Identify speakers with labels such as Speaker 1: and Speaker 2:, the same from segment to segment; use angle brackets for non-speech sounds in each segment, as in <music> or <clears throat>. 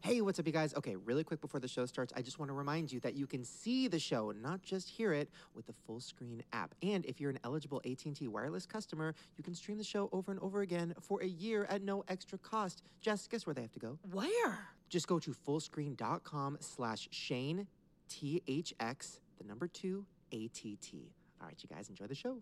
Speaker 1: Hey, what's up, you guys? Okay, really quick before the show starts, I just want to remind you that you can see the show, not just hear it, with the full screen app. And if you're an eligible AT&T wireless customer, you can stream the show over and over again for a year at no extra cost. Jess, guess where they have to go?
Speaker 2: Where?
Speaker 1: Just go to fullscreen.com slash Shane, T-H-X, the number two, A-T-T. All right, you guys, enjoy the show.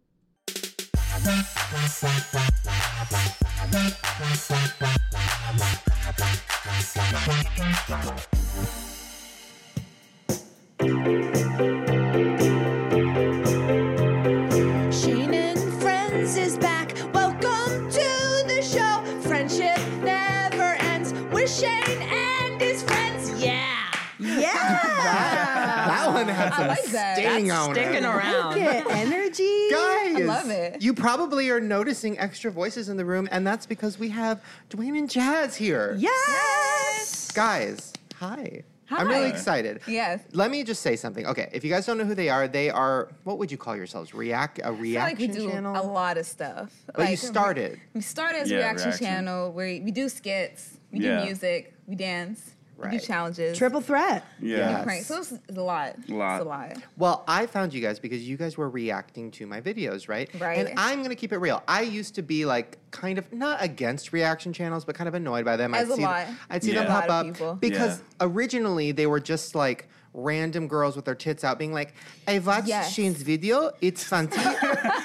Speaker 2: Shane and Friends is back. Welcome to the show. Friendship never ends with Shane and his friends.
Speaker 3: <laughs>
Speaker 2: Yeah.
Speaker 3: Yeah.
Speaker 1: That one has
Speaker 2: I
Speaker 1: a
Speaker 2: like that.
Speaker 1: sting on
Speaker 2: Sticking
Speaker 1: it.
Speaker 2: around.
Speaker 3: Get
Speaker 2: <laughs>
Speaker 3: energy.
Speaker 1: Guys,
Speaker 2: I love it.
Speaker 1: You probably are noticing extra voices in the room, and that's because we have Dwayne and Jazz here.
Speaker 3: Yes.
Speaker 1: Guys, hi. I'm really
Speaker 2: Hi.
Speaker 1: excited.
Speaker 2: Yes.
Speaker 1: Let me just say something. Okay, if you guys don't know who they are, they are what would you call yourselves? React a
Speaker 4: I feel like
Speaker 1: reaction
Speaker 4: we do
Speaker 1: channel.
Speaker 4: a lot of stuff.
Speaker 1: But you started
Speaker 4: We started as
Speaker 5: Yeah,
Speaker 4: reaction,
Speaker 5: reaction.
Speaker 4: channel where we do skits, we
Speaker 5: Yeah.
Speaker 4: do music, we dance, we
Speaker 1: Right.
Speaker 4: do challenges.
Speaker 3: Triple threat.
Speaker 5: Yeah.
Speaker 4: Right. So it's a lot.
Speaker 5: Lot.
Speaker 4: It's a lot.
Speaker 1: Well, I found you guys because you guys were reacting to my videos, right?
Speaker 4: Right.
Speaker 1: And I'm gonna keep it real. I used to be like kind of not against reaction channels, but kind of annoyed by them.
Speaker 4: As
Speaker 1: I'd
Speaker 4: a
Speaker 1: see
Speaker 4: lot.
Speaker 1: Them, I'd see
Speaker 5: Yeah.
Speaker 1: them
Speaker 5: A lot
Speaker 1: pop
Speaker 4: of
Speaker 1: up
Speaker 4: people.
Speaker 1: because
Speaker 5: Yeah.
Speaker 1: originally they were just like random girls with their tits out, being like, "I watched
Speaker 4: Yes.
Speaker 1: Shane's video. It's funny.
Speaker 4: <laughs>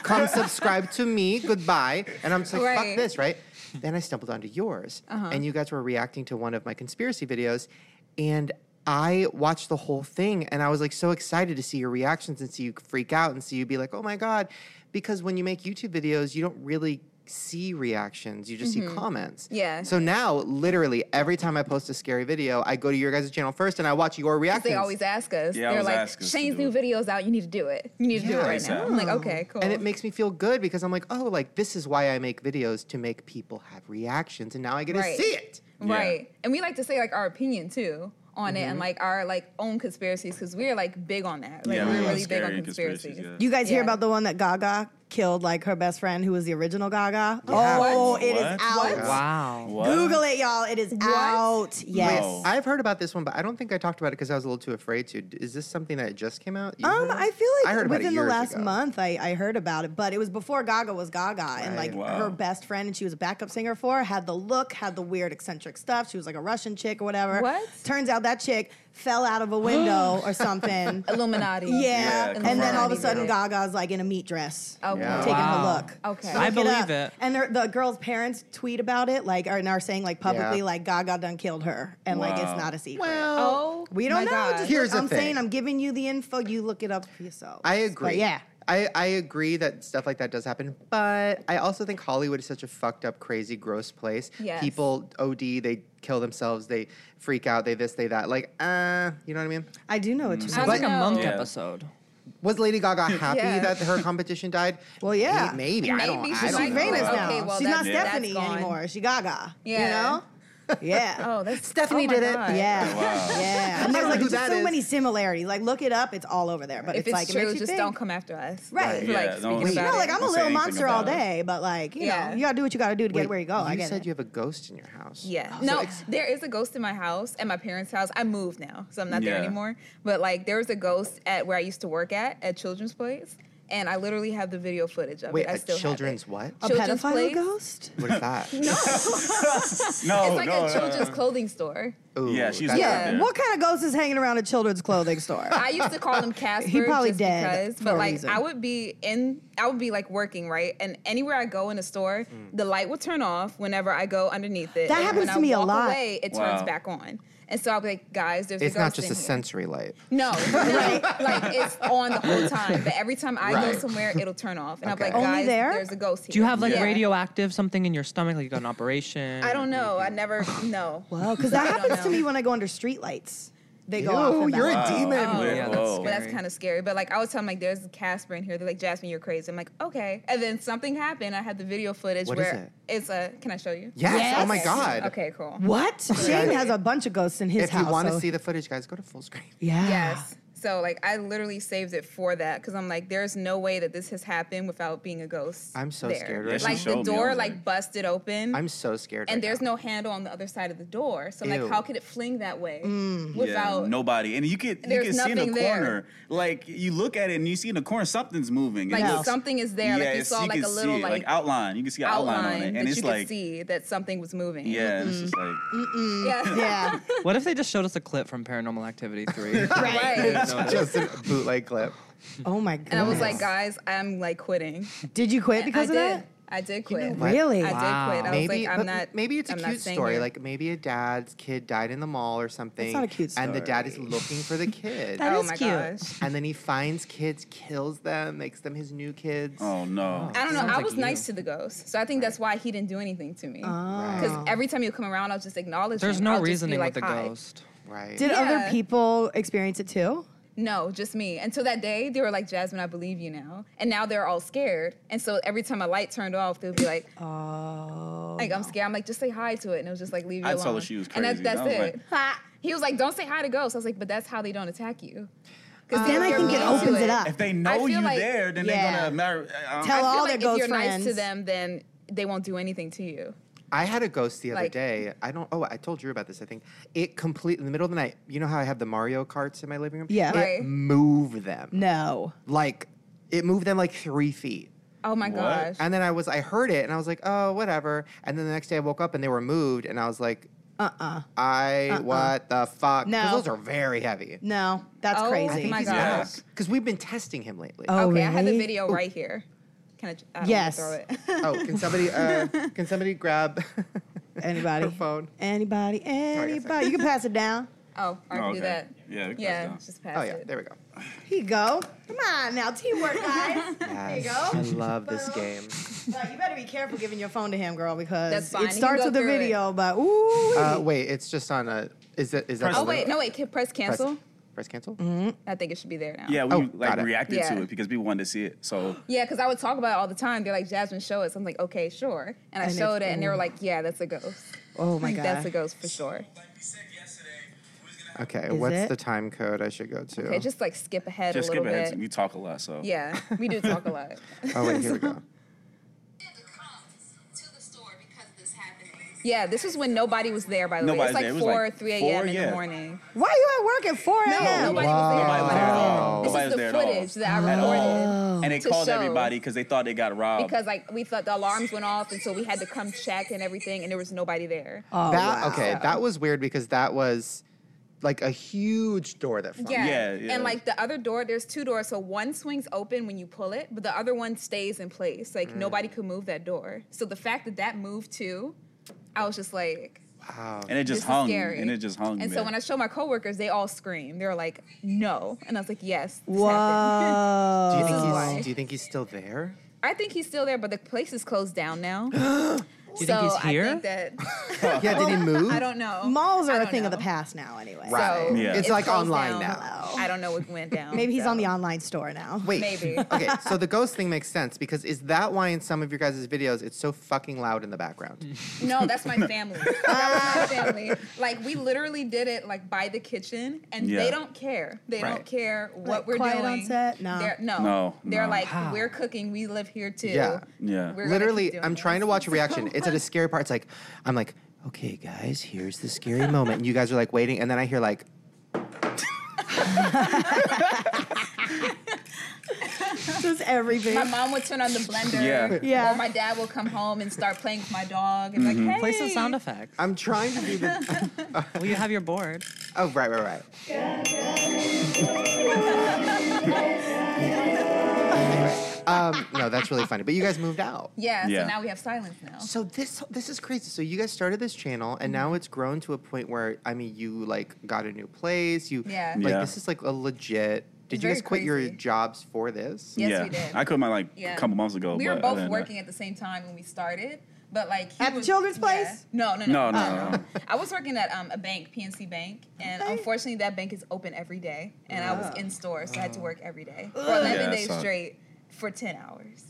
Speaker 1: Come subscribe to me. Goodbye." And I'm just like, "Fuck
Speaker 4: Right.
Speaker 1: this,
Speaker 4: <laughs>
Speaker 1: right?" Then I stumbled onto yours,
Speaker 4: Uh-huh.
Speaker 1: and you guys were reacting to one of my conspiracy videos, and I watched the whole thing, and I was like so excited to see your reactions and see you freak out and see you be like, "Oh my god!" Because when you make YouTube videos, you don't really see reactions; you just see comments.
Speaker 4: Mm-hmm. Yeah.
Speaker 1: So now, literally every time I post a scary video, I go to your guys' channel first, and I watch your reactions.
Speaker 4: They always ask us.
Speaker 5: Yeah,
Speaker 4: They're
Speaker 5: always
Speaker 4: like,
Speaker 5: ask us to
Speaker 4: Shane's
Speaker 5: do
Speaker 4: new
Speaker 5: it.
Speaker 4: video's out. You need to do it. You need to do
Speaker 1: Yeah.
Speaker 4: it right
Speaker 5: Nice
Speaker 4: now.
Speaker 5: app.
Speaker 4: I'm like, okay, cool.
Speaker 1: And it makes me feel good because I'm like, oh, like this is why I make videos to make people have reactions, and now I get
Speaker 4: Right.
Speaker 1: to see it.
Speaker 5: Yeah. Mm-hmm.
Speaker 4: Right. And we like to say like our opinion too on it and like our like own conspiracies because we're like big on that. Like
Speaker 5: Yeah, we
Speaker 4: we're
Speaker 5: love
Speaker 4: really big on
Speaker 5: scary
Speaker 4: conspiracies.
Speaker 5: conspiracies,
Speaker 3: You guys hear
Speaker 4: Yeah.
Speaker 3: about the one that Gaga killed, like her best friend, who was the original Gaga? Oh,
Speaker 5: What?
Speaker 3: it is
Speaker 5: What?
Speaker 3: out.
Speaker 1: Wow.
Speaker 5: What?
Speaker 3: Google it, y'all. It is out. Yes.
Speaker 5: No.
Speaker 1: I've heard about this one, but I don't think I talked about it because I was a little too afraid to. D- Is this something that just came out? You heard
Speaker 3: Um,
Speaker 1: about it?
Speaker 3: I feel like
Speaker 1: I heard about it
Speaker 3: within the
Speaker 1: years
Speaker 3: last
Speaker 1: ago.
Speaker 3: month I, I heard about it, but it was before Gaga was Gaga, and like
Speaker 1: Right.
Speaker 5: Wow.
Speaker 3: her best friend, and she was a backup singer for her, had the look, had the weird eccentric stuff. She was like a Russian chick or whatever.
Speaker 4: What?
Speaker 3: Turns out that chick fell out of a window
Speaker 4: <gasps>
Speaker 3: or
Speaker 4: <laughs>
Speaker 3: something.
Speaker 4: Illuminati.
Speaker 5: Yeah,
Speaker 3: Yeah, and then all of a
Speaker 4: confirmed.
Speaker 3: sudden Gaga's like in a meat dress,
Speaker 4: Okay.
Speaker 1: Yeah.
Speaker 3: taking
Speaker 6: Wow.
Speaker 3: a look.
Speaker 4: Okay.
Speaker 3: So
Speaker 4: I
Speaker 3: look
Speaker 6: believe
Speaker 3: up.
Speaker 6: it.
Speaker 3: And they're- the girl's parents tweet about it, like, are, and are saying like publicly,
Speaker 1: Yeah.
Speaker 3: like Gaga done killed her, and like it's
Speaker 5: Wow.
Speaker 3: not a secret.
Speaker 1: Well,
Speaker 4: Oh,
Speaker 3: we don't
Speaker 4: my
Speaker 3: know.
Speaker 4: God.
Speaker 3: Just
Speaker 1: Here's
Speaker 3: look,
Speaker 1: the
Speaker 3: I'm
Speaker 1: thing.
Speaker 3: saying I'm giving you the info. You look it up for yourself.
Speaker 1: I agree.
Speaker 3: But yeah.
Speaker 1: I, I agree that stuff like that does happen, but I also think Hollywood is such a fucked up, crazy, gross place.
Speaker 4: Yes.
Speaker 1: People OD, they kill themselves, they freak out, they this, they that. Like, uh, you know what I mean?
Speaker 3: I do know what
Speaker 1: Mm.
Speaker 3: you're saying.
Speaker 6: Sounds like a
Speaker 4: know.
Speaker 6: monk
Speaker 5: Yeah.
Speaker 6: episode.
Speaker 1: Was Lady
Speaker 3: <laughs>
Speaker 1: Gaga happy
Speaker 4: Yeah.
Speaker 1: that her competition died?
Speaker 3: Well, yeah.
Speaker 1: Maybe. I don't,
Speaker 4: Maybe
Speaker 1: I
Speaker 4: she's
Speaker 1: don't
Speaker 3: She's
Speaker 4: like,
Speaker 1: know.
Speaker 3: famous
Speaker 4: Okay,
Speaker 3: now.
Speaker 4: well,
Speaker 3: She's not
Speaker 4: that's- that's
Speaker 3: Stephanie
Speaker 4: gone.
Speaker 3: anymore. She Gaga.
Speaker 4: Yeah.
Speaker 1: <laughs>
Speaker 3: You know? Yeah. <laughs>
Speaker 4: Oh, that's
Speaker 1: Stephanie
Speaker 4: oh my
Speaker 1: did it.
Speaker 4: God.
Speaker 3: Yeah.
Speaker 5: Wow.
Speaker 3: Yeah.
Speaker 1: I
Speaker 3: And
Speaker 1: don't
Speaker 3: there's
Speaker 1: know
Speaker 3: like
Speaker 1: who
Speaker 3: just
Speaker 1: that
Speaker 3: so
Speaker 1: is.
Speaker 3: many similarities. Like look it up, it's all over there. But
Speaker 4: If
Speaker 3: it's,
Speaker 4: it's
Speaker 3: like it
Speaker 4: true,
Speaker 3: makes you
Speaker 4: just
Speaker 3: think.
Speaker 4: don't come after us.
Speaker 3: Right.
Speaker 4: For,
Speaker 5: Yeah,
Speaker 4: like
Speaker 5: don't-
Speaker 4: speaking
Speaker 5: Wait,
Speaker 4: about
Speaker 3: no,
Speaker 4: it.
Speaker 3: like I'm a
Speaker 5: Don't say
Speaker 3: little
Speaker 5: anything
Speaker 3: monster all
Speaker 5: about it.
Speaker 3: day, but like, you
Speaker 4: Yeah.
Speaker 3: know, you gotta do what you gotta do to get
Speaker 1: Wait,
Speaker 3: where you go.
Speaker 1: You
Speaker 3: I get
Speaker 1: said
Speaker 3: it.
Speaker 1: you have a ghost in your house.
Speaker 3: <laughs>
Speaker 4: Yeah.
Speaker 1: So
Speaker 4: No,
Speaker 1: ex-
Speaker 4: there is a ghost in my house, at my parents' house. I moved now, so I'm not there
Speaker 5: Yeah.
Speaker 4: anymore. But like, there was a ghost at where I used to work at, at Children's Place, and I literally have the video footage of
Speaker 1: Wait,
Speaker 4: it. I
Speaker 1: a
Speaker 4: still
Speaker 1: children's
Speaker 4: have it.
Speaker 1: what?
Speaker 3: a
Speaker 4: Children's
Speaker 3: pedophile
Speaker 4: place?
Speaker 3: ghost?
Speaker 1: What is that?
Speaker 5: No,
Speaker 4: It's like
Speaker 5: Oh, no,
Speaker 4: a
Speaker 5: no,
Speaker 4: children's
Speaker 5: no.
Speaker 4: clothing store.
Speaker 1: Ooh,
Speaker 5: Yeah, she's
Speaker 1: that's
Speaker 5: like
Speaker 1: not
Speaker 4: Yeah.
Speaker 5: that.
Speaker 3: What kind of ghost is hanging around a children's clothing store?
Speaker 1: <laughs>
Speaker 4: I used to
Speaker 3: <laughs>
Speaker 4: call him Casper.
Speaker 3: probably
Speaker 4: just
Speaker 3: dead
Speaker 4: Because,
Speaker 3: for
Speaker 4: but
Speaker 3: a
Speaker 4: like,
Speaker 3: reason.
Speaker 4: I would be in, I would be like working right, and anywhere I go in a store,
Speaker 1: Mm.
Speaker 4: the light will turn off whenever I go underneath it.
Speaker 3: That
Speaker 4: and
Speaker 3: happens
Speaker 4: when
Speaker 3: to
Speaker 4: I
Speaker 3: me a
Speaker 4: walk
Speaker 3: lot.
Speaker 4: Away, it turns
Speaker 5: Wow.
Speaker 4: back on, and so I'll be like, guys, there's
Speaker 1: It's
Speaker 4: a ghost
Speaker 1: not just
Speaker 4: in
Speaker 1: a
Speaker 4: here.
Speaker 1: sensory light. <laughs>
Speaker 4: No, right. like it's on the whole time. But every time I
Speaker 1: Right.
Speaker 4: go somewhere, it'll turn off, and
Speaker 1: Okay.
Speaker 4: I'm like,
Speaker 3: Only
Speaker 4: guys,
Speaker 3: there?
Speaker 4: there's a ghost here.
Speaker 6: Do you have like
Speaker 4: Yeah.
Speaker 6: radioactive something in your stomach, like you got an operation?
Speaker 4: I don't know. I never know.
Speaker 3: <sighs> Well,
Speaker 4: <laughs>
Speaker 3: because Oh, that happens to me when I go under streetlights. They go off.
Speaker 1: Oh,
Speaker 3: and
Speaker 1: you're
Speaker 3: back
Speaker 1: a
Speaker 3: on.
Speaker 1: demon.
Speaker 5: Wait,
Speaker 6: Yeah, that's
Speaker 5: whoa.
Speaker 4: But that's
Speaker 6: Scary.
Speaker 4: kind of scary. But like I was telling like there's Casper in here. They're like Jasmine, you're crazy. I'm like okay. And then something happened. I had the video footage
Speaker 1: What is
Speaker 4: where it's a. Can I show you?
Speaker 1: Yes. Oh my
Speaker 4: Okay.
Speaker 1: God.
Speaker 4: Okay. Cool. <laughs>
Speaker 3: What? Shane has a bunch of ghosts in his
Speaker 1: If
Speaker 3: house.
Speaker 1: you want to
Speaker 3: so-
Speaker 4: <laughs>
Speaker 1: see the footage, guys, go to full screen.
Speaker 3: yeah.
Speaker 4: Yes. So like I literally saved it for that because I'm like, there's no way that this has happened without being a ghost.
Speaker 1: I'm so
Speaker 4: there.
Speaker 1: scared right
Speaker 5: Yeah, she
Speaker 4: Like
Speaker 5: showed me,
Speaker 4: the
Speaker 5: I
Speaker 4: door
Speaker 5: was
Speaker 4: like
Speaker 5: like-
Speaker 4: busted open.
Speaker 1: I'm so scared.
Speaker 4: and
Speaker 1: right
Speaker 4: there's
Speaker 1: now.
Speaker 4: no handle on the other side of the door. So I'm
Speaker 1: Ew. Mm.
Speaker 4: like, how could it fling that way
Speaker 5: Yeah,
Speaker 4: without
Speaker 5: nobody, and you get you
Speaker 4: There's
Speaker 5: can see in the
Speaker 4: nothing there.
Speaker 5: corner, like you look at it and you see in the corner something's moving. It
Speaker 4: like
Speaker 5: looks-
Speaker 4: something is there? like you
Speaker 5: Yes,
Speaker 4: saw like
Speaker 5: can
Speaker 4: a little
Speaker 5: see it,
Speaker 4: like,
Speaker 5: outline. You can see an outline,
Speaker 4: outline,
Speaker 5: on it,
Speaker 4: but
Speaker 5: and it's
Speaker 4: you
Speaker 5: like
Speaker 4: could see Mm-hmm. that something was moving.
Speaker 5: yeah, it's just like
Speaker 4: <laughs> yeah,
Speaker 3: Yeah.
Speaker 6: What if they just showed us a clip from
Speaker 4: <laughs>
Speaker 6: Paranormal Activity 3?
Speaker 4: right. <laughs>
Speaker 1: just a bootleg clip.
Speaker 3: Oh my god.
Speaker 4: And I was like, guys, I'm like quitting.
Speaker 3: did you quit because
Speaker 4: I
Speaker 3: of
Speaker 4: did.
Speaker 3: that?
Speaker 4: I did quit.
Speaker 3: what? Really?
Speaker 4: I
Speaker 6: Wow.
Speaker 4: did quit. I was
Speaker 1: Maybe,
Speaker 4: like, I'm
Speaker 1: but
Speaker 4: not.
Speaker 1: maybe it's a
Speaker 4: I'm not
Speaker 1: cute
Speaker 4: staying
Speaker 1: story.
Speaker 4: here.
Speaker 1: Like maybe a dad's kid died in the mall or something.
Speaker 3: not a cute
Speaker 1: And the dad is
Speaker 3: story.
Speaker 1: looking for
Speaker 3: <laughs>
Speaker 1: the kid.
Speaker 6: That
Speaker 4: oh
Speaker 6: is
Speaker 4: my
Speaker 6: cute.
Speaker 4: gosh.
Speaker 1: and then he finds kids, kills them, makes them his new kids.
Speaker 5: oh no,
Speaker 4: I don't know.
Speaker 6: Sounds
Speaker 4: I
Speaker 6: like
Speaker 4: was
Speaker 6: you.
Speaker 4: nice to the ghost, so I think that's why he didn't do anything to
Speaker 3: Oh.
Speaker 4: me. Because
Speaker 1: Right.
Speaker 4: every time you come around, I'll just acknowledge.
Speaker 6: There's
Speaker 4: him.
Speaker 6: no
Speaker 4: I'll just be
Speaker 6: reasoning
Speaker 4: like,
Speaker 6: with the
Speaker 4: "Hi."
Speaker 6: ghost.
Speaker 1: Right.
Speaker 3: Did
Speaker 4: Yeah.
Speaker 3: other people experience it too?
Speaker 4: No, just me. Until that day, they were like, "Jasmine, I believe you now." And now they're all scared. And so every time a light turned off, they'd be like,
Speaker 3: Oh.
Speaker 4: "Like I'm scared." I'm like, "Just say hi to it," and it was just like, "Leave you
Speaker 5: I
Speaker 4: alone."
Speaker 5: told her she was
Speaker 4: And that,
Speaker 5: crazy.
Speaker 4: that's
Speaker 5: I was
Speaker 4: it. <laughs>
Speaker 5: like-
Speaker 4: Ha! He was like, "Don't say hi to ghosts." I was like, "But that's how they don't attack you." Because
Speaker 3: Then I think it opens it up.
Speaker 5: if they know
Speaker 4: feel
Speaker 5: you
Speaker 4: like-
Speaker 5: there, then
Speaker 3: yeah.
Speaker 5: they're gonna marry. uh, I don't-
Speaker 3: Tell
Speaker 4: I feel
Speaker 3: all
Speaker 4: like
Speaker 3: their
Speaker 4: if
Speaker 3: ghost
Speaker 4: you're
Speaker 3: friends.
Speaker 4: nice to them, then they won't do anything to you.
Speaker 1: I had a ghost the other
Speaker 4: Like-
Speaker 1: day. I don't. Oh, I told you about this. I think it complete in the middle of the night. You know how I have the Mario carts in my living room?
Speaker 3: Yeah.
Speaker 1: It
Speaker 4: Right.
Speaker 1: moved them.
Speaker 3: No.
Speaker 1: Like it moved them like three feet.
Speaker 4: Oh my gosh.
Speaker 1: And then I was, I heard it, and I was like, oh, whatever. And then the next day I woke up and they were moved, and I was like,
Speaker 3: Uh uh
Speaker 1: I what the fuck? 'Cause
Speaker 3: No.
Speaker 1: those are very heavy.
Speaker 3: No. That's
Speaker 4: Oh,
Speaker 1: I
Speaker 3: crazy.
Speaker 1: think
Speaker 4: my
Speaker 1: he's
Speaker 4: gosh.
Speaker 1: back because we've been testing him lately.
Speaker 3: Oh.
Speaker 4: okay, I had the
Speaker 3: really?
Speaker 4: video right here. Can I, I don't wanna
Speaker 3: Yes.
Speaker 4: throw it? <laughs>
Speaker 1: Oh, can somebody uh, can somebody grab? <laughs>
Speaker 3: Anybody?
Speaker 1: Her phone.
Speaker 3: Anybody? Anybody? You can pass it down.
Speaker 4: oh, I can
Speaker 5: Oh,
Speaker 4: do
Speaker 5: okay.
Speaker 4: that.
Speaker 5: Yeah, we can
Speaker 4: yeah,
Speaker 5: pass it
Speaker 4: just pass
Speaker 1: oh yeah,
Speaker 4: it.
Speaker 1: there we go.
Speaker 3: Here you go. Come on now, teamwork,
Speaker 4: <laughs>
Speaker 3: guys.
Speaker 1: There
Speaker 3: you go.
Speaker 1: I love this game.
Speaker 3: Now, you better be careful giving your phone to him, girl, because
Speaker 4: That's fine. He
Speaker 3: it
Speaker 4: can
Speaker 3: starts
Speaker 4: go
Speaker 3: with the
Speaker 4: through it.
Speaker 3: video, but ooh.
Speaker 1: Uh, wait, it's just on a. Is that is that?
Speaker 4: Oh
Speaker 1: the link?
Speaker 4: wait, no wait, ca- press
Speaker 1: Press,
Speaker 4: cancel.
Speaker 1: press cancel.
Speaker 4: I think it should be there now.
Speaker 5: yeah, we
Speaker 1: Oh, got
Speaker 5: like
Speaker 1: it.
Speaker 5: reacted
Speaker 4: Yeah.
Speaker 5: to it because people wanted to see it. So
Speaker 4: Yeah, because I would talk about it all the time. They're like, Jasmine, show us. I'm like, okay, sure. And I
Speaker 3: And
Speaker 4: showed it,
Speaker 3: it's-
Speaker 4: and they were like, yeah, that's a ghost.
Speaker 3: oh my god.
Speaker 4: <laughs> That's a ghost for sure.
Speaker 1: Okay,
Speaker 3: Is
Speaker 1: what's
Speaker 3: it?
Speaker 1: the time code I should go to?
Speaker 4: Okay, just like skip ahead
Speaker 5: Oh. just
Speaker 4: a
Speaker 5: skip
Speaker 4: little
Speaker 5: ahead.
Speaker 4: bit.
Speaker 5: We talk a lot, so
Speaker 4: Yeah, we do talk a
Speaker 5: <laughs>
Speaker 4: lot.
Speaker 1: oh wait, here we go.
Speaker 4: Yeah, this is when nobody was there, by the way.
Speaker 5: Nobody's
Speaker 4: It's like
Speaker 5: there. It was
Speaker 4: 4
Speaker 5: like
Speaker 4: 3
Speaker 5: 4,
Speaker 4: a.m. in
Speaker 5: yeah.
Speaker 4: the morning.
Speaker 3: Why are you at work at 4
Speaker 4: No,
Speaker 3: a.m.?
Speaker 4: nobody was there.
Speaker 5: Nobody was there at all.
Speaker 4: This
Speaker 5: Nobody
Speaker 4: is the
Speaker 5: was there at all.
Speaker 4: footage that I
Speaker 5: At all.
Speaker 4: recorded.
Speaker 5: And they
Speaker 4: To
Speaker 5: called
Speaker 4: show.
Speaker 5: everybody because they thought they got robbed.
Speaker 4: Because like we thought the alarms went off, and so we had to come check and everything, and there was nobody there.
Speaker 3: Oh,
Speaker 1: that
Speaker 3: wow.
Speaker 1: okay, that was weird because that was like a huge door that. Front.
Speaker 4: Yeah.
Speaker 5: Yeah, yeah.
Speaker 4: And like the other door, there's two doors, so one swings open when you pull it, but the other one stays in place. Like nobody could move that door. So the fact that that moved too, I was just like,
Speaker 1: Wow.
Speaker 5: and it
Speaker 4: this
Speaker 5: just
Speaker 4: is
Speaker 5: hung,
Speaker 4: scary.
Speaker 5: and it just hung.
Speaker 4: And so
Speaker 5: there.
Speaker 4: when I show my coworkers, they all scream. They were like, no, and I was like, yes. This happened. <laughs>
Speaker 1: Do you think
Speaker 3: Whoa.
Speaker 4: is
Speaker 1: he's?
Speaker 4: why.
Speaker 1: Do you think he's still there?
Speaker 4: I think he's still there, but the place is closed down now.
Speaker 6: Do you
Speaker 4: so
Speaker 6: think he's
Speaker 4: I
Speaker 6: here?
Speaker 4: think that
Speaker 1: Yeah, did he move?
Speaker 4: <laughs> I don't know.
Speaker 3: Malls
Speaker 4: I
Speaker 3: are a
Speaker 4: don't
Speaker 3: thing of
Speaker 4: know.
Speaker 3: the past now, anyway.
Speaker 1: Right.
Speaker 4: So
Speaker 5: Yeah. It's
Speaker 1: like
Speaker 4: closed
Speaker 1: online
Speaker 4: down.
Speaker 1: now.
Speaker 4: I don't know what went down.
Speaker 3: Maybe he's
Speaker 4: so.
Speaker 3: on the online store now.
Speaker 1: Wait.
Speaker 4: Maybe.
Speaker 1: okay, so the ghost thing makes sense because is that why in some of your guys' videos it's so fucking loud in the background?
Speaker 5: <laughs>
Speaker 4: No, that's my family.
Speaker 5: Ah.
Speaker 4: that was my family. Like we literally did it like by the kitchen, and
Speaker 5: Yeah.
Speaker 4: they don't care. They
Speaker 1: Right.
Speaker 4: don't care what
Speaker 3: Like,
Speaker 4: we're
Speaker 3: quiet
Speaker 4: doing.
Speaker 3: on set? No.
Speaker 4: They're, no,
Speaker 5: No,
Speaker 4: They're
Speaker 5: no.
Speaker 4: like we're cooking. We live here too.
Speaker 1: Yeah.
Speaker 5: Yeah.
Speaker 4: We're gonna keep
Speaker 1: Literally,
Speaker 4: doing
Speaker 1: I'm
Speaker 4: this.
Speaker 1: trying to
Speaker 4: <laughs>
Speaker 1: watch a reaction. It's at a scary part. It's like, I'm like, okay, guys, here's the scary moment. And you guys are like waiting, and then I hear like,
Speaker 3: <laughs> Just everything.
Speaker 4: My mom would turn on the blender.
Speaker 5: Yeah.
Speaker 3: Yeah.
Speaker 4: Or my dad will come home and start playing with my dog and
Speaker 5: Mm-hmm.
Speaker 4: like, hey.
Speaker 6: Play some sound effects.
Speaker 1: I'm trying to do the.
Speaker 6: Well, you have your board.
Speaker 1: Oh, right, right, right. Anyway, um, no, that's really funny. But you guys moved out.
Speaker 4: Yeah,
Speaker 5: Yeah.
Speaker 4: So now we have silence now.
Speaker 1: So this this is crazy. So you guys started this channel, and now it's grown to a point where I mean, you like got a new place. You
Speaker 4: Yeah.
Speaker 1: like
Speaker 5: Yeah.
Speaker 1: this is like a legit. Did you
Speaker 4: very
Speaker 1: guys quit your
Speaker 4: crazy.
Speaker 1: jobs for this?
Speaker 4: Yes,
Speaker 5: yeah,
Speaker 4: we did.
Speaker 5: I quit my like a couple months ago.
Speaker 4: We
Speaker 5: but
Speaker 4: were
Speaker 5: other
Speaker 4: both
Speaker 5: than that-
Speaker 4: working at the same time when we started, but like he
Speaker 3: At the children's place?
Speaker 4: No, no,
Speaker 5: No,
Speaker 4: no, Um,
Speaker 5: no, no.
Speaker 4: I was working at um, a bank, PNC Bank, and
Speaker 3: Okay.
Speaker 4: unfortunately that bank is open every day, and I was in store, so I had to work every day for 11
Speaker 5: Yeah, I
Speaker 4: days
Speaker 5: saw it.
Speaker 4: straight for 10 hours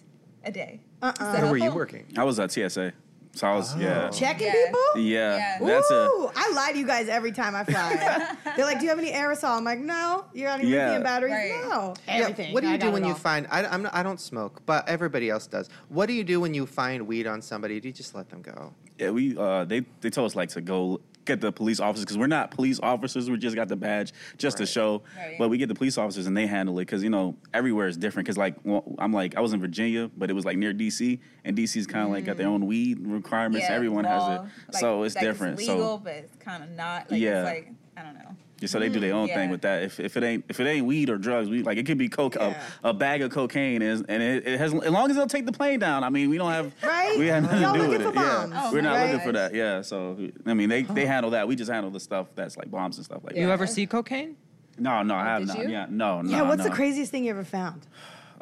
Speaker 4: a day.
Speaker 3: Uh-uh.
Speaker 1: Where were you working?
Speaker 5: I was at TSA. So I was, yeah.
Speaker 3: Checking
Speaker 4: Yeah.
Speaker 3: people?
Speaker 5: Yeah,
Speaker 4: Yeah.
Speaker 5: that's a.
Speaker 3: Ooh, I lie to you guys every time I
Speaker 4: <laughs>
Speaker 3: fly. They're like, "Do you have any aerosol?" I'm like, "No." You're out of
Speaker 5: Yeah.
Speaker 3: lithium batteries?
Speaker 4: Right.
Speaker 3: No.
Speaker 1: Yeah,
Speaker 7: Everything.
Speaker 1: What do
Speaker 7: I
Speaker 1: you do
Speaker 7: got
Speaker 1: when
Speaker 7: it
Speaker 1: you
Speaker 7: all.
Speaker 1: find? I, I'm not, I don't smoke, but everybody else does. What do you do when you find weed on somebody? Do you just let them go?
Speaker 5: Yeah, we uh, they they told us like to go get the police officers because we're not police officers. We just got the badge just to show.
Speaker 4: Right. Oh,
Speaker 5: But we get the police officers and they handle it because you know everywhere is different. Because like well, I'm like I was in Virginia, but it was like near DC, and DC's kind of like got their
Speaker 4: Mm.
Speaker 5: own weed requirements. Everyone has
Speaker 4: law,
Speaker 5: it,
Speaker 4: like,
Speaker 5: so it's
Speaker 4: like,
Speaker 5: different.
Speaker 4: Legal,
Speaker 5: so
Speaker 4: but it's kind of not. Like,
Speaker 5: Yeah.
Speaker 4: It's like I don't know.
Speaker 5: yeah, so they do their own
Speaker 4: yeah.
Speaker 5: thing with that. If, if it ain't if it ain't weed or drugs, we like it could be coke
Speaker 3: Yeah.
Speaker 5: a, a bag of cocaine is and it, it has as long as they'll take the plane down. I mean we don't have
Speaker 3: Right?
Speaker 5: we have nothing <laughs>
Speaker 3: Y'all
Speaker 5: to do
Speaker 3: looking
Speaker 5: with
Speaker 3: for
Speaker 5: it. Yeah.
Speaker 3: bombs,
Speaker 4: Oh
Speaker 5: we're
Speaker 4: my
Speaker 5: not looking
Speaker 4: gosh.
Speaker 5: for that. Yeah, so I mean they they handle that. We just handle the stuff that's like bombs and stuff like
Speaker 4: Yeah.
Speaker 6: You
Speaker 5: that.
Speaker 6: ever see cocaine?
Speaker 5: No, no, I have
Speaker 4: Did
Speaker 5: not.
Speaker 4: you?
Speaker 5: Yeah, no, no.
Speaker 3: Yeah. What's
Speaker 5: no.
Speaker 3: the craziest thing you ever found?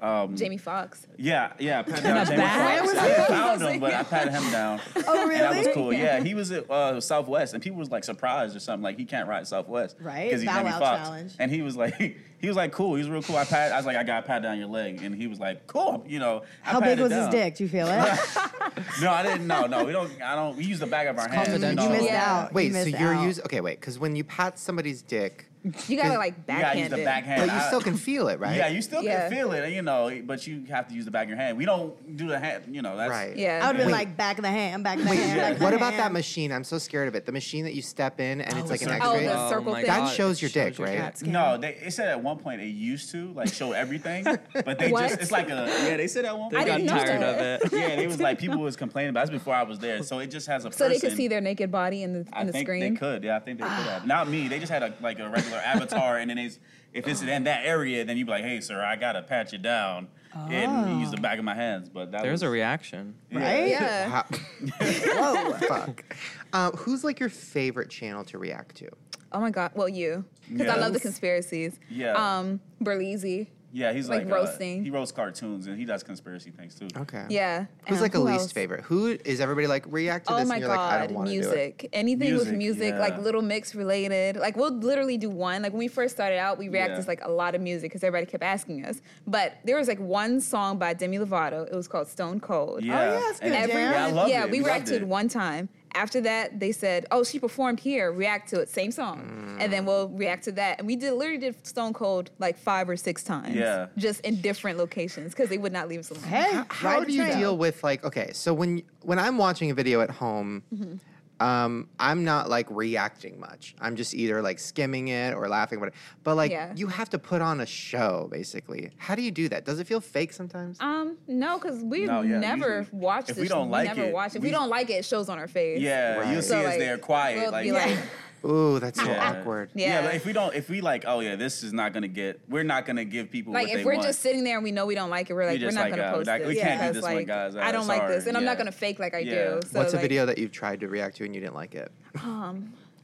Speaker 5: Um,
Speaker 4: Jamie Foxx.
Speaker 5: Yeah, yeah. I patted down Jamie
Speaker 6: bag?
Speaker 5: Foxx. I found him,
Speaker 3: <laughs>
Speaker 5: but I patted him down.
Speaker 3: Oh, really?
Speaker 5: And that was cool. Yeah, he was at uh, Southwest, and people was like surprised or something. Like he can't ride Southwest,
Speaker 3: Right,
Speaker 5: Because he's
Speaker 3: Bow
Speaker 5: Jamie
Speaker 3: Wow
Speaker 5: Foxx.
Speaker 3: challenge.
Speaker 5: And he was like, <laughs> he was like cool. He was real cool. I pat. I was like, I got to pat down your leg, and he was like, cool. You know, I
Speaker 3: How big
Speaker 5: patted
Speaker 3: was
Speaker 5: down.
Speaker 3: his dick? Do you feel it?
Speaker 5: <laughs> No, I didn't. No, no, we don't. I don't. We use the back of our hands.
Speaker 3: you
Speaker 6: confidential.
Speaker 3: missed
Speaker 4: Yeah.
Speaker 3: out. You
Speaker 1: Wait, so
Speaker 3: missed
Speaker 1: you're
Speaker 3: out.
Speaker 1: using? Okay, wait, because when you pat somebody's dick,
Speaker 4: You gotta like
Speaker 5: You gotta
Speaker 4: backhand
Speaker 5: use the
Speaker 4: it.
Speaker 5: backhand.
Speaker 1: but you
Speaker 5: I-
Speaker 1: still can feel it, right?
Speaker 5: Yeah, you still
Speaker 4: Yeah.
Speaker 5: can feel it, you know, but you have to use the back of your hand. We don't do the hand, you know, that's
Speaker 1: Right.
Speaker 4: Yeah.
Speaker 3: I would have been
Speaker 1: Wait.
Speaker 3: like, "Back of the hand, back of the hand." back of the
Speaker 1: What about that
Speaker 3: hand."
Speaker 1: machine? I'm so scared of it. The machine that you step in and it's like an
Speaker 5: it's
Speaker 4: oh,
Speaker 1: X-ray.
Speaker 4: the
Speaker 6: Oh
Speaker 4: circle
Speaker 6: my
Speaker 4: thing.
Speaker 1: that
Speaker 6: God,
Speaker 1: shows your
Speaker 6: it shows
Speaker 1: dick,
Speaker 6: your
Speaker 1: right?
Speaker 6: dick.
Speaker 5: No, they it said at one point it used to like
Speaker 4: <laughs>
Speaker 5: show everything, but they
Speaker 4: What?
Speaker 5: just it's like a yeah. They said at one
Speaker 6: They
Speaker 4: I
Speaker 5: point.
Speaker 6: got
Speaker 4: didn't know
Speaker 6: tired
Speaker 4: that. <laughs>
Speaker 6: of it.
Speaker 5: yeah, they was like people was complaining about. That's before I was there, so it just has a.
Speaker 4: so they could
Speaker 5: person.
Speaker 4: see their naked body in the in
Speaker 5: I
Speaker 4: the
Speaker 5: think
Speaker 4: screen.
Speaker 5: they could. Yeah, I think they could
Speaker 4: <sighs>
Speaker 5: have. Not me. They just had a like a regular avatar, and then it's if it's in that area, then you'd be like, hey, sir, I gotta pat you down and you use the
Speaker 4: Oh.
Speaker 5: back of my hands. But that
Speaker 6: There's
Speaker 5: was,
Speaker 6: a reaction.
Speaker 3: Right?
Speaker 4: Yeah.
Speaker 1: Wow.
Speaker 4: <laughs>
Speaker 1: Fuck. Uh, who's like your favorite channel to react to?
Speaker 4: Oh my god. Well, you because I
Speaker 5: Yeah.
Speaker 4: love the conspiracies.
Speaker 5: Yeah.
Speaker 4: Um, Berlizzi.
Speaker 5: Yeah, he's
Speaker 4: like
Speaker 5: like, uh,
Speaker 4: roasting.
Speaker 5: he roasts cartoons and he does conspiracy things too.
Speaker 1: Okay.
Speaker 4: Yeah.
Speaker 1: Who's
Speaker 4: Um,
Speaker 1: like a
Speaker 4: who
Speaker 1: least
Speaker 4: else?
Speaker 1: favorite? Who is everybody like react to
Speaker 4: Oh
Speaker 1: this?
Speaker 4: my
Speaker 1: and you're
Speaker 4: god,
Speaker 1: like, I don't wanna Do it.
Speaker 4: music. Anything with
Speaker 5: Music,
Speaker 4: music,
Speaker 5: yeah.
Speaker 4: like Little Mix related. Like we'll literally do one. Like when we first started out, we reacted
Speaker 5: Yeah.
Speaker 4: to like a lot of music because everybody kept asking us. But there was like one song by Demi Lovato. It was called Stone Cold.
Speaker 5: Yeah.
Speaker 3: yeah, it's good, Jam.
Speaker 5: And-
Speaker 4: Everyone,
Speaker 5: Yeah, I
Speaker 4: yeah,
Speaker 5: loved it.
Speaker 4: we,
Speaker 5: loved
Speaker 4: reacted
Speaker 5: it.
Speaker 4: one time. After that, they said, "Oh, she performed here. React to it, same song, and then we'll react to that." And we did literally did Stone Cold like five or six times,
Speaker 5: Yeah.
Speaker 4: just in different locations because they would not leave us alone.
Speaker 3: Hey,
Speaker 1: How do you deal with like okay, so when when I'm watching a video at home,
Speaker 4: Mm-hmm.
Speaker 1: um, I'm not like reacting much. I'm just either like skimming it or laughing about it. But like
Speaker 4: Yeah.
Speaker 1: you have to put on a show basically. How do you do that? Does it feel fake sometimes?
Speaker 4: Um, no, because we
Speaker 5: No,
Speaker 4: have
Speaker 5: yeah,
Speaker 4: never
Speaker 5: usually.
Speaker 4: watched.
Speaker 5: If
Speaker 4: this,
Speaker 5: we don't like
Speaker 4: never
Speaker 5: it,
Speaker 4: watch it. If
Speaker 5: we-
Speaker 4: we don't like it, it shows on our face.
Speaker 5: Yeah,
Speaker 1: Right.
Speaker 5: you'll see
Speaker 4: So,
Speaker 5: us
Speaker 4: like,
Speaker 5: there quiet.
Speaker 4: we'll
Speaker 5: like,
Speaker 4: be like,
Speaker 1: Ooh, that's so
Speaker 5: Yeah.
Speaker 1: awkward.
Speaker 5: Yeah.
Speaker 4: Yeah.
Speaker 5: like if we don't, if we like, oh yeah, this is not gonna get, we're not gonna give people
Speaker 4: like
Speaker 5: what they
Speaker 4: if we're
Speaker 5: want.
Speaker 4: just sitting there and we know we don't like it, we're like, we're
Speaker 5: just
Speaker 4: not
Speaker 5: like,
Speaker 4: gonna
Speaker 5: uh,
Speaker 4: post
Speaker 5: like,
Speaker 4: this.
Speaker 5: we can't do
Speaker 4: because,
Speaker 5: this one,
Speaker 4: like,
Speaker 5: guys. Uh,
Speaker 4: I don't like
Speaker 5: Sorry.
Speaker 4: this, and I'm
Speaker 5: Yeah.
Speaker 4: not gonna fake like I
Speaker 5: Yeah.
Speaker 4: do. So
Speaker 1: What's a
Speaker 4: like, um,
Speaker 1: video that you've tried to react to and you didn't like it?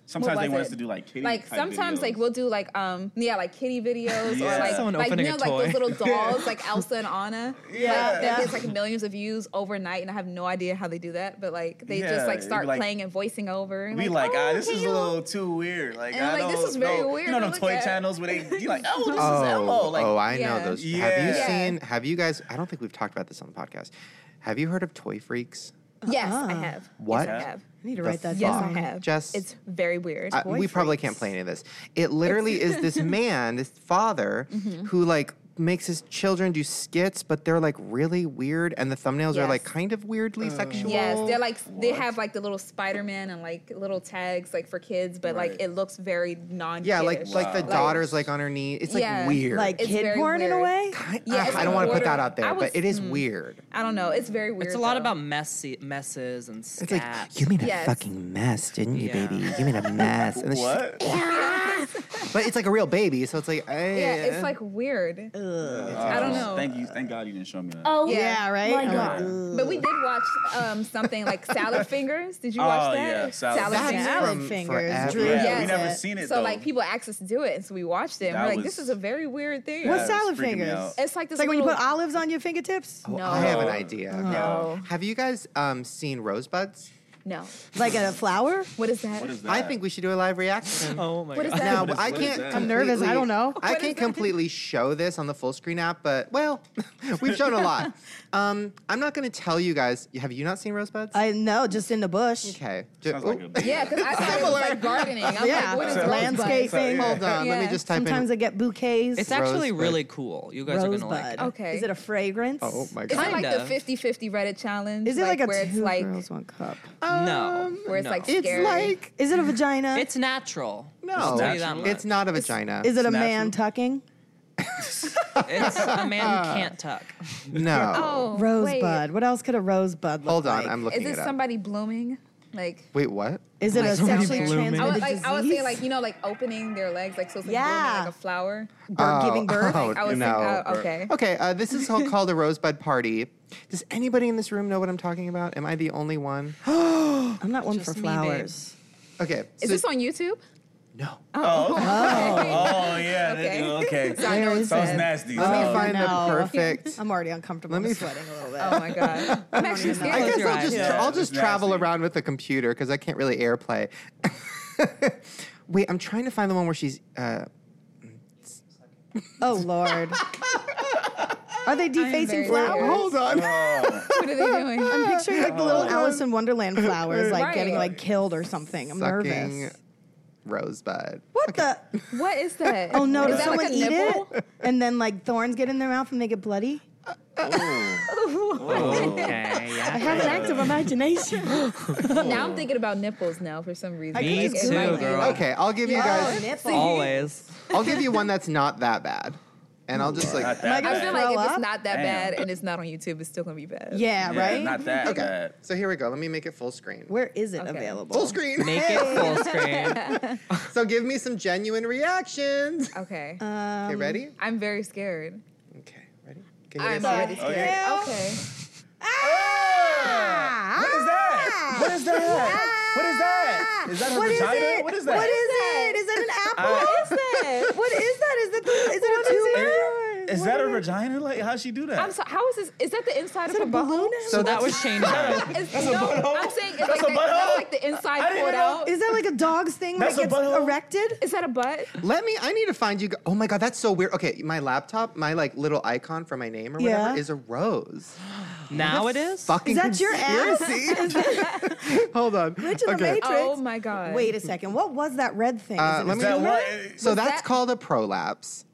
Speaker 5: sometimes they
Speaker 4: was
Speaker 5: want
Speaker 4: it?
Speaker 5: us to do like kitty.
Speaker 4: Like
Speaker 5: type
Speaker 4: sometimes,
Speaker 5: videos.
Speaker 4: like we'll do like um yeah, like kitty videos
Speaker 5: Yeah.
Speaker 4: or like
Speaker 6: Someone
Speaker 4: like you
Speaker 6: opening
Speaker 4: know
Speaker 6: a
Speaker 4: like those
Speaker 6: toy.
Speaker 4: little
Speaker 5: <laughs>
Speaker 4: dolls like Elsa and Anna.
Speaker 5: Yeah.
Speaker 4: like,
Speaker 5: Yeah.
Speaker 4: that gets like millions of views overnight, and I have no idea how they do that, but like they
Speaker 5: Yeah,
Speaker 4: just like
Speaker 5: it'd be
Speaker 4: start
Speaker 5: like-
Speaker 4: playing and voicing over. and,
Speaker 5: we like,
Speaker 4: oh,
Speaker 5: ah, this is
Speaker 4: hey,
Speaker 5: a
Speaker 4: y'all."
Speaker 5: little too weird. Like,
Speaker 4: And
Speaker 5: I
Speaker 4: I'm like,
Speaker 5: don't
Speaker 4: this is very
Speaker 5: know.
Speaker 4: weird
Speaker 5: You know,
Speaker 4: to
Speaker 5: the
Speaker 4: look
Speaker 5: toy
Speaker 4: at.
Speaker 5: channels where they, you like, oh, this is
Speaker 1: Oh,
Speaker 5: Elmo. Like,
Speaker 1: oh, I know
Speaker 4: Yeah.
Speaker 1: those. Have you
Speaker 5: Yeah.
Speaker 1: seen? Have you guys? I don't think we've talked about this on the podcast. Have you heard of toy freaks?
Speaker 4: Yes, I have.
Speaker 1: What?
Speaker 4: Yes, I have.
Speaker 3: I need to
Speaker 1: The
Speaker 3: write that
Speaker 4: Yes,
Speaker 1: fuck?
Speaker 3: down.
Speaker 4: I have.
Speaker 1: Just-
Speaker 4: it's very weird.
Speaker 1: I- we probably can't play any of this. It literally is
Speaker 4: <laughs>
Speaker 1: this man, this father,
Speaker 4: Mm-hmm.
Speaker 1: who like makes his children do skits, but they're like really weird, and the thumbnails are like
Speaker 4: Yes.
Speaker 1: kind of weirdly sexual.
Speaker 4: Yes,
Speaker 5: Oh,
Speaker 4: they're like they have like the little Spider Man and like little tags like for kids, but like
Speaker 5: Right.
Speaker 4: it looks very non.
Speaker 1: yeah, like like the
Speaker 5: Wow.
Speaker 1: daughter's like on her knee. It's like
Speaker 4: Yeah.
Speaker 1: weird.
Speaker 3: Like
Speaker 4: It's
Speaker 3: kid
Speaker 4: very
Speaker 3: porn in a
Speaker 4: weird.
Speaker 3: way.
Speaker 1: I,
Speaker 4: yeah,
Speaker 1: I
Speaker 4: it's
Speaker 1: don't
Speaker 4: like
Speaker 1: want to put
Speaker 4: order-
Speaker 1: that out there,
Speaker 4: I was- mm.
Speaker 1: but it is weird.
Speaker 4: I don't know. It's very weird.
Speaker 6: It's a lot
Speaker 4: though.
Speaker 6: about messy messes and
Speaker 1: It's
Speaker 6: stats.
Speaker 1: like you made a
Speaker 4: Yes.
Speaker 1: fucking mess, didn't you,
Speaker 6: Yeah.
Speaker 1: baby? You made a mess. And then she's like,
Speaker 5: What?
Speaker 1: but it's like a real baby, so it's like eh.
Speaker 4: Yeah, it's like weird. I don't know.
Speaker 5: Thank you. Thank God you didn't show me that.
Speaker 7: Oh
Speaker 4: Yeah.
Speaker 3: Yeah, right.
Speaker 7: My
Speaker 3: I'm like,
Speaker 7: God.
Speaker 3: "Ugh."
Speaker 4: But we did watch um, something like Salad Fingers. Did you
Speaker 5: Oh,
Speaker 4: watch that?
Speaker 5: yeah, Salad
Speaker 1: that's
Speaker 3: Fingers.
Speaker 4: Fingers.
Speaker 1: from
Speaker 3: fingers,
Speaker 1: forever.
Speaker 3: Drew.
Speaker 5: yeah,
Speaker 4: Yes.
Speaker 5: we never seen it
Speaker 4: So
Speaker 5: though.
Speaker 4: like people asked us to do it, and so we watched it. And
Speaker 5: That
Speaker 4: we're like,
Speaker 5: was-
Speaker 4: this is a very weird thing.
Speaker 3: What's
Speaker 5: it's
Speaker 3: salad
Speaker 5: freaking me
Speaker 3: fingers?
Speaker 5: out.
Speaker 4: It's like this.
Speaker 3: It's like when you
Speaker 4: little-
Speaker 3: put olives on your fingertips.
Speaker 1: Oh,
Speaker 4: No. Uh-huh.
Speaker 1: I have an idea.
Speaker 4: No.
Speaker 1: Have you guys um, seen Rosebuds?
Speaker 4: No.
Speaker 3: Like a flower?
Speaker 4: What is that?
Speaker 5: What is that?
Speaker 1: I think we should do a live reaction.
Speaker 6: <laughs> Oh my
Speaker 4: What is
Speaker 6: god.
Speaker 4: that?
Speaker 1: Now
Speaker 5: What is-
Speaker 1: I
Speaker 5: what is
Speaker 1: can't.
Speaker 5: that?
Speaker 3: I'm nervous. I don't
Speaker 1: completely-
Speaker 3: <laughs> know.
Speaker 1: I can't completely show this on the full screen app, but well, <laughs> we've shown a lot. Um, I'm not going to tell you guys. Have you not seen rosebuds?
Speaker 3: I know, just in the bush.
Speaker 1: okay. Ju-
Speaker 5: Sounds like
Speaker 1: oh,
Speaker 5: a
Speaker 4: Yeah, because I thought it was like gardening. I'm
Speaker 3: Yeah,
Speaker 4: like, what is
Speaker 5: Sounds-
Speaker 4: landscape?
Speaker 3: landscaping.
Speaker 1: Hold on. Let me
Speaker 4: Yeah.
Speaker 1: just type
Speaker 3: Sometimes
Speaker 1: in.
Speaker 3: I get bouquets.
Speaker 6: It's actually
Speaker 1: Rosebud.
Speaker 6: really cool. You guys are
Speaker 3: rosebud.
Speaker 6: gonna like it.
Speaker 4: Okay.
Speaker 3: Is it a fragrance?
Speaker 1: oh my god.
Speaker 4: Is it like the
Speaker 6: Kinda.
Speaker 4: 50 50 Reddit challenge?
Speaker 3: Is it like, a
Speaker 4: where it's
Speaker 3: two
Speaker 4: like
Speaker 3: girls one cup?
Speaker 6: no.
Speaker 4: Um, where it's
Speaker 6: no.
Speaker 4: like
Speaker 1: It's
Speaker 4: scary?
Speaker 1: like
Speaker 3: Is it a vagina?
Speaker 6: <laughs> It's natural.
Speaker 1: no.
Speaker 6: Just tell you that much.
Speaker 1: It's not a vagina.
Speaker 3: Is it a
Speaker 5: natural.
Speaker 3: man tucking?
Speaker 6: It's a man who can't tuck.
Speaker 1: no.
Speaker 4: oh,
Speaker 3: Rosebud.
Speaker 4: Wait.
Speaker 3: What else could a rosebud look
Speaker 1: Hold on.
Speaker 3: like?
Speaker 1: I'm looking
Speaker 4: Is
Speaker 1: it
Speaker 4: it
Speaker 1: up.
Speaker 4: somebody blooming? Like
Speaker 1: Wait, what?
Speaker 3: Is it a
Speaker 4: somebody
Speaker 3: sexually
Speaker 4: blooming.
Speaker 3: transmitted
Speaker 4: I would
Speaker 3: disease?
Speaker 4: like I would say like you know like opening their legs like so it's like
Speaker 3: Yeah.
Speaker 4: blooming like a flower.
Speaker 3: Bird
Speaker 1: Oh,
Speaker 3: giving
Speaker 1: <laughs>
Speaker 3: birth?
Speaker 1: oh,
Speaker 4: I was
Speaker 1: no.
Speaker 4: like, oh, okay.
Speaker 1: Okay, uh, this is ho- called a rosebud party. Does anybody in this room know what I'm talking about? Am I the only one?
Speaker 3: I'm not one
Speaker 6: Just
Speaker 3: for
Speaker 6: me, babe.
Speaker 3: flowers.
Speaker 1: Okay. so-
Speaker 4: Is this on YouTube?
Speaker 1: No.
Speaker 5: Oh, <laughs> oh yeah.
Speaker 4: Okay.
Speaker 5: that-
Speaker 4: <laughs>
Speaker 5: Okay.
Speaker 4: So <laughs> I know
Speaker 3: Where
Speaker 4: it's
Speaker 3: is
Speaker 5: Sounds
Speaker 4: bad.
Speaker 5: nasty.
Speaker 1: Let me
Speaker 5: sounds-
Speaker 1: find the
Speaker 3: no.
Speaker 1: perfect.
Speaker 3: I'm already uncomfortable.
Speaker 1: Let me
Speaker 3: I'm
Speaker 1: f-
Speaker 3: sweating a little bit.
Speaker 4: Oh my god.
Speaker 3: <laughs>
Speaker 4: I'm actually
Speaker 3: even know.
Speaker 4: scared.
Speaker 1: I guess
Speaker 6: Close your
Speaker 1: I'll
Speaker 6: eyes.
Speaker 1: just
Speaker 5: Yeah,
Speaker 1: I'll
Speaker 5: that's
Speaker 1: just travel
Speaker 5: nasty.
Speaker 1: around with a computer because I can't really AirPlay. <laughs> Wait, I'm trying to find the one where she's. Uh,
Speaker 3: Oh Lord. Are they defacing
Speaker 4: very
Speaker 3: flowers?
Speaker 4: scared.
Speaker 1: hold on.
Speaker 4: <laughs>
Speaker 5: Oh,
Speaker 4: what are they doing?
Speaker 3: I'm picturing like the little Alice
Speaker 1: <laughs>
Speaker 3: in Wonderland flowers, like
Speaker 4: Right.
Speaker 3: getting like killed or something. I'm
Speaker 1: Sucking
Speaker 3: nervous.
Speaker 1: rosebud. <laughs>
Speaker 3: What the?
Speaker 4: <laughs> What is that?
Speaker 3: Oh no!
Speaker 4: Is
Speaker 3: Did
Speaker 4: that
Speaker 3: someone
Speaker 4: like a
Speaker 3: eat
Speaker 4: nipple?
Speaker 3: it? And then like thorns get in their mouth and they get bloody.
Speaker 6: Okay.
Speaker 3: I <laughs>
Speaker 6: Yeah.
Speaker 3: have an active <laughs> imagination.
Speaker 4: Now I'm thinking about nipples now for some reason.
Speaker 3: Me
Speaker 4: Like,
Speaker 3: too,
Speaker 4: it might be-
Speaker 6: girl.
Speaker 1: Okay, I'll give you
Speaker 3: oh,
Speaker 1: guys.
Speaker 3: nipple.
Speaker 6: Always.
Speaker 1: I'll give you one that's not that bad, and I'll just like.
Speaker 5: not that
Speaker 3: I
Speaker 4: I
Speaker 5: bad.
Speaker 4: feel like
Speaker 3: Grow
Speaker 4: if
Speaker 3: up?
Speaker 4: it's not that
Speaker 5: Damn.
Speaker 4: bad and it's not on YouTube, it's still gonna be bad.
Speaker 3: Yeah,
Speaker 5: Yeah,
Speaker 3: Right.
Speaker 5: Not that
Speaker 1: Okay,
Speaker 5: bad.
Speaker 1: so here we go. Let me make it full screen.
Speaker 3: Where is it
Speaker 4: Okay.
Speaker 3: available?
Speaker 1: Full screen.
Speaker 6: Make it full screen.
Speaker 1: <laughs> so give me some genuine reactions.
Speaker 4: Okay.
Speaker 3: Um,
Speaker 1: Okay, ready?
Speaker 4: I'm very scared.
Speaker 1: Okay, ready? Can you guys
Speaker 4: I'm
Speaker 1: see it?
Speaker 4: already
Speaker 5: Oh,
Speaker 4: scared.
Speaker 5: yeah.
Speaker 4: Okay. Ah!
Speaker 5: What is that? What is that?
Speaker 4: Ah!
Speaker 5: What is that? Is that her
Speaker 3: What is
Speaker 5: vagina?
Speaker 3: it?
Speaker 5: What is that?
Speaker 3: What is it? Is that an apple?
Speaker 5: I-
Speaker 3: what is that? What is that? Is that the, is it a tumor?
Speaker 5: Is
Speaker 3: What
Speaker 5: that her
Speaker 3: is it?
Speaker 5: vagina? Like, how'd she do that?
Speaker 4: I'm so. How is this? Is that the inside
Speaker 3: Is it a
Speaker 4: of a butthole?
Speaker 3: balloon?
Speaker 6: So that was
Speaker 4: It's,
Speaker 6: Shane.
Speaker 5: That's a
Speaker 4: no,
Speaker 5: butthole?
Speaker 4: I'm saying it's like,
Speaker 5: That's a
Speaker 4: the, that's
Speaker 5: butthole?
Speaker 4: like the
Speaker 5: I
Speaker 4: inside
Speaker 5: didn't
Speaker 4: poured
Speaker 5: know.
Speaker 4: out. Is,
Speaker 3: Is that like a dog's thing that
Speaker 5: That's a
Speaker 3: gets
Speaker 5: butthole?
Speaker 3: erected?
Speaker 4: that a butt?
Speaker 1: Let me. I need to find you. g- Oh my god, that's so weird. Okay, my laptop, my like little icon for my name or whatever,
Speaker 3: Yeah.
Speaker 1: is a rose.
Speaker 6: Now it is.
Speaker 1: Fucking
Speaker 3: Is that your ass?
Speaker 1: conspiracy. <laughs> Hold on.
Speaker 3: to the matrix.
Speaker 4: Oh my god.
Speaker 3: Wait a second. What was that red thing?
Speaker 1: Uh,
Speaker 3: Is it
Speaker 1: let
Speaker 3: a
Speaker 1: me-
Speaker 5: is that
Speaker 3: tumor?
Speaker 1: <laughs>
Speaker 5: what?
Speaker 1: So that's
Speaker 4: that-
Speaker 1: called a prolapse,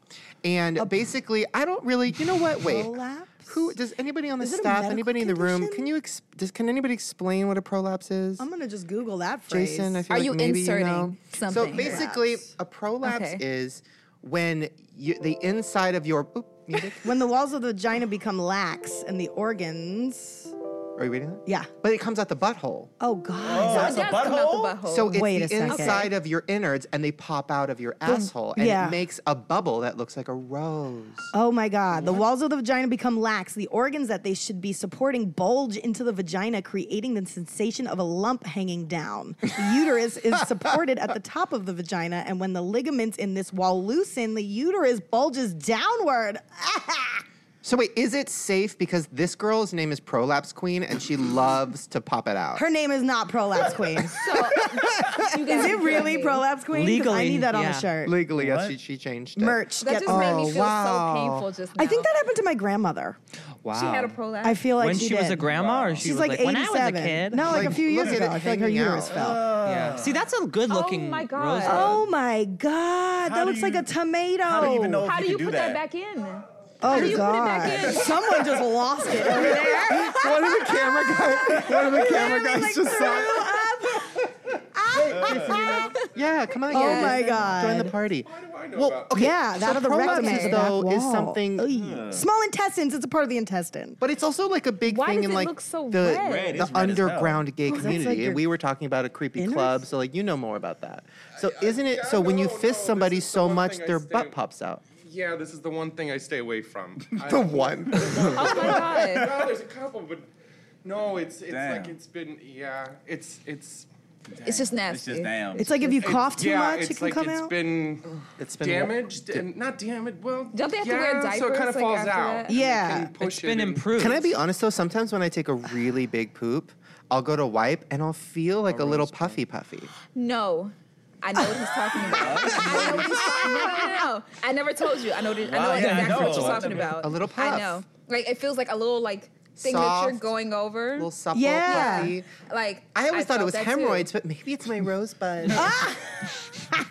Speaker 1: and basically, I don't really. You know what? Wait.
Speaker 3: Prolapse?
Speaker 1: Who does anybody on the
Speaker 3: Is it a
Speaker 1: staff?
Speaker 3: medical
Speaker 1: Anybody in the room?
Speaker 3: condition?
Speaker 1: Can you? Ex- does, can anybody explain what a prolapse is?
Speaker 3: I'm gonna just Google that phrase.
Speaker 1: Jason, I feel
Speaker 4: Are
Speaker 1: like
Speaker 4: you
Speaker 1: maybe
Speaker 4: inserting
Speaker 1: you know. So
Speaker 4: something?
Speaker 1: basically,
Speaker 3: Prolapse.
Speaker 1: a prolapse
Speaker 4: Okay.
Speaker 1: is when you, the inside of your. Oop, muted.
Speaker 3: when the walls of the vagina become lax and the organs,
Speaker 1: Are you reading that?
Speaker 3: yeah.
Speaker 1: But it comes out the butthole.
Speaker 3: Oh
Speaker 5: Oh,
Speaker 3: God.
Speaker 5: that's a
Speaker 4: It does come out
Speaker 5: butthole?
Speaker 4: the butthole.
Speaker 1: So it's
Speaker 3: Wait
Speaker 1: the
Speaker 3: a second.
Speaker 1: inside of your innards, and they pop out of your asshole, and
Speaker 3: yeah.
Speaker 1: it makes a bubble that looks like a rose.
Speaker 3: Oh my God. The walls of the vagina become lax. The organs that they should be supporting bulge into the vagina, creating the sensation of a lump hanging down. The uterus is supported at the top of the vagina, and when the ligaments in this wall loosen, the uterus bulges downward.
Speaker 1: So wait, is it safe because this girl's name is Prolapse Queen, and she loves to pop it out?
Speaker 3: Her name is not Prolapse Queen.
Speaker 4: <laughs>
Speaker 3: is
Speaker 4: You guys
Speaker 3: it
Speaker 4: are
Speaker 3: really
Speaker 4: kidding me.
Speaker 3: Prolapse Queen? 'Cause I
Speaker 6: Legally,
Speaker 3: need that on a
Speaker 6: yeah.
Speaker 3: shirt.
Speaker 1: Legally, yes,
Speaker 5: What?
Speaker 1: she, she changed it.
Speaker 3: Merch.
Speaker 4: That
Speaker 3: get
Speaker 4: just made me
Speaker 1: Oh,
Speaker 4: feel
Speaker 1: wow. Oh,
Speaker 4: so painful just now.
Speaker 3: I think that happened to my grandmother.
Speaker 6: Wow.
Speaker 4: she had a prolapse.
Speaker 3: I feel like
Speaker 6: when
Speaker 3: she,
Speaker 6: she, was
Speaker 3: did.
Speaker 6: a grandma, or she
Speaker 3: She's
Speaker 6: was
Speaker 3: like,
Speaker 6: like,
Speaker 3: 87.
Speaker 6: when I was a kid.
Speaker 3: No, like,
Speaker 1: Like,
Speaker 3: a few years
Speaker 1: look at
Speaker 3: ago.
Speaker 1: it
Speaker 3: I feel like her
Speaker 1: hanging
Speaker 3: uterus
Speaker 1: out.
Speaker 3: fell.
Speaker 6: Yeah. See, that's a good looking.
Speaker 4: Oh my God.
Speaker 6: rosebud.
Speaker 3: oh my God.
Speaker 5: How
Speaker 3: that
Speaker 5: do
Speaker 3: looks like
Speaker 5: you-
Speaker 3: a tomato.
Speaker 5: I don't even know if
Speaker 4: How do
Speaker 5: you
Speaker 4: you
Speaker 5: could do
Speaker 4: put that back in?
Speaker 3: Oh,
Speaker 4: do you put it
Speaker 3: God.
Speaker 4: back
Speaker 1: <laughs>
Speaker 4: in?
Speaker 3: Someone just lost it over there.
Speaker 1: One of the camera
Speaker 3: <laughs>
Speaker 1: guys. One of the camera guys
Speaker 3: like,
Speaker 1: just saw. it. Yeah, come on.
Speaker 3: Oh
Speaker 1: guys.
Speaker 3: my
Speaker 1: Join the
Speaker 3: God.
Speaker 1: party.
Speaker 5: Well,
Speaker 1: Okay,
Speaker 3: Yeah, <laughs> that
Speaker 1: so
Speaker 3: of the rectum
Speaker 1: prolapses,
Speaker 3: is the back
Speaker 1: though is
Speaker 3: wall.
Speaker 1: something,
Speaker 3: Ew. Small intestines, it's a part of the intestine.
Speaker 1: but it's also like a big
Speaker 4: Why
Speaker 1: thing
Speaker 4: does
Speaker 1: in
Speaker 4: it
Speaker 1: like
Speaker 4: look so
Speaker 1: the,
Speaker 4: red?
Speaker 1: the
Speaker 4: Oh,
Speaker 5: Red is red as hell.
Speaker 1: underground gay
Speaker 3: that's like
Speaker 1: community,
Speaker 3: your
Speaker 1: and we were talking about a creepy
Speaker 3: innards?
Speaker 1: club. So like you know more about that. So isn't it? so when you
Speaker 7: don't know.
Speaker 1: fist
Speaker 7: This
Speaker 1: somebody
Speaker 7: is the
Speaker 1: so
Speaker 7: one
Speaker 1: much,
Speaker 7: thing I
Speaker 1: their
Speaker 7: stay-
Speaker 1: butt pops out.
Speaker 7: Yeah, this is the one thing I stay
Speaker 6: <laughs>
Speaker 7: away from. I,
Speaker 1: The <laughs> one.
Speaker 4: Oh my <laughs> god.
Speaker 7: no, there's a couple, but no, it's it's
Speaker 5: Damn.
Speaker 7: like it's been yeah, it's it's
Speaker 4: It's just nasty.
Speaker 5: It's just damn.
Speaker 3: It's like if you
Speaker 7: it's-
Speaker 3: cough too
Speaker 7: yeah,
Speaker 3: much,
Speaker 7: it's
Speaker 3: it can
Speaker 7: like
Speaker 3: come
Speaker 7: it's
Speaker 3: out. <laughs>
Speaker 7: been
Speaker 1: It's been
Speaker 7: damaged and not damaged. Well,
Speaker 4: Don't they have to
Speaker 7: yeah,
Speaker 4: wear
Speaker 7: So it
Speaker 4: diapers,
Speaker 7: kind of
Speaker 4: like,
Speaker 7: falls
Speaker 4: after
Speaker 7: out.
Speaker 4: that?
Speaker 7: and you
Speaker 3: Yeah.
Speaker 4: Oh,
Speaker 7: can push
Speaker 6: It's been
Speaker 7: it and-
Speaker 6: improved.
Speaker 1: Can I be honest though? Sometimes when I take a really big poop, I'll go to wipe and I'll feel like a, little puffy puffy.
Speaker 4: No. I know what he's talking
Speaker 5: <laughs>
Speaker 4: about. I know what he's talking about. No, no, no. I never told you. I know, the, I know
Speaker 5: Wow, yeah, I
Speaker 4: exactly
Speaker 5: know.
Speaker 4: what you're talking about.
Speaker 1: A little
Speaker 4: I
Speaker 1: puff.
Speaker 4: know. Like, it feels like a little, like, thing that you're
Speaker 1: Soft.
Speaker 4: going
Speaker 1: A
Speaker 4: over.
Speaker 1: little supple
Speaker 3: Yeah.
Speaker 1: puffy.
Speaker 4: like,
Speaker 1: I always thought it
Speaker 4: felt
Speaker 1: was
Speaker 4: that too.
Speaker 1: hemorrhoids, but maybe it's my
Speaker 3: Oh,
Speaker 1: rosebud.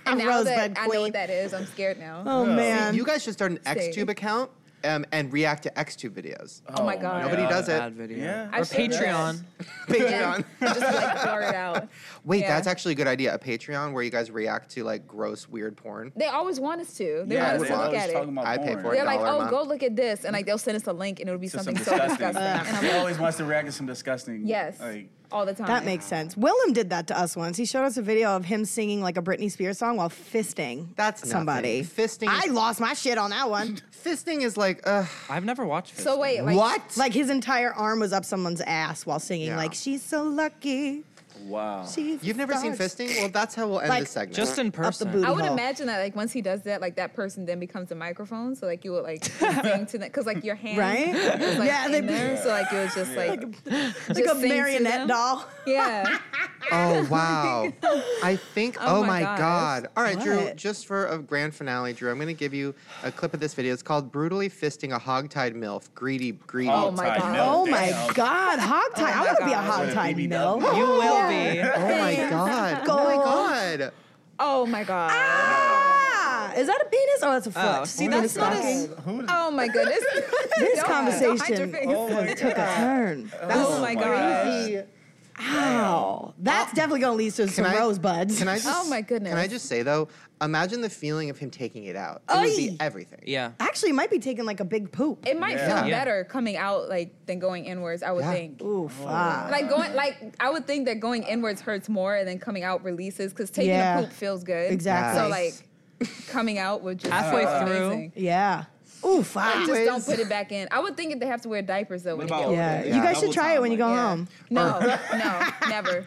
Speaker 4: And now
Speaker 3: Rosebud
Speaker 4: that I know
Speaker 3: queen.
Speaker 4: what that is, I'm scared now.
Speaker 1: <laughs>
Speaker 3: Oh
Speaker 4: Um,
Speaker 3: man.
Speaker 1: you guys should start an
Speaker 4: Stay.
Speaker 1: XTube account um, and react to XTube videos.
Speaker 4: Oh my God.
Speaker 1: Nobody does
Speaker 8: Bad
Speaker 1: it.
Speaker 8: video.
Speaker 5: Yeah.
Speaker 4: I
Speaker 6: Or
Speaker 4: should do that.
Speaker 6: Patreon.
Speaker 1: <laughs> Patreon.
Speaker 4: Just like blur it out.
Speaker 1: Wait,
Speaker 4: Yeah.
Speaker 1: that's actually a good idea. A Patreon where you guys react to like gross, weird porn.
Speaker 4: They always want us to. They
Speaker 1: I
Speaker 5: Yeah,
Speaker 1: would love
Speaker 4: want us to
Speaker 5: they
Speaker 4: look
Speaker 5: always
Speaker 4: at it.
Speaker 5: talking about
Speaker 1: I pay
Speaker 5: porn.
Speaker 1: for it.
Speaker 4: They're like,
Speaker 1: dollar a
Speaker 4: oh,
Speaker 1: month.
Speaker 4: go look at this, and like they'll send us a link, and it'll be
Speaker 5: To
Speaker 4: something so
Speaker 5: disgusting.
Speaker 4: disgusting. And I'm
Speaker 5: he
Speaker 4: like,
Speaker 5: always wants to react to some disgusting.
Speaker 4: yes,
Speaker 5: Like,
Speaker 4: all the time.
Speaker 3: That makes sense. Willem did that to us once. He showed us a video of him singing like a Britney Spears song while fisting.
Speaker 1: That's
Speaker 3: somebody.
Speaker 1: nothing. Fisting
Speaker 3: I
Speaker 1: is-
Speaker 3: lost my shit on that one.
Speaker 1: <laughs> Fisting is like, uh,
Speaker 8: I've never watched.
Speaker 4: So
Speaker 8: Fisting.
Speaker 4: wait, like,
Speaker 1: what?
Speaker 3: like his entire arm was up someone's ass while singing.
Speaker 1: Yeah.
Speaker 3: Like she's so lucky.
Speaker 5: wow.
Speaker 3: She's
Speaker 1: You've never seen
Speaker 3: stars."
Speaker 1: fisting? Well, that's how we'll end
Speaker 3: Like,
Speaker 1: this segment.
Speaker 8: Just in person.
Speaker 3: booty.
Speaker 4: I would
Speaker 3: hole.
Speaker 4: imagine that like once he does that, like that person then becomes a microphone, so like you would
Speaker 3: <laughs>
Speaker 4: like sing to them because like your hand,
Speaker 3: Right?
Speaker 4: is, like,
Speaker 3: Yeah,
Speaker 4: in
Speaker 3: they-
Speaker 4: there, so like you would just like
Speaker 3: Like a
Speaker 4: sing to
Speaker 3: marionette
Speaker 4: them.
Speaker 3: doll.
Speaker 4: yeah. <laughs>
Speaker 1: oh wow! I think. Oh, my
Speaker 4: my
Speaker 1: god.
Speaker 4: gosh.
Speaker 1: All right, Drew.
Speaker 3: What?
Speaker 1: Just for a grand finale, Drew, I'm going to give you a clip of this video. It's called "Brutally Fisting a Hogtied Milf." Greedy, greedy.
Speaker 4: Oh my
Speaker 5: Hogtied
Speaker 4: God.
Speaker 3: <laughs>
Speaker 5: milf,
Speaker 3: Oh my
Speaker 5: damn.
Speaker 3: god, hog tie. I
Speaker 4: my
Speaker 3: want to be a
Speaker 4: God.
Speaker 3: hog
Speaker 5: What a
Speaker 3: tie. No.
Speaker 5: BBW.
Speaker 8: you will be.
Speaker 1: Oh my god. Oh my god.
Speaker 4: Oh
Speaker 3: <laughs>
Speaker 4: my god.
Speaker 3: Ah, is that a penis? Oh, that's a foot.
Speaker 6: Oh, see,
Speaker 3: Penis
Speaker 6: that's not
Speaker 3: stocking.
Speaker 6: as.
Speaker 5: Who did-
Speaker 4: Oh my goodness.
Speaker 3: <laughs> This
Speaker 4: Don't- don't hide your
Speaker 3: conversation
Speaker 4: face.
Speaker 5: Oh my
Speaker 3: took a
Speaker 5: god.
Speaker 3: turn.
Speaker 4: Oh my god.
Speaker 3: Ow. That's definitely going to lead to some
Speaker 1: I-
Speaker 3: rosebuds.
Speaker 1: Can I just,
Speaker 4: Oh my goodness.
Speaker 1: Can I just say though? Imagine the feeling of him taking it out. It would
Speaker 3: Oy.
Speaker 1: be everything.
Speaker 8: Yeah.
Speaker 3: Actually, it might be taking like a big poop.
Speaker 4: It might
Speaker 5: Yeah.
Speaker 4: feel
Speaker 8: Yeah.
Speaker 4: better coming out like than going inwards. I would
Speaker 1: Yeah.
Speaker 4: think.
Speaker 3: Ooh, fuck.
Speaker 4: Like going, like I would think that going inwards hurts more, and then coming out releases because taking
Speaker 3: Yeah.
Speaker 4: a poop feels good.
Speaker 3: Exactly.
Speaker 4: So like coming out would just
Speaker 6: Halfway
Speaker 4: feel
Speaker 6: through.
Speaker 4: amazing.
Speaker 3: Yeah. ah. Ooh, fuck.
Speaker 4: Just don't
Speaker 1: Anyways.
Speaker 4: put it back in. I would think that they have to wear diapers though. When
Speaker 5: What
Speaker 4: they
Speaker 5: about-
Speaker 4: get
Speaker 3: Yeah.
Speaker 4: older.
Speaker 1: Yeah.
Speaker 3: You guys should
Speaker 5: Double
Speaker 3: try it
Speaker 5: time,
Speaker 3: when you
Speaker 5: like,
Speaker 3: go
Speaker 4: Yeah.
Speaker 3: home.
Speaker 4: No, no, never,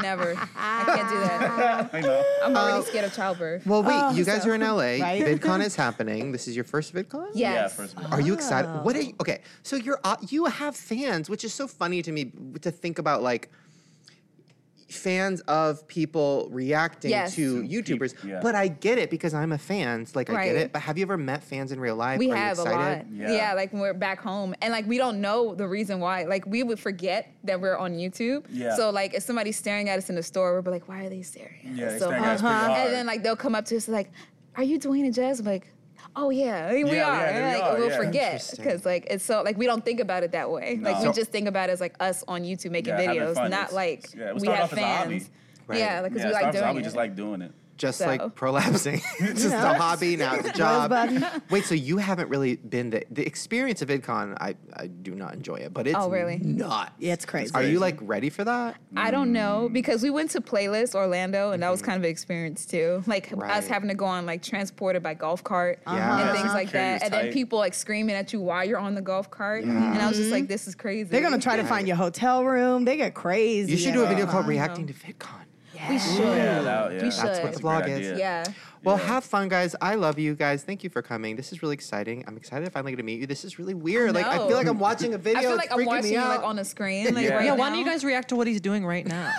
Speaker 4: never. I can't do that.
Speaker 5: I know.
Speaker 4: I'm already
Speaker 3: Uh,
Speaker 4: scared of childbirth.
Speaker 1: Well, wait. you guys are in
Speaker 4: <laughs>
Speaker 1: LA.
Speaker 3: Right?
Speaker 1: VidCon is happening. This is your first VidCon.
Speaker 4: Yes.
Speaker 5: Yeah, first of all.
Speaker 1: Are you excited?
Speaker 4: Oh.
Speaker 1: What are you? Okay, so you're uh, you have fans, which is so funny to me to think about, like fans of people reacting
Speaker 4: Yes.
Speaker 1: to
Speaker 5: To peop-
Speaker 1: YouTubers.
Speaker 5: yeah.
Speaker 1: But I get it because I'm a fan. so, Like I get
Speaker 4: Right.
Speaker 1: it. But have you ever met fans in real life?
Speaker 4: We
Speaker 1: Are you
Speaker 4: have a lot.
Speaker 1: excited?
Speaker 5: Yeah.
Speaker 4: Yeah. like when we're back home and like we don't know the reason why. Like we would forget that we're on YouTube.
Speaker 5: Yeah.
Speaker 4: So like if somebody's staring at us in the store, we're like, why are they staring at
Speaker 5: Yeah,
Speaker 4: us
Speaker 5: they
Speaker 4: so
Speaker 5: staring at
Speaker 4: hard?
Speaker 5: us pretty Uh-huh. hard.
Speaker 4: And then like they'll come up to us like, Are you Dwayne and Jazz? I'm like, Oh yeah, we
Speaker 5: Yeah, yeah,
Speaker 4: are.
Speaker 5: we
Speaker 4: like
Speaker 5: are,
Speaker 4: we'll
Speaker 5: yeah.
Speaker 4: forget
Speaker 1: Interesting.
Speaker 4: because like it's so like we don't think about it that way. Like
Speaker 5: So-
Speaker 4: we just think about it as like us on YouTube making
Speaker 5: Yeah, having
Speaker 4: videos,
Speaker 5: fun.
Speaker 4: not
Speaker 5: It's-
Speaker 4: like
Speaker 5: yeah, it was
Speaker 4: we
Speaker 5: started
Speaker 4: have
Speaker 5: off as a hobby.
Speaker 4: fans. Yeah, like because
Speaker 5: Yeah,
Speaker 4: we like
Speaker 5: Starbucks,
Speaker 4: doing
Speaker 5: I would
Speaker 4: it.
Speaker 5: just like doing it.
Speaker 1: Just
Speaker 4: So-
Speaker 1: like
Speaker 4: <laughs>
Speaker 1: prolapsing, just a hobby now, it's a job.
Speaker 3: Rosebud.
Speaker 1: Wait, so you haven't really been the the experience of VidCon? I I do not enjoy it, but it's
Speaker 4: Oh, really?
Speaker 1: not.
Speaker 3: Yeah, it's crazy.
Speaker 1: Are you like ready for that?
Speaker 4: I don't know because we went to Playlist Orlando and that was kind of an experience too. Like
Speaker 1: Right.
Speaker 4: us having to go on like transported by golf cart
Speaker 1: Yeah.
Speaker 4: and
Speaker 1: Yeah,
Speaker 4: things like
Speaker 5: security's
Speaker 4: that, and then
Speaker 5: tight.
Speaker 4: people like screaming at you while you're on the golf cart, and I was just like, "This is crazy."
Speaker 3: They're gonna try to find your hotel room. They get crazy.
Speaker 1: You should do a
Speaker 3: at
Speaker 1: video
Speaker 3: it. <laughs>
Speaker 1: called "Reacting to VidCon."
Speaker 4: We should.
Speaker 5: Yeah, that, yeah.
Speaker 4: We should.
Speaker 1: That's what the
Speaker 5: a
Speaker 1: vlog
Speaker 5: great
Speaker 1: is.
Speaker 5: idea.
Speaker 4: yeah.
Speaker 1: Well,
Speaker 5: Yeah.
Speaker 1: have fun, guys. I love you guys. Thank you for coming. This is really exciting. I'm excited finally to meet you. This is really weird. like I
Speaker 4: know.
Speaker 1: feel like I'm watching a video.
Speaker 4: I feel
Speaker 1: It's
Speaker 4: like I'm
Speaker 1: freaking
Speaker 4: watching
Speaker 1: me
Speaker 4: you
Speaker 1: out.
Speaker 4: like on a screen. Like,
Speaker 5: Yeah.
Speaker 4: right
Speaker 5: Yeah,
Speaker 6: Why don't you
Speaker 4: now.
Speaker 6: guys react to what he's doing right now?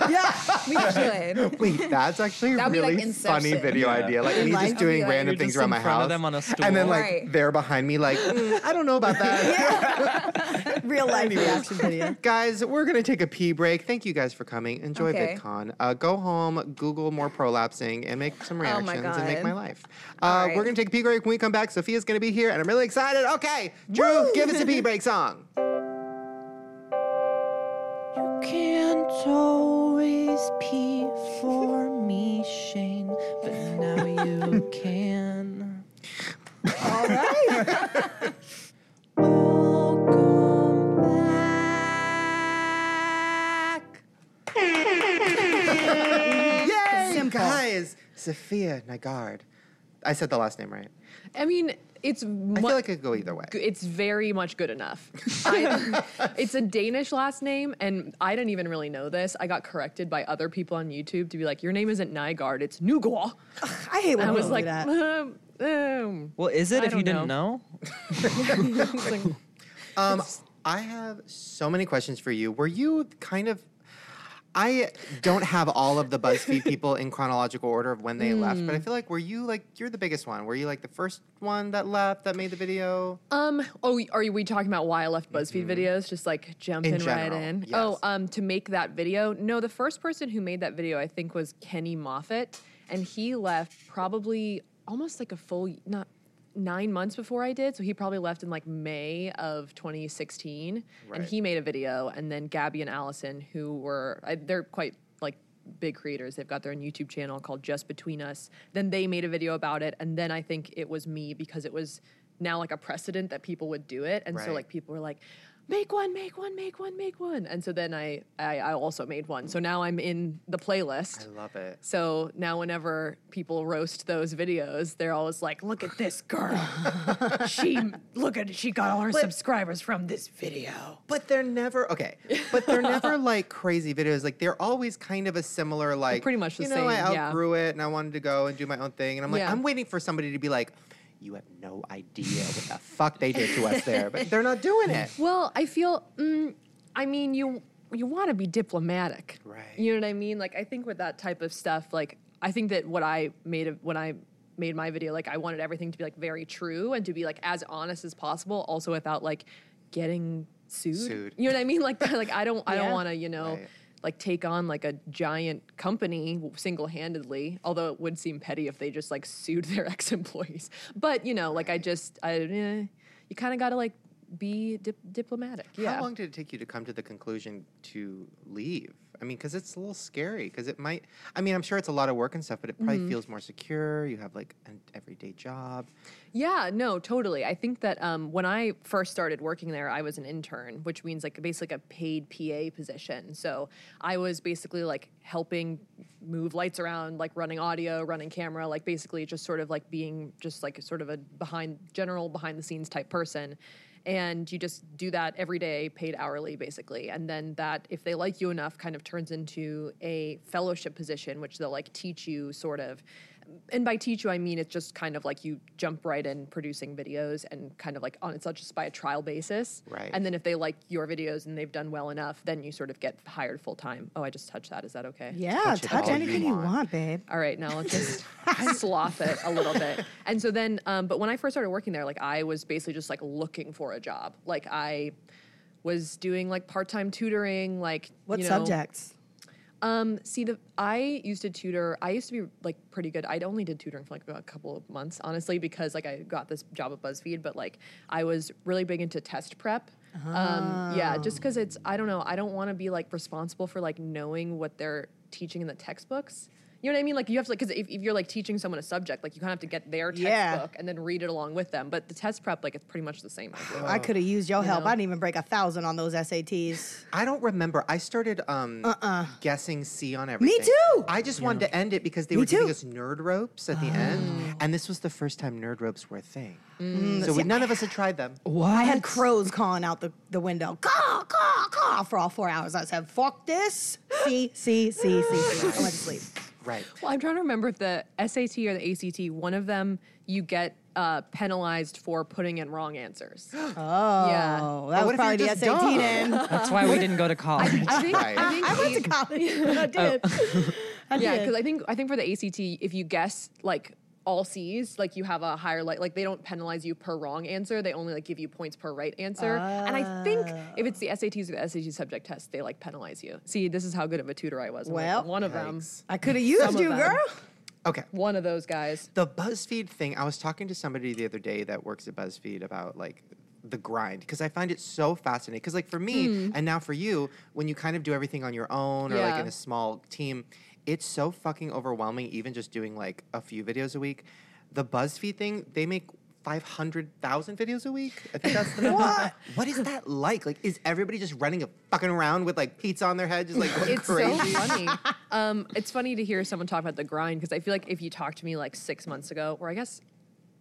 Speaker 4: We
Speaker 1: <laughs>
Speaker 4: should.
Speaker 1: <laughs> Wait, that's actually a
Speaker 4: That'd be like
Speaker 1: really funny
Speaker 4: Inception.
Speaker 1: video
Speaker 5: Yeah.
Speaker 1: idea. Like me
Speaker 3: like-
Speaker 1: just doing
Speaker 4: I'll be like-
Speaker 1: random
Speaker 6: You're
Speaker 1: things
Speaker 6: just
Speaker 1: around
Speaker 6: in
Speaker 1: my
Speaker 6: front
Speaker 1: house,
Speaker 6: of them on a
Speaker 1: and then
Speaker 6: stool.
Speaker 1: like
Speaker 4: Right.
Speaker 1: they're behind me, like "Mm, I don't know about
Speaker 4: <laughs>
Speaker 1: that.
Speaker 3: Real life reaction video.
Speaker 1: Guys, we're gonna take a pee break. Thank you guys for coming. Enjoy
Speaker 4: Okay.
Speaker 1: VidCon. Uh, go home, Google more prolapsing, and make some
Speaker 4: Oh
Speaker 1: reactions
Speaker 4: my
Speaker 1: and make
Speaker 4: God.
Speaker 1: my life.
Speaker 4: All
Speaker 1: Uh,
Speaker 4: right.
Speaker 1: We're gonna take a pee break. When we come back, Sophia's gonna be here, and I'm really excited. Okay, Drew, give us a pee break song.
Speaker 6: You can't always pee for me, Shane, but now <laughs> you can. All right. Welcome back.
Speaker 1: Yay, guys! Sophia Nagard. I said the last name right.
Speaker 9: I mean, it's
Speaker 1: I feel like it could go either way.
Speaker 9: it's very much good
Speaker 1: <laughs>
Speaker 9: enough. I, it's a Danish last name, and I didn't even really know this. I got corrected by other people on YouTube to be like, "Your name isn't Nygard, it's Nugor."
Speaker 3: I hate when
Speaker 9: I
Speaker 3: people
Speaker 9: was
Speaker 3: do
Speaker 9: like,
Speaker 3: that.
Speaker 9: um, um.
Speaker 6: Well, is it
Speaker 9: I
Speaker 6: if you didn't <laughs>
Speaker 9: don't <laughs>
Speaker 6: know?
Speaker 9: It's like,
Speaker 1: Um, I have so many questions for you. Were you kind of? I don't have all of the
Speaker 9: <laughs>
Speaker 1: BuzzFeed people in chronological order of when they left,
Speaker 9: Hmm.
Speaker 1: but I feel like were you like you're the biggest one? Were you like the first one that left that made the video?
Speaker 9: Um. Oh, are we talking about why I left BuzzFeed videos? Just like jumping
Speaker 1: Mm-hmm. In
Speaker 9: right
Speaker 1: general,
Speaker 9: in.
Speaker 1: yes.
Speaker 9: Oh, um, to make that video. No, the first person who made that video, I think, was Kenny Moffitt, and he left probably almost like a full not nine months before I did. So he probably left in like May of 2016,
Speaker 1: Right.
Speaker 9: and he made a video. And then Gabby and Allison, who were I, they're quite like big creators. They've got their own YouTube channel called Just Between Us. Then they made a video about it, and then I think it was me because it was now like a precedent that people would do it, and so
Speaker 1: Right.
Speaker 9: like people were like. Make one, make one, make one, make one, and so then I, I, I also made one. So now I'm in the playlist.
Speaker 1: I love it.
Speaker 9: So now, whenever people roast those videos, they're always like, "Look at
Speaker 1: <laughs>
Speaker 9: this girl! she look at she got all her subscribers from this video."
Speaker 1: But they're never okay. But they're
Speaker 9: <laughs>
Speaker 1: never like crazy videos. Like they're always kind of a similar like
Speaker 9: pretty much the
Speaker 1: you know,
Speaker 9: same,
Speaker 1: I
Speaker 9: yeah.
Speaker 1: outgrew it and I wanted to go and do my own thing. And I'm like,
Speaker 9: Yeah.
Speaker 1: I'm waiting for somebody to be like, You have no idea what the fuck they did to us there. But they're not doing it.
Speaker 9: Well, I feel. Mm, I mean, you you want to be diplomatic,
Speaker 1: Right.
Speaker 9: You know what I mean? Like, I think with that type of stuff, like, I think that what I made of when I made my video, like, I wanted everything to be like very true and to be like as honest as possible, also without like getting sued.
Speaker 1: Sued.
Speaker 9: You know what I mean? <laughs> Like, like I don't, I don't
Speaker 3: Yeah.
Speaker 9: want to, you know.
Speaker 1: Right.
Speaker 9: Like take on like a giant company single-handedly, although it would seem petty if they just like sued their <laughs> ex-employees. But you know, like I just, I, eh, you kind of got to like be dip- diplomatic. Yeah.
Speaker 1: How long did it take you to come to the conclusion to leave? I mean, because it's a little scary. Because it might. I mean, I'm sure it's a lot of work and stuff, but it probably feels more secure. You have like an everyday job.
Speaker 9: Yeah, no, totally. I think that um, when I first started working there, I was an intern, which means like basically a paid PA position. So I was basically like helping move lights around, like running audio, running camera, like basically just sort of like being just like sort of a behind general behind the scenes type person. And you just do that every day, paid hourly basically. And then that, if they like you enough, kind of turns into a fellowship position, which they'll like teach you sort of and by teach you, I mean it's just kind of like you jump right in producing videos and kind of like on it's not just by a trial basis.
Speaker 1: Right.
Speaker 9: And then if they like your videos and they've done well enough, then you sort of get hired full time. Oh, I just touched that. Is that okay?
Speaker 3: Yeah,
Speaker 1: Touch
Speaker 3: touch,
Speaker 1: it all you
Speaker 3: anything you
Speaker 1: want.
Speaker 3: want. babe.
Speaker 9: all right, now
Speaker 3: <laughs>
Speaker 9: let's just sloth it a little bit. And so then, um, but when I first started working there, like I was basically just like looking for a job. Like I was doing like part time tutoring, like
Speaker 3: What
Speaker 9: you know,
Speaker 3: subjects?
Speaker 9: Um, see, the I used to tutor. I used to be like pretty good. I only did tutoring for like a couple of months, honestly, because like I got this job at BuzzFeed. But like I was really big into test prep. Um, yeah, just because it's I don't know. I don't want to be like responsible for like knowing what they're teaching in the textbooks. You know what I mean? Like you have to, because if, if you're like teaching someone a subject, like you kind of have to get their textbook
Speaker 3: Yeah.
Speaker 9: and then read it along with them. But the test prep, like it's pretty much the same. idea.
Speaker 3: I could have used your help.
Speaker 9: know.
Speaker 3: I didn't even break a thousand on those SATs.
Speaker 1: I don't remember. I started um, guessing C on everything.
Speaker 3: too!
Speaker 1: I just wanted to end it because they
Speaker 3: Me
Speaker 1: were giving
Speaker 3: too.
Speaker 1: us nerd ropes at the end, and this was the first time nerd ropes were a thing. so we, none of us had tried them.
Speaker 3: I had crows calling out the, the window, caw, caw, caw, for all four hours. I said, fuck this. C, C, C, C, C. I went to sleep.
Speaker 1: Right.
Speaker 9: Well, I'm trying to remember if the SAT or the ACT, one of them you get uh, penalized for putting in
Speaker 3: <gasps>
Speaker 9: wrong answers. Oh, yeah.
Speaker 3: Oh,
Speaker 1: what if
Speaker 3: that was
Speaker 1: you're
Speaker 3: probably the
Speaker 1: just
Speaker 3: SAT
Speaker 1: dumb?
Speaker 3: then.
Speaker 6: That's why we <laughs> didn't go to college.
Speaker 9: I think, I think
Speaker 3: <laughs> I <laughs> went to college. I did. Oh. I did.
Speaker 9: yeah, because I think I think for the ACT, if you guess like all C's, like you have a higher like like they don't penalize you per wrong answer. They only like give you points per right answer. And I think if it's the SATs or the SAT subject test, they like penalize you. See, this is how good of a tutor I was. I'm like,
Speaker 3: Well,
Speaker 9: one of them,
Speaker 3: I could have used
Speaker 9: of
Speaker 3: you,
Speaker 9: them.
Speaker 3: girl.
Speaker 1: Okay.
Speaker 9: one of those guys.
Speaker 1: The BuzzFeed thing, I was talking to somebody the other day that works at BuzzFeed about like the grind because I find it so fascinating. Because, like, for me and now for you, when you kind of do everything on your own or like
Speaker 9: Hmm. Yeah.
Speaker 1: in a small team, it's so fucking overwhelming, even just doing like a few videos a week. The BuzzFeed thing, they make 500,000 videos a week. I think
Speaker 9: <laughs>
Speaker 1: that's the number. what? what is that like? Like, is everybody just running a fucking around with like pizza on their head? Just like going <laughs>
Speaker 9: It's
Speaker 1: crazy?
Speaker 9: so funny. um, it's funny to hear someone talk about the grind because I feel like if you talked to me like six months ago, or I guess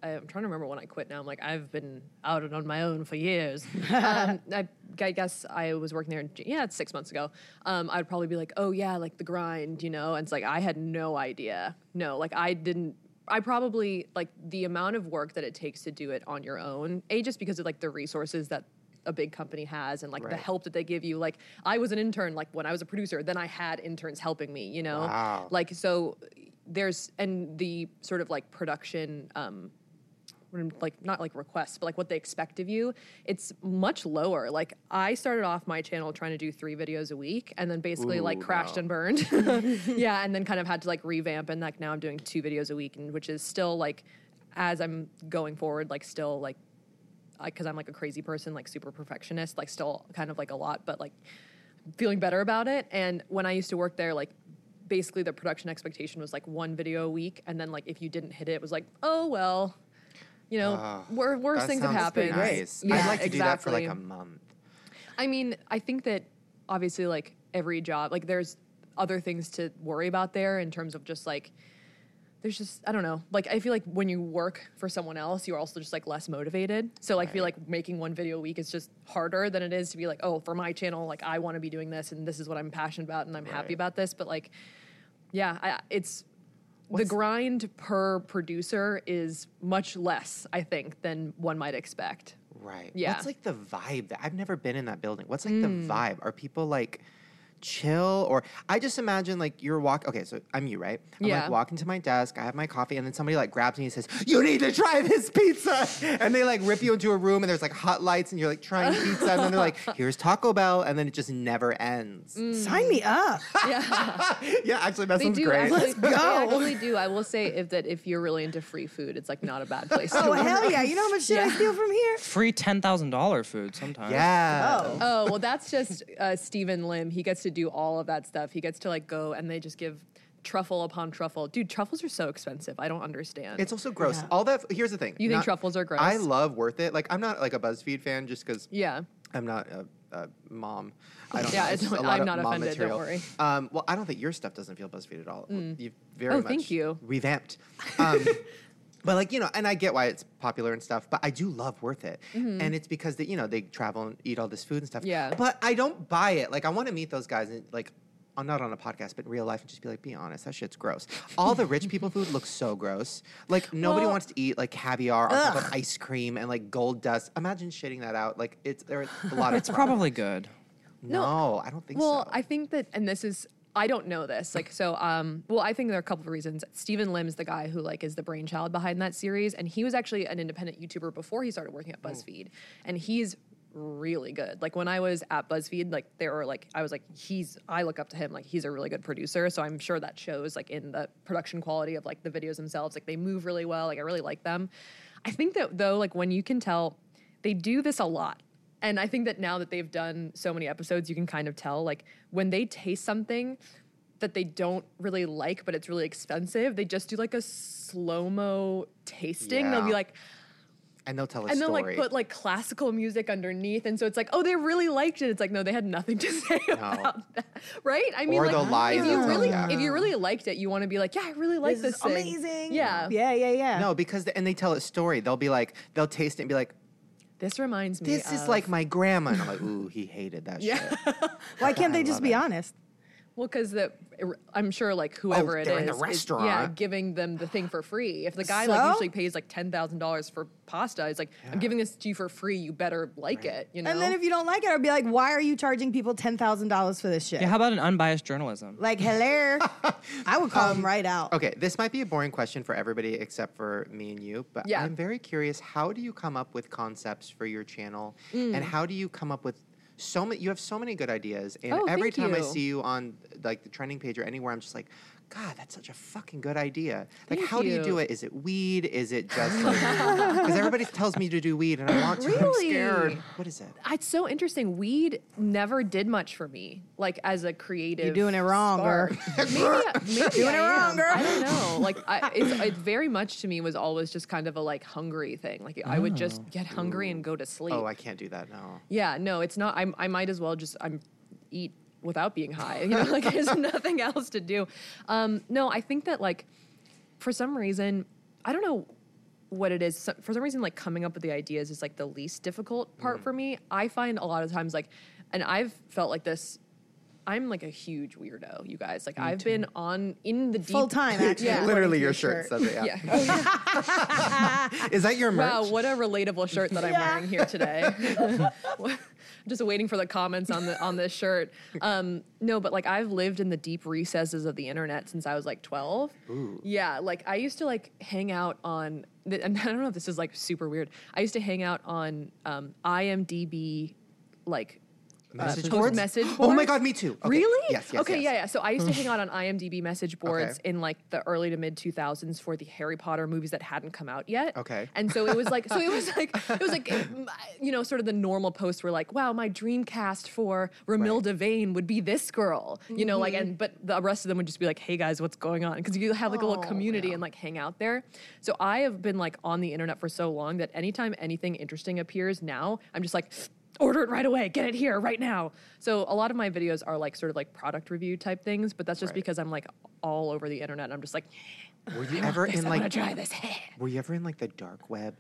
Speaker 9: I- I'm trying to remember when I quit now, I'm like, I've been out and on my own for years.
Speaker 1: <laughs>
Speaker 9: um, I, I guess I was working there, in, J- yeah, it's six months ago. Um, I'd probably be like, oh yeah, like the grind, you know? And it's like, I had no idea. No, like I didn't. I probably like the amount of work that it takes to do it on your own. A just because of like the resources that a big company has and like
Speaker 1: Right.
Speaker 9: the help that they give you. Like I was an intern, like when I was a producer, then I had interns helping me, you know?
Speaker 1: Wow.
Speaker 9: Like so there's and the sort of like production um when, like not like requests, but like what they expect of you, it's much lower. Like I started off my channel trying to do three videos a week, and then basically like
Speaker 1: Ooh,
Speaker 9: crashed
Speaker 1: wow.
Speaker 9: and burned. <laughs> yeah, and then kind of had to like revamp, and like now I'm doing two videos a week, and which is still like as I'm going forward, like still like because I'm like a crazy person, like super perfectionist, like still kind of like a lot, but like feeling better about it. And when I used to work there, like basically the production expectation was like one video a week, and then like if you didn't hit it, it was like oh well, you know,
Speaker 1: Ah,
Speaker 9: wor- worse
Speaker 1: that
Speaker 9: things have
Speaker 1: sounds pretty
Speaker 9: happened.
Speaker 1: Nice. I'd like to do that for like a month.
Speaker 9: I mean, I think that obviously, like every job, like there's other things to worry about there in terms of just like there's just I don't know. Like I feel like when you work for someone else, you're also just like less motivated. So like I feel like making one video a week is just harder than it is to be like, oh, for my channel, like I want to be doing this and this is what I'm passionate about and I'm
Speaker 1: Right.
Speaker 9: happy about this. But like, yeah, I, it's the grind per producer is much less, I think, than one might expect.
Speaker 1: Right.
Speaker 9: Yeah. Mm.
Speaker 1: What's like the vibe? that- I've never been in that building. What's like the vibe? Are people like chill or I just imagine like you're walk okay, so I'm you, right? I'm
Speaker 9: Yeah.
Speaker 1: like walking to my desk, I have my coffee, and then somebody like grabs me and says, You need to try this pizza <laughs> and they like rip you into a room and there's like hot lights and you're like trying
Speaker 9: <laughs>
Speaker 1: pizza and then they're like, here's Taco Bell and then it just never ends.
Speaker 3: Sign me <laughs> up.
Speaker 1: <laughs> yeah, actually that
Speaker 9: Mm. They
Speaker 1: sounds
Speaker 9: do
Speaker 1: great.
Speaker 9: actually. They actually do. I will say if that if you're really into free food, it's like not a bad place. to
Speaker 3: Oh
Speaker 9: work.
Speaker 3: hell yeah! You know how much shit I steal from here?
Speaker 6: Free ten thousand dollar food sometimes.
Speaker 1: yeah.
Speaker 9: Oh well, that's just uh, Stephen Lim. He gets to do all of that stuff. He gets to like go and they just give truffle upon truffle. Dude, truffles are so expensive. I don't understand.
Speaker 1: It's also gross. All that here's the thing.
Speaker 9: You think truffles are gross?
Speaker 1: I love worth it. Like I'm not like a BuzzFeed fan just because
Speaker 9: yeah.
Speaker 1: I'm not a, a mom. I don't
Speaker 9: Yeah,
Speaker 1: know.
Speaker 9: it's-
Speaker 1: just a
Speaker 9: I'm
Speaker 1: lot of
Speaker 9: not
Speaker 1: mom
Speaker 9: offended,
Speaker 1: Material.
Speaker 9: don't worry.
Speaker 1: Um, well, I don't think your stuff doesn't feel BuzzFeed at all. You've very
Speaker 9: Oh,
Speaker 1: much
Speaker 9: thank you. <laughs>
Speaker 1: revamped. Um, but like you know, and I get why it's popular and stuff. But I do love Worth It, and it's because that you know they travel and eat all this food and stuff.
Speaker 9: Mm-hmm. Yeah.
Speaker 1: But I don't buy it. Like I want to meet those guys and like. on- Not on a podcast, but in real life, and just be like, be honest, that shit's gross. All the rich people food looks so gross. Like nobody
Speaker 9: Well-
Speaker 1: wants to eat like caviar on top of ice cream and like gold dust. Imagine shitting that out. Like it's there's a lot of
Speaker 6: It's
Speaker 9: <laughs>
Speaker 6: probably good.
Speaker 1: <laughs> no, I don't think
Speaker 9: Well,
Speaker 1: so.
Speaker 9: I think that, and this is. I don't know this. Like, so, um, well, I think there are a couple of reasons. Stephen Lim's the guy who, like, is the brainchild behind that series. And he was actually an independent YouTuber before he started working at
Speaker 1: Oh.
Speaker 9: BuzzFeed. And he's really good. Like, when I was at BuzzFeed, like, there were, like, I was like, he's, I look up to him. Like, he's a really good producer. So I'm sure that shows, like, in the production quality of, like, the videos themselves. Like, they move really well. Like, I really like them. I think that, though, like, when you can tell, they do this a lot. And I think that now that they've done so many episodes, you can kind of tell like when they taste something that they don't really like, but it's really expensive, they just do like a slow mo tasting. They'll be
Speaker 1: Yeah.
Speaker 9: like,
Speaker 1: and they'll tell a
Speaker 9: and
Speaker 1: story.
Speaker 9: they'll like put like classical music underneath. And so it's like, oh, they really liked it. It's like, no, they had nothing to <laughs> say about that. Right? I mean,
Speaker 1: Or
Speaker 9: like,
Speaker 1: they'll lie
Speaker 9: if
Speaker 1: and
Speaker 9: you
Speaker 1: they'll tell
Speaker 9: really,
Speaker 1: you.
Speaker 9: if you really liked it, you want to be like, yeah, I really like
Speaker 3: This
Speaker 9: this.
Speaker 3: is
Speaker 9: thing.
Speaker 3: amazing.
Speaker 9: Yeah.
Speaker 3: Yeah, yeah, yeah.
Speaker 1: no, because the, and they tell a story. They'll be like, they'll taste it and be like,
Speaker 9: This reminds me.
Speaker 1: "This is
Speaker 9: of-
Speaker 1: like my grandma," and I'm like, "Ooh, he hated
Speaker 9: <laughs>
Speaker 1: that shit."
Speaker 3: Why can't they
Speaker 1: love
Speaker 3: just be
Speaker 1: it.
Speaker 3: honest?
Speaker 9: Well, because the er, I'm sure like whoever it is,
Speaker 1: Oh, they're in the
Speaker 9: is- yeah,
Speaker 1: restaurant.
Speaker 9: giving them the thing for free. If the guy like
Speaker 3: So?
Speaker 9: usually pays like ten thousand dollars for pasta, he's like, I'm giving this to you for free. You better like it, you know.
Speaker 3: And then if you don't like it, I'll be like, why are you charging people ten thousand dollars for this shit?
Speaker 6: Yeah, how about an unbiased journalism?
Speaker 3: like,
Speaker 9: <laughs>
Speaker 3: hello. I would
Speaker 9: Um,
Speaker 3: call them right out.
Speaker 1: Okay, this might be a boring question for everybody except for me and you, but
Speaker 9: Yeah.
Speaker 1: I'm very curious. How do you come up with concepts for your channel,
Speaker 9: Mm.
Speaker 1: and how do you come up with so many? You have so many good ideas, and
Speaker 9: Oh,
Speaker 1: every
Speaker 9: thank
Speaker 1: time I
Speaker 9: you.
Speaker 1: see you on like the trending page or anywhere, I'm just like. God, that's such a fucking good idea. Like,
Speaker 9: Thank
Speaker 1: how do you do
Speaker 9: you.
Speaker 1: it? Is it weed? Is
Speaker 9: <laughs>
Speaker 1: it just because everybody tells me to do weed and I want to? I'm scared.
Speaker 9: Really?
Speaker 1: What is it?
Speaker 9: Ah, it's so interesting. Weed never did much for me, like as a creative.
Speaker 3: You're doing it wrong,
Speaker 9: spark.
Speaker 3: <laughs> girl.
Speaker 9: maybe,
Speaker 1: <laughs>
Speaker 9: maybe doing
Speaker 3: it wrong, girl.
Speaker 9: I don't know. Like, I, it's, it very much to me was always just kind of a like hungry thing. Like, I would just get hungry and go to sleep.
Speaker 1: Oh, I can't do that now.
Speaker 9: Yeah, no, it's not. I'm, I might as well just I'm eat without being high. You know, <laughs> like there's nothing else to do. Um, no, I think that like for some reason, I don't know what it is. So- For some reason, like coming up with the ideas is like the least difficult part for me. I find a lot of times like, and I've felt like this I'm like a huge weirdo, you guys. Like I've been on in the deep
Speaker 3: Full time, actually.
Speaker 9: Yeah.
Speaker 3: according
Speaker 1: Literally,
Speaker 3: to
Speaker 1: your shirt says it. Yeah. <laughs> Is that your merch?
Speaker 9: Wow, what a relatable shirt that I'm
Speaker 3: Yeah.
Speaker 9: wearing here today. <laughs> Just waiting for the comments on the on
Speaker 1: <laughs>
Speaker 9: this shirt. Um, no, but like I've lived in the deep recesses of the internet since I was like 12. Yeah, like I used to like hang out on. The, and <laughs> I don't know if this is like super weird. I used to hang out on um, IMDb, like
Speaker 1: Message
Speaker 9: post
Speaker 1: boards?
Speaker 9: message
Speaker 1: Oh my
Speaker 9: boards.
Speaker 1: God, me too. Okay.
Speaker 9: Really?
Speaker 1: Yes, yes,
Speaker 9: Okay,
Speaker 1: yes.
Speaker 9: yeah, yeah. So I used to
Speaker 1: <laughs>
Speaker 9: hang out on IMDb message boards
Speaker 1: Okay.
Speaker 9: in like the early to mid 2000s for the Harry Potter movies that hadn't come out yet.
Speaker 1: Okay.
Speaker 9: And so it was like, so it was like, it was like, you know, sort of the normal posts were like, wow, my dream cast for Ramilda Vane would be this girl, you know, like, and, but the rest of them would just be like, hey guys, what's going on? Because you have like a little community and like hang out there. So I have been like on the internet for so long that anytime anything interesting appears now, I'm just like, order it right away, get it here right now. So a lot of my videos are like sort of like product review type things, but that's just because I'm like all over the internet. I'm just like,
Speaker 1: Were you ever
Speaker 9: yes,
Speaker 1: in
Speaker 9: I want
Speaker 1: like?
Speaker 9: to try this. <laughs>
Speaker 1: Were you ever in like the dark web?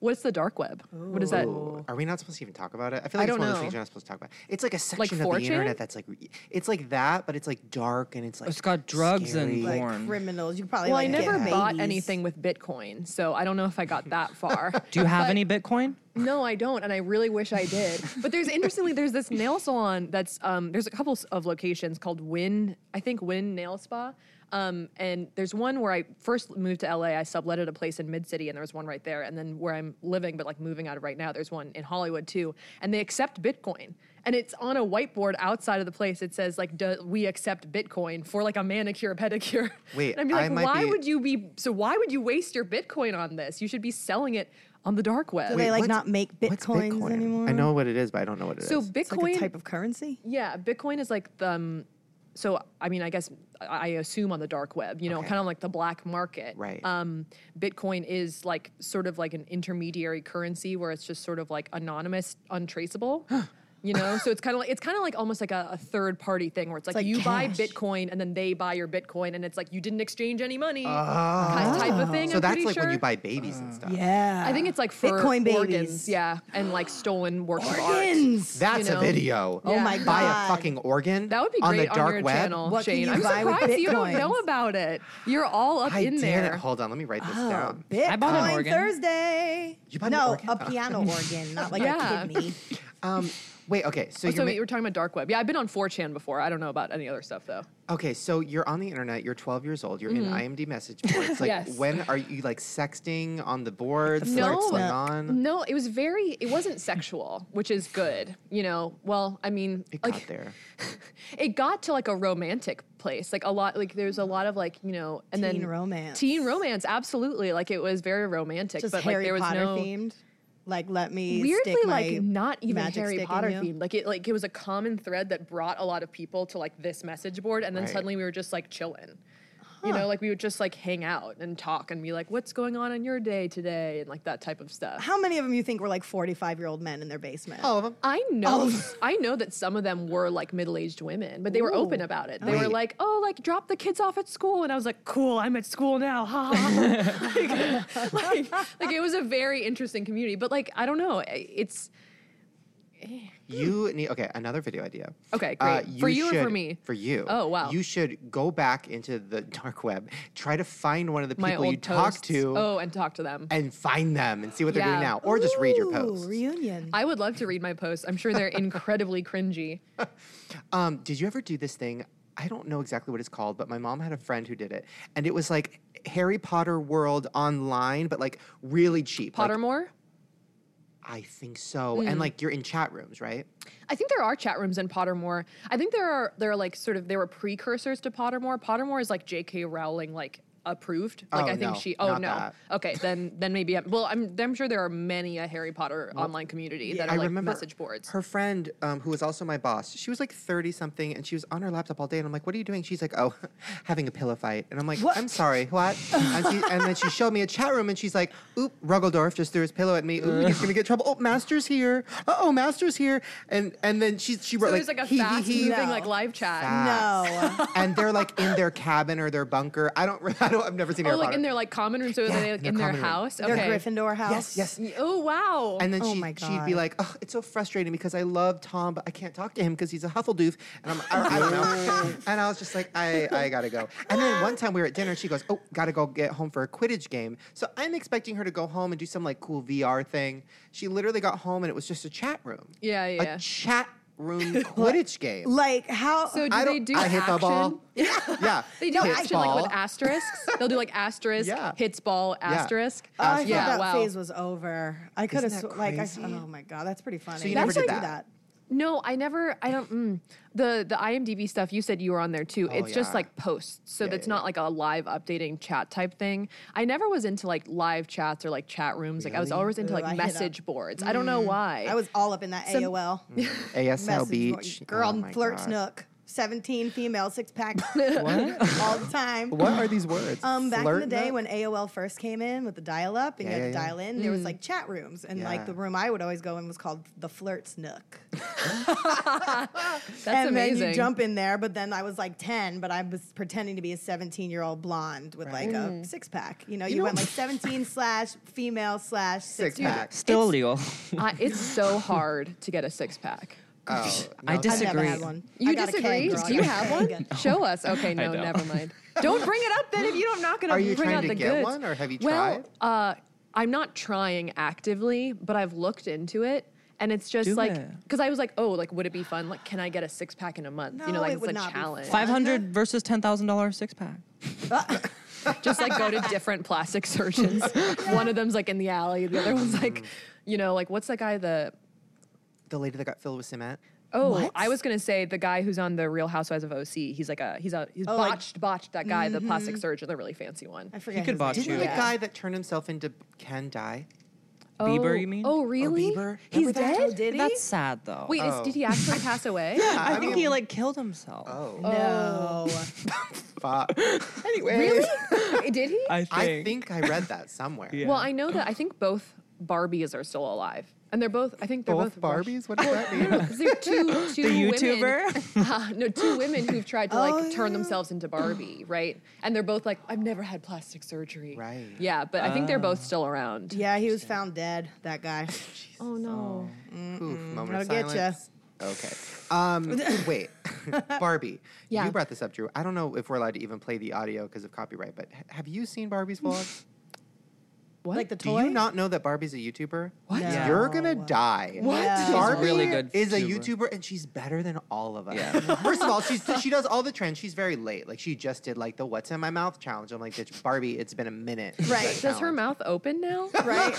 Speaker 9: What's the dark web? What is that?
Speaker 1: Ooh, Are we not supposed to even talk about it? I feel like
Speaker 9: I
Speaker 1: it's
Speaker 9: don't
Speaker 1: one of those things
Speaker 9: know.
Speaker 1: you're not supposed to talk about. It's like a section of the
Speaker 9: 4chan?
Speaker 1: internet that's like, it's like that, but it's like dark and it's like
Speaker 6: It's got drugs and
Speaker 1: scary.
Speaker 3: Like
Speaker 6: Porn.
Speaker 3: criminals. You probably
Speaker 9: Well, I
Speaker 3: like, get
Speaker 9: never bought
Speaker 3: babies.
Speaker 9: anything with Bitcoin, so I don't know if I got that far.
Speaker 6: <laughs> Do you have
Speaker 9: But-
Speaker 6: any Bitcoin?
Speaker 9: No, I don't, and I really wish
Speaker 1: <laughs>
Speaker 9: I did. But there's interestingly, there's this nail salon that's um, there's a couple s- of locations called Win, I think Win Nail Spa, um, and there's one where I first moved to LA. I subletted a place in Mid City, and there was one right there. And then where I'm living, but like moving out of right now, there's one in Hollywood too, and they accept Bitcoin. And it's on a whiteboard outside of the place. It says like, "Do we accept Bitcoin for like a manicure <laughs> pedicure?"
Speaker 1: Wait,
Speaker 9: and I'd be
Speaker 1: I
Speaker 9: like,
Speaker 1: might
Speaker 9: "Why
Speaker 1: be-
Speaker 9: would you be? So why would you waste your Bitcoin on this? You should be selling it on the dark web."
Speaker 3: Do they like
Speaker 1: what's-
Speaker 3: not make
Speaker 1: What's
Speaker 3: bitcoins
Speaker 1: Bitcoin?
Speaker 3: anymore?
Speaker 1: I know what it is, but I don't know what it is.
Speaker 9: So
Speaker 3: It's like
Speaker 9: Bitcoin,
Speaker 3: a type of currency.
Speaker 9: yeah, Bitcoin is like the. Um, so I mean, I guess I- I assume on the dark web, you know,
Speaker 1: Okay.
Speaker 9: kind of like the black market.
Speaker 1: Right.
Speaker 9: Um, Bitcoin is like sort of like an intermediary currency where it's just sort of like anonymous, untraceable. You know, so it's kind of like it's kind of like almost like a, a third party thing where it's like,
Speaker 3: like
Speaker 9: you buy
Speaker 3: cash.
Speaker 9: Bitcoin and then they buy your Bitcoin and it's like you didn't exchange any money ki- type of thing.
Speaker 1: So
Speaker 9: I'm
Speaker 1: that's
Speaker 9: pretty
Speaker 1: like
Speaker 9: sure. Uh,
Speaker 1: when you buy babies and stuff.
Speaker 3: Yeah.
Speaker 9: I think it's like for
Speaker 3: Bitcoin
Speaker 9: organs,
Speaker 3: babies.
Speaker 9: yeah, and like stolen works of art.
Speaker 3: Organs.
Speaker 1: That's
Speaker 9: You know?
Speaker 1: a video.
Speaker 9: Oh my
Speaker 1: Buy a
Speaker 3: God.
Speaker 1: fucking organ.
Speaker 9: That would be
Speaker 1: on
Speaker 9: great
Speaker 1: the dark
Speaker 9: on your
Speaker 1: web.
Speaker 9: channel,
Speaker 3: What can
Speaker 9: Shane.
Speaker 3: you
Speaker 9: I'm
Speaker 3: buy with
Speaker 9: surprised you don't
Speaker 3: Bitcoins?
Speaker 9: know about it. You're all up
Speaker 1: I
Speaker 9: in
Speaker 1: did
Speaker 9: there. Oh,
Speaker 1: it. Hold on, let me write this down.
Speaker 3: Bitcoin
Speaker 6: I bought an organ.
Speaker 3: Thursday.
Speaker 1: You bought an
Speaker 3: no,
Speaker 1: organ?
Speaker 3: a piano organ, not like
Speaker 9: Oh. Yeah.
Speaker 3: a kidney.
Speaker 1: Um, wait, okay. So
Speaker 9: Oh,
Speaker 1: you're
Speaker 9: so
Speaker 1: ma-
Speaker 9: you were talking about dark web. Yeah, I've been on 4chan before. I don't know about any other stuff though.
Speaker 1: Okay, so you're on the internet. You're 12 years old. You're in IMD
Speaker 9: <laughs>
Speaker 1: message boards. Like,
Speaker 9: Mm-hmm. Yes.
Speaker 1: when are you like sexting on the boards?
Speaker 9: No.
Speaker 1: What's going on?
Speaker 9: No, it was very. It wasn't sexual, which is good. You know. Well, I mean,
Speaker 1: It
Speaker 9: like,
Speaker 1: got there.
Speaker 9: <laughs> it got to like a romantic place like a lot like there's a lot of like you know and
Speaker 3: Teen
Speaker 9: then
Speaker 3: romance.
Speaker 9: teen romance absolutely like it was very romantic
Speaker 3: Just
Speaker 9: but
Speaker 3: Harry
Speaker 9: like there was
Speaker 3: Potter
Speaker 9: no
Speaker 3: themed. Like let me
Speaker 9: weirdly
Speaker 3: stick my
Speaker 9: like not even
Speaker 3: magic
Speaker 9: Harry
Speaker 3: stick in
Speaker 9: Potter
Speaker 3: you.
Speaker 9: themed. Like it like it was a common thread that brought a lot of people to like this message board, and then
Speaker 1: Right.
Speaker 9: suddenly we were just like chilling. You know, like we would just like hang out and talk and be like, "What's going on in your day today?" and like that type of stuff.
Speaker 3: How many of them you think were like forty-five year old men in their basement?
Speaker 1: All of them.
Speaker 9: I know,
Speaker 3: Oh.
Speaker 9: <laughs> I know that some of them were like middle-aged women, but they were open about it. They were
Speaker 1: Wait.
Speaker 9: like, "Oh, like drop the kids off at school," and I was like, "Cool, I'm at school now." Ha! ha, <laughs> ha." like, <laughs> like, like it was a very interesting community, but like I don't know, eh, it's
Speaker 1: You need okay. Another video idea.
Speaker 9: Okay,
Speaker 1: Uh,
Speaker 9: great. For you or for
Speaker 1: should-
Speaker 9: me?
Speaker 1: For you.
Speaker 9: Oh, wow.
Speaker 1: You should go back into the <laughs> dark web, try to find one of the
Speaker 9: my
Speaker 1: people
Speaker 9: old
Speaker 1: you talk
Speaker 9: posts.
Speaker 1: to,
Speaker 9: Oh, and talk to them.
Speaker 1: and find them and see what they're doing
Speaker 9: Yeah.
Speaker 1: now, or just read your
Speaker 3: Ooh,
Speaker 1: posts.
Speaker 3: reunion.
Speaker 9: I would love to read my posts. I'm sure
Speaker 1: <laughs>
Speaker 9: they're incredibly cringy.
Speaker 1: Um, did you ever do this thing? I don't know exactly what it's called, but my mom had a friend who did it, and it was like Harry Potter World online, but like really cheap. Like,
Speaker 9: Pottermore?
Speaker 1: I think so.
Speaker 9: Mm.
Speaker 1: And like you're in chat rooms, right?
Speaker 9: I think there are chat rooms in Pottermore. I think there are there are like sort of there were precursors to Pottermore. Pottermore is like J.K. Rowling like approved. Like
Speaker 1: Oh,
Speaker 9: I think
Speaker 1: no,
Speaker 9: she. Oh
Speaker 1: not
Speaker 9: no.
Speaker 1: that.
Speaker 9: Okay, then then maybe. I'm, well, I'm I'm sure there are many a Harry Potter online community that are
Speaker 1: I
Speaker 9: like
Speaker 1: remember
Speaker 9: message boards.
Speaker 1: Her friend, um, who was also my boss, she was like thirty something, and she was on her laptop all day. And I'm like, "What are you doing?" She's like, "Oh, <laughs> having a pillow fight." And I'm like,
Speaker 3: What?
Speaker 1: "I'm sorry, what?" and, she, and then she showed me a chat room, and she's like, "Oop, Ruggledorf just threw his pillow at me. Ooh, he's gonna get in trouble. Oh, Master's here. Uh oh, Master's here." And and then she she
Speaker 9: so
Speaker 1: wrote
Speaker 9: there's
Speaker 1: like,
Speaker 9: like a
Speaker 1: "Hee, hee,
Speaker 9: fast
Speaker 1: hee."
Speaker 9: moving
Speaker 3: No.
Speaker 9: like live chat.
Speaker 1: Fast.
Speaker 3: no.
Speaker 1: and they're like in their cabin or their bunker. I don't <laughs> I don't no, I've never seen
Speaker 9: Oh,
Speaker 1: Harry
Speaker 9: like
Speaker 1: Potter.
Speaker 9: in their like common room, so
Speaker 1: Yeah,
Speaker 9: they like,
Speaker 1: their
Speaker 9: in their
Speaker 1: common room.
Speaker 9: house.
Speaker 3: Their
Speaker 9: Okay.
Speaker 3: Gryffindor house.
Speaker 1: yes.
Speaker 9: Oh wow.
Speaker 1: and then
Speaker 3: Oh
Speaker 1: she,
Speaker 3: my
Speaker 1: she'd be
Speaker 3: God.
Speaker 1: like, oh, it's so frustrating because I love Tom, but I can't talk to him because he's a Huffledoof. And I'm, or, I don't know. and I was just like, I, I gotta go. And then one time we were at dinner, she goes, oh, gotta go get home for a Quidditch game. So I'm expecting her to go home and do some like cool VR thing. She literally got home and it was just a chat room.
Speaker 9: Yeah, yeah.
Speaker 1: A chat room Quidditch game.
Speaker 3: Like how?
Speaker 9: so do
Speaker 1: I
Speaker 9: they
Speaker 1: don't,
Speaker 9: do
Speaker 1: I hit
Speaker 9: action?
Speaker 1: the ball. Yeah. <laughs> yeah.
Speaker 9: They do
Speaker 1: Hit
Speaker 9: action like
Speaker 1: ball.
Speaker 9: with asterisks. They'll
Speaker 3: <laughs>
Speaker 9: do like asterisk,
Speaker 1: Yeah.
Speaker 9: hits ball, asterisk.
Speaker 3: Oh, I
Speaker 1: Uh, Yeah,
Speaker 3: thought that
Speaker 9: wow.
Speaker 3: phase was over. I could have
Speaker 1: Isn't that
Speaker 3: sw- like I,
Speaker 1: crazy?
Speaker 3: oh my god, that's pretty funny.
Speaker 1: you
Speaker 3: That's
Speaker 1: never did
Speaker 3: like-
Speaker 1: that?
Speaker 9: No, I never. I don't. Mm, the the IMDb stuff you said you were on there
Speaker 3: Oh,
Speaker 9: too. it's just
Speaker 1: yeah.
Speaker 9: like posts, so
Speaker 1: Yeah,
Speaker 9: that's
Speaker 1: yeah,
Speaker 9: not like a live updating chat type thing. I never was into like live chats or like chat rooms. Like I was always into
Speaker 3: Ooh,
Speaker 9: like
Speaker 3: I hit up- Mm.
Speaker 9: message boards. I don't know why.
Speaker 3: I was all up in that
Speaker 1: <laughs>
Speaker 9: Some-
Speaker 3: AOL
Speaker 1: ASL
Speaker 3: message
Speaker 1: Mm,
Speaker 3: board.
Speaker 1: Beach.
Speaker 3: girl
Speaker 1: Oh my
Speaker 3: flirt
Speaker 1: God.
Speaker 3: snook. Seventeen female six pack <laughs> all the
Speaker 1: <laughs>
Speaker 3: time.
Speaker 1: What are these words?
Speaker 3: Um, back in
Speaker 1: Flirt
Speaker 3: the day
Speaker 1: nut?
Speaker 3: when AOL first came in with the dial up and
Speaker 1: Yeah,
Speaker 3: you
Speaker 1: yeah,
Speaker 3: had to
Speaker 1: yeah. Mm.
Speaker 3: dial in, there was like chat rooms. And like
Speaker 1: Yeah.
Speaker 3: the room I would always go in was called the Flirts Nook.
Speaker 9: that's
Speaker 3: and
Speaker 9: amazing.
Speaker 3: then you jump in there, but then I was like 10, but I was pretending to be a 17 year old blonde with like
Speaker 9: Mm.
Speaker 3: a six pack. You know, you,
Speaker 1: know-
Speaker 3: went
Speaker 9: <laughs>
Speaker 3: like 17 slash female slash six
Speaker 1: six
Speaker 3: pack.
Speaker 1: pack.
Speaker 6: Still <laughs> illegal.
Speaker 9: I, it's so hard to get a six pack.
Speaker 1: <laughs> Oh,
Speaker 6: I
Speaker 1: no,
Speaker 3: I never
Speaker 6: disagree.
Speaker 3: had one. I
Speaker 9: You
Speaker 3: got a keg,
Speaker 9: disagree?
Speaker 3: girl. I
Speaker 9: Do you
Speaker 3: got a <laughs>
Speaker 9: have
Speaker 3: keg.
Speaker 9: one? Show
Speaker 1: <laughs>
Speaker 9: us. Okay, no,
Speaker 6: don't.
Speaker 9: never mind. Don't bring it up then if you don't not gonna
Speaker 1: Are you
Speaker 9: bring
Speaker 1: trying
Speaker 9: out
Speaker 1: to
Speaker 9: the
Speaker 1: get
Speaker 9: goods.
Speaker 1: one, or have you
Speaker 9: well, Uh, I'm not trying actively, but I've looked into it. And it's just
Speaker 6: Do it.
Speaker 9: like because I was like, oh, like would it be fun? Like, can I get a six pack in a month? you know,
Speaker 3: No,
Speaker 9: like
Speaker 3: it
Speaker 9: it's
Speaker 3: would
Speaker 9: a
Speaker 3: not be
Speaker 9: challenge.
Speaker 3: fun.
Speaker 6: Five hundred versus ten thousand dollars six pack.
Speaker 9: Just like
Speaker 3: <laughs>
Speaker 9: go to different plastic surgeons. One of them's like in the alley. The other one's
Speaker 1: Mm.
Speaker 9: like, you know, like what's that guy? The
Speaker 1: the lady that got filled with cement.
Speaker 9: Oh, I was gonna say the guy who's on the Real Housewives of OC. He's like a he's a he's
Speaker 3: Oh, like- Mm-hmm.
Speaker 9: botched botched that guy, the plastic surgeon, the really fancy one.
Speaker 3: I
Speaker 6: He
Speaker 3: forget.
Speaker 6: could
Speaker 3: his
Speaker 6: botch
Speaker 3: name.
Speaker 1: Didn't
Speaker 6: you.
Speaker 1: the guy that turned himself into Ken die?
Speaker 9: Oh,
Speaker 6: Bieber, you mean?
Speaker 9: Oh,
Speaker 6: Or
Speaker 9: really?
Speaker 1: Bieber?
Speaker 9: He's
Speaker 1: Remember that?
Speaker 9: dead.
Speaker 3: Oh, did he?
Speaker 6: That's sad though.
Speaker 9: Wait, is,
Speaker 1: Oh.
Speaker 9: did he actually pass away?
Speaker 6: I, think
Speaker 1: mean-
Speaker 6: he like killed himself.
Speaker 1: Oh,
Speaker 3: no.
Speaker 1: <laughs> fuck. anyway,
Speaker 9: Uh, did he?
Speaker 6: I think.
Speaker 1: I think I read <laughs> that somewhere.
Speaker 6: Yeah.
Speaker 9: Well, I know that I think both Barbies are still alive, and they're both. I think they're both,
Speaker 1: Both Barbies? What does that mean?
Speaker 9: Because they're two, two
Speaker 6: the
Speaker 9: women-
Speaker 6: YouTuber.
Speaker 9: <laughs> Ah, no, two women who've tried to like
Speaker 3: Oh,
Speaker 9: turn
Speaker 3: yeah.
Speaker 9: themselves into Barbie, right? And they're both like, I've never had plastic surgery.
Speaker 1: Right.
Speaker 9: Yeah, but I think they're both still around.
Speaker 3: yeah, he was found dead, that
Speaker 9: <laughs>
Speaker 3: guy.
Speaker 9: Oh no.
Speaker 1: Oof, moment of
Speaker 3: I'll getcha.
Speaker 1: silence. Okay. Um, wait, <laughs> Barbie.
Speaker 9: Yeah.
Speaker 1: You brought this up, Drew. I don't know if we're allowed to even play the audio because of copyright, but h- have you seen Barbie's vlogs?
Speaker 9: What?
Speaker 3: Like the
Speaker 1: Do
Speaker 3: toy?
Speaker 1: you not know that Barbie's a YouTuber? What?
Speaker 3: No.
Speaker 1: You're gonna die.
Speaker 3: What? Yeah. She's a
Speaker 1: Barbie
Speaker 6: really good
Speaker 1: is a
Speaker 6: YouTuber.
Speaker 1: YouTuber and she's better than all of us.
Speaker 6: Yeah.
Speaker 1: <laughs> First of all, she's she does all the trends. She's very late. Like she just did like the "What's in my mouth" challenge. I'm like, bitch, Barbie, it's been a minute. for
Speaker 3: Right.
Speaker 1: that
Speaker 9: Does her
Speaker 1: challenge."
Speaker 9: mouth
Speaker 3: <laughs>
Speaker 9: open now?
Speaker 3: right?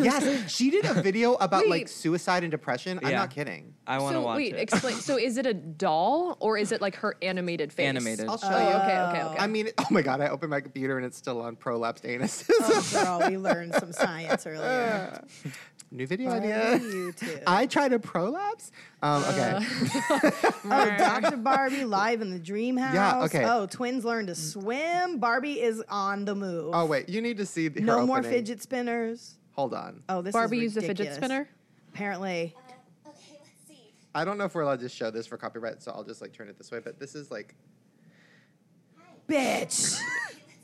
Speaker 1: Yes, she did a video about like
Speaker 9: Wait.
Speaker 1: suicide and depression. I'm
Speaker 6: Yeah.
Speaker 1: not kidding.
Speaker 6: I want to
Speaker 9: so
Speaker 6: watch
Speaker 9: wait,
Speaker 6: it.
Speaker 9: explain. So is it a doll or is it like her
Speaker 6: <laughs>
Speaker 9: animated face?
Speaker 6: Animated.
Speaker 1: I'll show
Speaker 9: Oh,
Speaker 1: you.
Speaker 9: yeah, okay, okay, okay.
Speaker 1: I mean, <laughs> oh my god, I opened my computer and it's still on prolapsed anus.
Speaker 3: Oh, girl, we learned some science earlier.
Speaker 1: <laughs> New video
Speaker 3: Barbie
Speaker 1: idea.
Speaker 3: YouTube.
Speaker 1: Oh, I tried a prolapse. Um, okay.
Speaker 3: Oh, Dr. Barbie live in the dream house.
Speaker 1: okay.
Speaker 3: Oh, twins learn to swim. Barbie is on the move.
Speaker 1: oh wait, you need to see. Her
Speaker 3: no more
Speaker 1: opening.
Speaker 3: fidget spinners.
Speaker 1: Hold on.
Speaker 3: Oh, this
Speaker 9: Barbie
Speaker 3: is
Speaker 9: used a fidget
Speaker 3: ridiculous.
Speaker 9: spinner.
Speaker 3: Apparently.
Speaker 2: Okay, let's see.
Speaker 1: I don't know if we're allowed to show this for copyright, so I'll just like turn it this way. But this is
Speaker 3: <gasps>
Speaker 1: like
Speaker 9: <laughs>
Speaker 3: Bitch.
Speaker 2: Okay, let's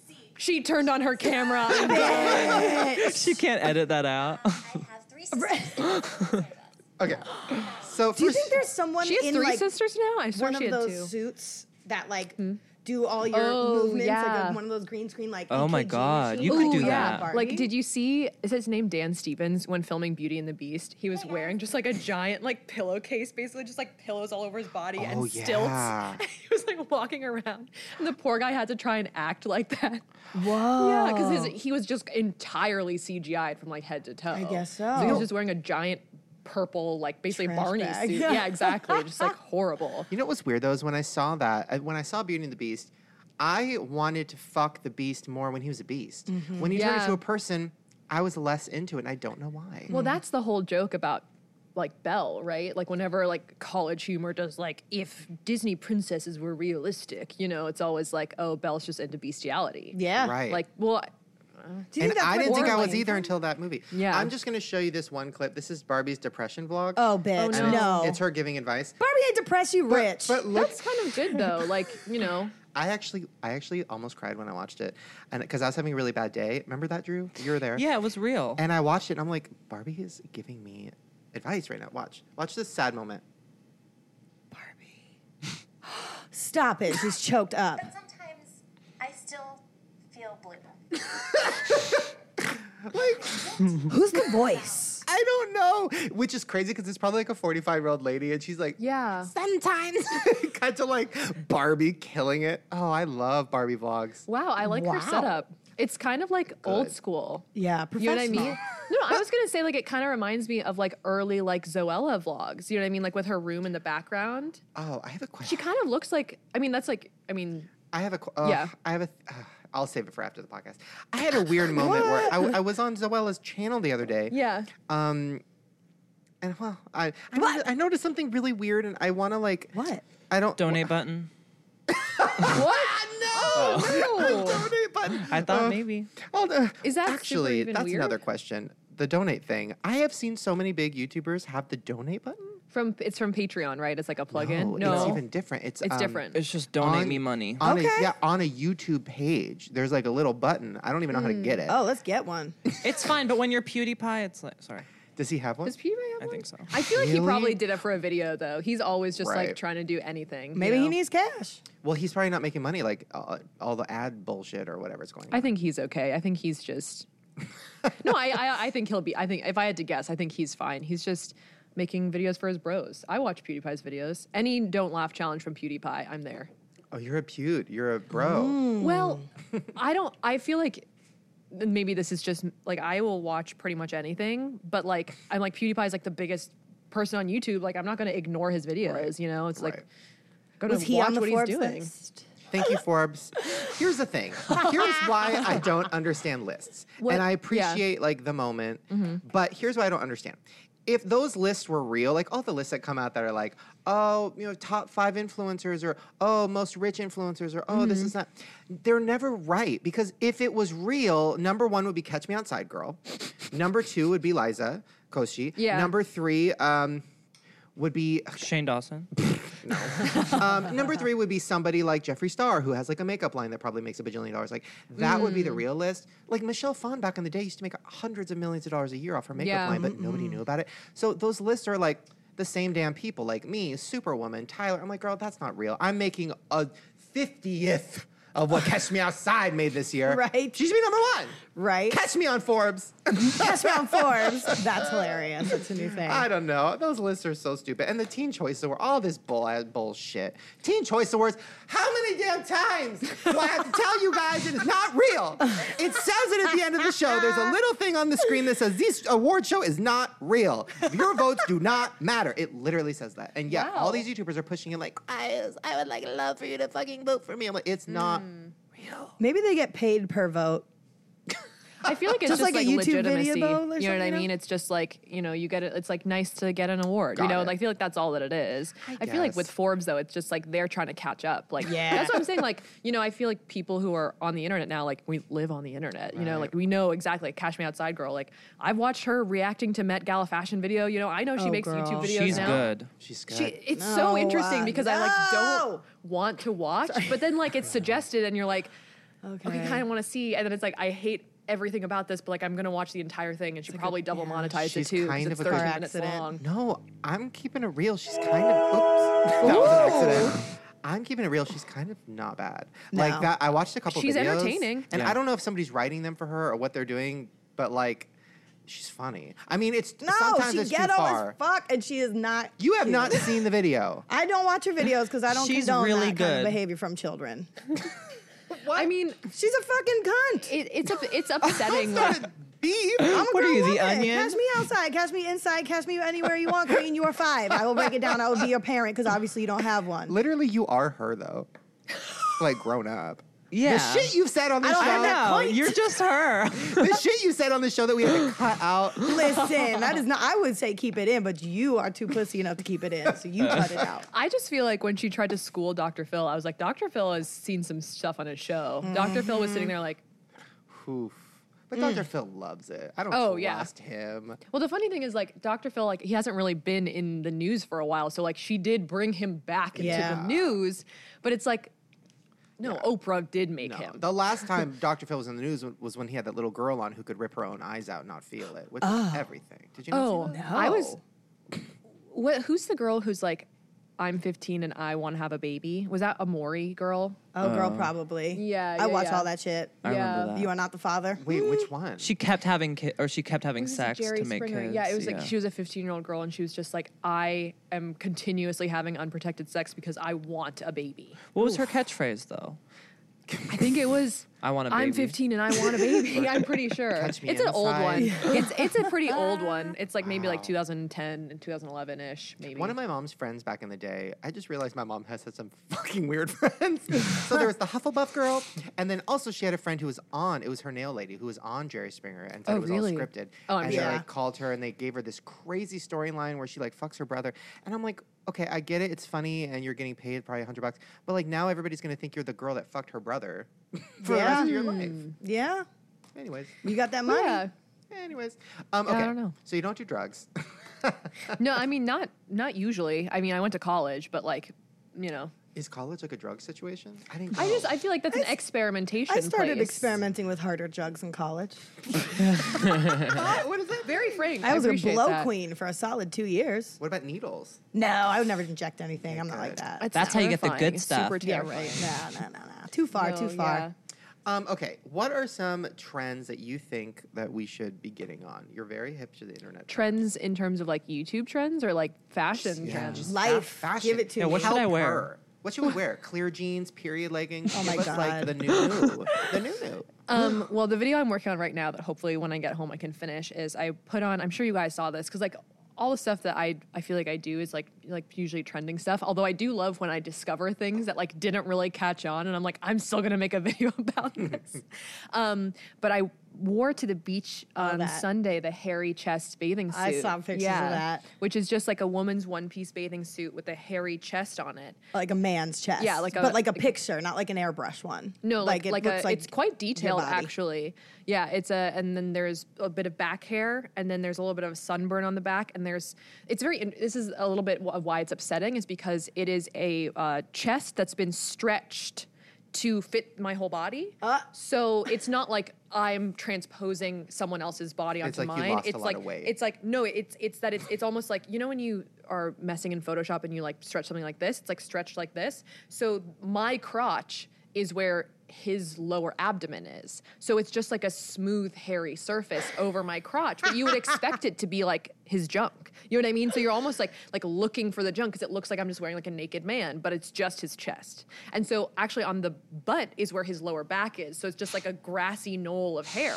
Speaker 2: see.
Speaker 9: She turned on
Speaker 3: <laughs>
Speaker 9: her camera.
Speaker 6: she can't edit that out.
Speaker 2: I have three sisters. and four brothers.
Speaker 1: okay. So
Speaker 3: Do you
Speaker 1: first-
Speaker 3: think there's someone
Speaker 9: she has
Speaker 3: in
Speaker 9: three
Speaker 3: like
Speaker 9: sisters now. I swear
Speaker 3: one
Speaker 9: she
Speaker 3: of
Speaker 9: had
Speaker 3: those
Speaker 9: two. Hmm?
Speaker 3: suits that like do all your
Speaker 9: Oh,
Speaker 3: movements like
Speaker 9: yeah.
Speaker 3: a, one of those green screen like
Speaker 6: Oh my
Speaker 3: EKG
Speaker 6: God,
Speaker 3: machines?
Speaker 6: you
Speaker 3: Like,
Speaker 6: could
Speaker 9: Ooh,
Speaker 6: do
Speaker 3: you know,
Speaker 9: yeah.
Speaker 6: that.
Speaker 9: Like,
Speaker 3: Barbie?
Speaker 9: did you see? Is his name Dan Stevens when filming Beauty and the Beast? He was wearing just like a giant like pillowcase, basically just like pillows all over his body
Speaker 1: Oh,
Speaker 9: and stilts.
Speaker 1: yeah.
Speaker 9: <laughs> he was like walking around, and the poor guy had to try and act like that. Whoa. Yeah, because he was just entirely CGI'd from like head to toe. I
Speaker 3: guess
Speaker 9: he
Speaker 3: so.
Speaker 9: was just wearing a giant purple, like basically
Speaker 3: Trash
Speaker 9: Barney
Speaker 3: bag.
Speaker 9: suit. Yeah, exactly. just like horrible.
Speaker 1: You know what's weird though is when I saw that, uh, when I saw Beauty and the Beast, I wanted to fuck the Beast more when he was a beast.
Speaker 3: Mm-hmm.
Speaker 1: When he turned
Speaker 9: Yeah.
Speaker 1: into a person, I was less into it, and I don't know why.
Speaker 3: Hmm.
Speaker 9: Well, that's the whole joke about like Belle, right? Like whenever like college humor does like if Disney princesses were realistic, you know, it's always like, oh, Belle's just into bestiality.
Speaker 3: Yeah.
Speaker 1: Right.
Speaker 9: Like, well,
Speaker 3: Do you
Speaker 1: and
Speaker 3: think that's
Speaker 1: I
Speaker 3: what
Speaker 1: didn't think I was
Speaker 3: Barbie-
Speaker 1: either until that movie.
Speaker 9: Yeah.
Speaker 1: I'm just going to show you this one clip. This is Barbie's depression vlog.
Speaker 3: Oh, bitch.
Speaker 1: And e- it's-
Speaker 3: no.
Speaker 1: It's her giving advice.
Speaker 3: Barbie ain't depressed, you
Speaker 1: But-
Speaker 3: rich.
Speaker 1: But, look,
Speaker 3: <laughs>
Speaker 9: that's kind of good though. Like, you know,
Speaker 1: I actually, I actually almost cried when I watched it, and because I was having a really bad day. Remember that, Drew? You were there.
Speaker 6: Yeah, it was real.
Speaker 1: And I watched it, and I'm like, Barbie is giving me advice right now. Watch, watch this sad moment.
Speaker 3: <gasps> Stop it. She's choked up.
Speaker 8: But sometimes I still feel blue.
Speaker 1: Like,
Speaker 3: Who's the
Speaker 1: <laughs>
Speaker 3: voice?
Speaker 1: I don't know, which is crazy because it's probably like a 45 year old lady, and she's like,
Speaker 9: Yeah.
Speaker 3: Sometimes.
Speaker 1: cut to like Barbie killing it. Oh, I love Barbie vlogs.
Speaker 9: Wow, I like
Speaker 3: Wow.
Speaker 9: her setup. It's kind of like old
Speaker 1: Good.
Speaker 9: school.
Speaker 3: <laughs> Yeah,
Speaker 9: You know what I
Speaker 3: professional.
Speaker 9: mean? No, I was gonna say like it kind of reminds me of like early like Zoella vlogs. You know what I mean? Like with her room in the background.
Speaker 1: Oh, I have a
Speaker 9: She
Speaker 1: question.
Speaker 9: kind of looks like. I mean, that's like. I mean,
Speaker 1: I have a. qu- Uh,
Speaker 9: Yeah.
Speaker 1: I have a. Th- uh, I'll save it for after the podcast. I had a
Speaker 9: <laughs>
Speaker 1: weird moment where I, w- I was on Zoella's channel the other day.
Speaker 9: yeah.
Speaker 1: Um, and well, I I, noticed, I noticed something really weird, and I want to like.
Speaker 3: What?
Speaker 1: I don't
Speaker 6: Donate button.
Speaker 9: What?
Speaker 1: no.
Speaker 9: Oh.
Speaker 1: <laughs> donate button.
Speaker 6: I thought
Speaker 1: Uh,
Speaker 6: maybe.
Speaker 1: I'll, uh,
Speaker 9: Is that super
Speaker 1: actually
Speaker 9: even
Speaker 1: that's
Speaker 9: weird?
Speaker 1: another question? The donate thing. I have seen so many big YouTubers have the donate button.
Speaker 9: From it's from Patreon, right? It's like a plugin. Oh, No,
Speaker 1: it's even different. It's
Speaker 9: It's
Speaker 1: um,
Speaker 9: different.
Speaker 6: It's just donate
Speaker 1: on-
Speaker 6: me money.
Speaker 1: On a,
Speaker 3: Okay.
Speaker 1: yeah, on a YouTube page, there's like a little button. I don't even know how to
Speaker 9: Hmm.
Speaker 1: get it.
Speaker 3: Oh, let's get
Speaker 9: <laughs>
Speaker 3: one.
Speaker 6: It's fine, but when you're PewDiePie, it's like sorry.
Speaker 1: Does he have one?
Speaker 9: Does PewDiePie have
Speaker 6: I
Speaker 9: one?
Speaker 6: think so.
Speaker 9: I feel like he
Speaker 1: Really?
Speaker 9: probably did it for a video though. He's always just
Speaker 1: Right.
Speaker 9: like trying to do anything. you
Speaker 3: Maybe he
Speaker 9: know?
Speaker 3: needs cash.
Speaker 1: Well, he's probably not making money like uh, all the ad bullshit or whatever's going on.
Speaker 9: I think he's okay. I think he's just. no, I, I I think he'll be. I think if I had to guess, I think he's fine. He's just making videos for his bros. I watch PewDiePie's videos. Any don't laugh challenge from PewDiePie, I'm there.
Speaker 1: oh, you're a pute. You're a bro.
Speaker 9: Well, I don't. I feel like maybe this is just like I will watch pretty much anything, but like I'm like PewDiePie is like the biggest person on YouTube. Like I'm not going to ignore his videos. You know, it's like. Gonna
Speaker 3: Was he
Speaker 9: watch
Speaker 3: on the
Speaker 9: what
Speaker 3: Forbes
Speaker 9: he's doing.
Speaker 3: list?
Speaker 1: Thank you, Forbes. Here's the thing. Here's why I don't understand lists.
Speaker 9: What-
Speaker 1: And I
Speaker 9: yeah. Mm-hmm.
Speaker 1: appreciate like the moment, but here's why I don't understand. If those lists were real, like all the lists that come out that are like, oh, you know, top five influencers or oh, most rich influencers or oh, this
Speaker 9: Mm-hmm.
Speaker 1: is not, they're never right. Because if it was real, number one would be Catch Me Outside Girl. number two would be Liza Koshy.
Speaker 9: Yeah.
Speaker 1: Number three um, would be
Speaker 6: Shane Dawson.
Speaker 1: um, number three would be somebody like Jeffree Star, who has like a makeup line that probably makes a bajillion dollars. Like that would
Speaker 3: Mm.
Speaker 1: be the real list. Like Michelle Phan back in the day used to make hundreds of millions of dollars a year off her makeup
Speaker 9: Yeah.
Speaker 1: line, but nobody knew about it. So those lists are like the same damn people, like me, Superwoman, Tyler. I'm like, girl, that's not real. I'm making a fiftieth of what Catch Me Outside made this year.
Speaker 3: <laughs> Right.
Speaker 1: She should be number one.
Speaker 3: Right?
Speaker 1: Catch me on Forbes.
Speaker 3: Cash round Forbes. That's hilarious. That's a new thing.
Speaker 1: I don't know. Those lists are so stupid. And the Teen Choice Award, all this bull bullshit. Teen Choice Awards. How many damn times do I have to tell you guys it is not real? It says it at the end of the show. There's a little thing on the screen that says this award show is not real. Your votes do not matter. It literally says that. And yeah, all
Speaker 9: Wow.
Speaker 1: these YouTubers are pushing it like, I, I would like love for you to fucking vote for me. I'm like, it's not.
Speaker 3: Maybe they get paid per vote.
Speaker 9: I feel like it's
Speaker 3: Just like
Speaker 9: just, like,
Speaker 3: a YouTube video,
Speaker 9: legitimacy.
Speaker 3: though, or
Speaker 9: you know what
Speaker 3: something,
Speaker 9: I
Speaker 3: you
Speaker 9: mean?
Speaker 3: know?
Speaker 9: It's just like you know, you get it. It's like nice to get an award.
Speaker 1: Got
Speaker 9: you know,
Speaker 1: it.
Speaker 9: I feel like that's all that it is. I, feel like with
Speaker 1: guess.
Speaker 9: Forbes though, it's just like they're trying to catch up. Like
Speaker 3: Yeah.
Speaker 9: that's what I'm saying. Like you know, I feel like people who are on the internet now, like we live on the internet. You know, like we know exactly. Like Cash Me Outside girl. Like I've watched her reacting to Met Gala fashion video. You know, I know she
Speaker 3: Oh,
Speaker 9: makes
Speaker 3: girl.
Speaker 9: YouTube videos
Speaker 6: She's
Speaker 9: now.
Speaker 6: good.
Speaker 1: She's
Speaker 9: She,
Speaker 1: good.
Speaker 9: it's
Speaker 3: No,
Speaker 9: so interesting
Speaker 3: uh,
Speaker 9: because I like
Speaker 3: no!
Speaker 9: don't want to watch, but then
Speaker 3: <laughs>
Speaker 9: like it's suggested and you're like,
Speaker 3: Okay.
Speaker 9: okay, kind of want to see, and then it's like I hate everything about this, but like I'm gonna watch the entire thing, and she probably double monetized
Speaker 1: She's
Speaker 9: it too. 'cause
Speaker 1: kind
Speaker 9: it's
Speaker 1: of a
Speaker 9: 30
Speaker 1: car
Speaker 9: minutes
Speaker 3: accident.
Speaker 9: long.
Speaker 1: No, I'm keeping it real. She's kind of oops. <laughs> That was an accident. I'm keeping it real. She's kind of not bad. Like
Speaker 3: No.
Speaker 1: that I watched a couple
Speaker 9: She's
Speaker 1: videos.
Speaker 9: entertaining.
Speaker 1: And I
Speaker 6: Yeah.
Speaker 1: don't know if somebody's writing them for her or what they're doing, but like she's funny. I mean it's
Speaker 3: No,
Speaker 1: sometimes
Speaker 3: she
Speaker 1: it's too
Speaker 3: ghetto
Speaker 1: far.
Speaker 3: as fuck, and she is not.
Speaker 1: you have
Speaker 3: cute.
Speaker 1: not seen the video.
Speaker 3: I don't watch her videos because I don't
Speaker 6: She's
Speaker 3: condone
Speaker 6: really
Speaker 3: that kind of
Speaker 6: good.
Speaker 3: behavior from children.
Speaker 9: I mean,
Speaker 3: She's a fucking cunt.
Speaker 9: it, it's up,
Speaker 6: <laughs>
Speaker 9: it's upsetting. like,
Speaker 1: Beef.
Speaker 3: I'm a
Speaker 6: What are
Speaker 3: grown
Speaker 6: you, the
Speaker 3: woman.
Speaker 6: onion?
Speaker 3: Catch me outside. Catch me inside. Catch me anywhere you want. Queen, you are five. I will break it down. I will be your parent because obviously you don't have one.
Speaker 1: Literally you are her though. like grown up.
Speaker 6: Yeah.
Speaker 1: The shit you've said on this
Speaker 3: don't have
Speaker 1: show.
Speaker 3: that
Speaker 6: No, you're just
Speaker 1: <laughs>
Speaker 6: her.
Speaker 1: The shit you said on the show that we had to cut out.
Speaker 3: Listen, that is not. I would say keep it in, but you are too pussy enough to keep it in, so you
Speaker 6: <laughs>
Speaker 3: cut it out.
Speaker 9: I just feel like when she tried to school Dr. Phil, I was like, Dr. Phil has seen some stuff on his show. Dr. Phil was sitting there like,
Speaker 1: Oof. But Dr. Phil loves it. I don't
Speaker 9: Oh, yeah.
Speaker 1: trust him.
Speaker 9: well, the funny thing is like Dr. Phil, like he hasn't really been in the news for a while, so like she did bring him back into
Speaker 3: Yeah.
Speaker 9: the news, but it's like. No, Oprah did make
Speaker 1: No.
Speaker 9: him.
Speaker 1: The
Speaker 9: <laughs>
Speaker 1: last time Dr. Phil was in the news wa- was when he had that little girl on who could rip her own eyes out and not feel it, which is everything. Did you know?
Speaker 9: Oh, I was. What? Who's the girl who's like, I'm 15 and I want to have a baby? Was that a Maury girl?
Speaker 3: Oh, girl, probably.
Speaker 9: yeah,
Speaker 3: I
Speaker 9: yeah,
Speaker 3: watch
Speaker 9: yeah.
Speaker 3: all that shit.
Speaker 6: Uh-huh. I remember that.
Speaker 3: You are not the father.
Speaker 1: Wait, which one?
Speaker 6: <laughs> She kept having ki- or she kept having
Speaker 9: Was it
Speaker 6: sex to make kids.
Speaker 9: Yeah, it was like she was a 15 year old girl and she was just like, I am continuously having unprotected sex because I want a baby.
Speaker 6: What was her catchphrase though?
Speaker 9: I think it was.
Speaker 6: <laughs> I want a
Speaker 9: I'm
Speaker 6: baby.
Speaker 9: 15 and I want
Speaker 6: <laughs>
Speaker 9: a baby. I'm pretty sure.
Speaker 1: Catch me
Speaker 9: it's an old
Speaker 1: inside.
Speaker 9: one. It's it's a pretty old <laughs> one. It's like maybe like 2010 and 2011 ish, maybe.
Speaker 1: One of my mom's friends back in the day, I just realized my mom has had some <laughs> fucking weird friends. so there was the Hufflepuff girl, and then also she had a friend who was on, it was her nail lady, who was on Jerry Springer and said
Speaker 9: Oh,
Speaker 1: it was
Speaker 9: really?
Speaker 1: all scripted.
Speaker 9: Oh, I'm
Speaker 1: and
Speaker 9: sure.
Speaker 1: they
Speaker 3: Yeah.
Speaker 1: like called her and they gave her this crazy storyline where she like fucks her brother. And I'm like, okay, I get it, it's funny and you're getting paid probably a hundred bucks. But like now everybody's gonna think you're the girl that fucked her brother <laughs> for the rest of your life.
Speaker 3: Yeah.
Speaker 1: Anyways.
Speaker 3: You got that money.
Speaker 9: yeah.
Speaker 1: Anyways. Um,
Speaker 9: Yeah,
Speaker 1: okay.
Speaker 9: I don't know.
Speaker 1: So you don't do drugs. <laughs>
Speaker 9: No, I mean not not usually. I mean I went to college, but like, you know,
Speaker 1: Is college like a drug situation? I didn't
Speaker 9: I
Speaker 1: know.
Speaker 9: just I feel like that's an experimentation.
Speaker 3: I started
Speaker 9: place.
Speaker 3: experimenting with harder drugs in
Speaker 9: <laughs>
Speaker 3: college. <laughs>
Speaker 1: what is that?
Speaker 9: Very frank.
Speaker 3: I was a
Speaker 9: appreciate
Speaker 3: blow
Speaker 9: that.
Speaker 3: queen for a solid two years.
Speaker 1: What about needles?
Speaker 3: No, I would never inject anything. I'm not like
Speaker 1: Good.
Speaker 3: that.
Speaker 9: It's
Speaker 6: That's how you get the good
Speaker 9: terrifying. It's
Speaker 6: stuff.
Speaker 9: Super
Speaker 3: yeah,
Speaker 9: terrifying.
Speaker 3: right. No, no, no, no. Too far,
Speaker 9: No,
Speaker 3: too far.
Speaker 9: yeah.
Speaker 1: Um, okay, what are some trends that you think that we should be getting on? You're very hip to the internet.
Speaker 9: Trends in terms of like YouTube trends or like fashion trends.
Speaker 1: Just
Speaker 3: Life.
Speaker 1: fa- fashion.
Speaker 3: Give it to
Speaker 6: Yeah,
Speaker 3: me.
Speaker 6: what should I
Speaker 1: Help
Speaker 6: wear?
Speaker 1: her. What should we
Speaker 3: <laughs>
Speaker 1: wear? Clear jeans, period leggings.
Speaker 3: Oh my
Speaker 1: Give us, like
Speaker 3: God.
Speaker 1: the new new, the new
Speaker 3: <laughs>
Speaker 1: new.
Speaker 3: <gasps>
Speaker 9: Um, well, the video I'm working on right now that hopefully when I get home I can finish is I put on. I'm sure you guys saw this because like all the stuff that I I feel like I do is like like usually trending stuff. Although I do love when I discover things that like didn't really catch on, and I'm like I'm still gonna make a <laughs> video about this.
Speaker 3: <laughs>
Speaker 9: um, but I wore to the beach on
Speaker 3: that.
Speaker 9: Sunday the hairy chest bathing suit.
Speaker 3: I saw pictures of that.
Speaker 9: which is just like a woman's one piece bathing suit with a hairy chest on it.
Speaker 3: Like a man's chest.
Speaker 9: Yeah, like a-
Speaker 3: but like a picture, not like an airbrush one.
Speaker 9: No, like
Speaker 3: it
Speaker 9: like,
Speaker 3: looks
Speaker 9: a, it's quite detailed
Speaker 3: body.
Speaker 9: actually. Yeah, it's a and then there's a bit of back hair and then there's a little bit of sunburn on the back and there's it's very in- this is a little bit wh- of why it's upsetting is because it is a uh, chest that's been stretched to fit my whole body.
Speaker 3: Uh.
Speaker 9: so it's not like I'm transposing someone else's body onto
Speaker 1: It's like you
Speaker 9: mine.
Speaker 1: lost a
Speaker 9: it's
Speaker 1: lot
Speaker 9: like
Speaker 1: of weight.
Speaker 9: it's like no, it's it's that it's it's almost like you know when you are messing in Photoshop and you like stretch something like this, it's like stretched like this. So my crotch is where his lower abdomen is. So it's just like a smooth hairy surface over my crotch, but you would expect it to be like his junk. You know what I mean? So you're almost like like looking for the junk because it looks like I'm just wearing like a naked man, but it's just his chest. And so actually on the butt is where his lower back is. So it's just like a grassy knoll of hair.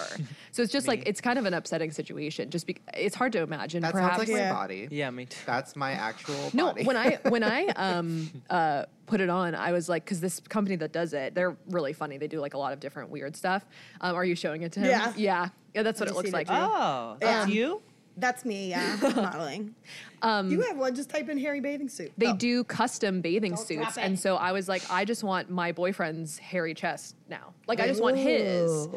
Speaker 9: So it's just like it's kind of an upsetting situation. Just be, it's hard to imagine.
Speaker 1: That
Speaker 9: perhaps
Speaker 1: sounds like
Speaker 3: Yeah.
Speaker 1: my body.
Speaker 6: Yeah, me too.
Speaker 1: That's my actual
Speaker 9: <laughs> no,
Speaker 1: body.
Speaker 9: when I when I um uh put it on, I was like, because this company that does it, they're really funny. They do like a lot of different weird stuff. Um, are you showing it to him?
Speaker 3: Yeah.
Speaker 9: yeah, yeah. That's what
Speaker 3: Have you
Speaker 9: it looks
Speaker 3: seen
Speaker 9: like.
Speaker 3: it?
Speaker 6: Oh,
Speaker 9: Um,
Speaker 6: that's you.
Speaker 3: That's me,
Speaker 9: <laughs>
Speaker 3: yeah. modeling. you have one. Just type in hairy bathing suit.
Speaker 9: They
Speaker 3: Oh.
Speaker 9: do custom bathing suits,
Speaker 3: drop it.
Speaker 9: and so I was like, I just want my boyfriend's hairy chest now. Like I just want his.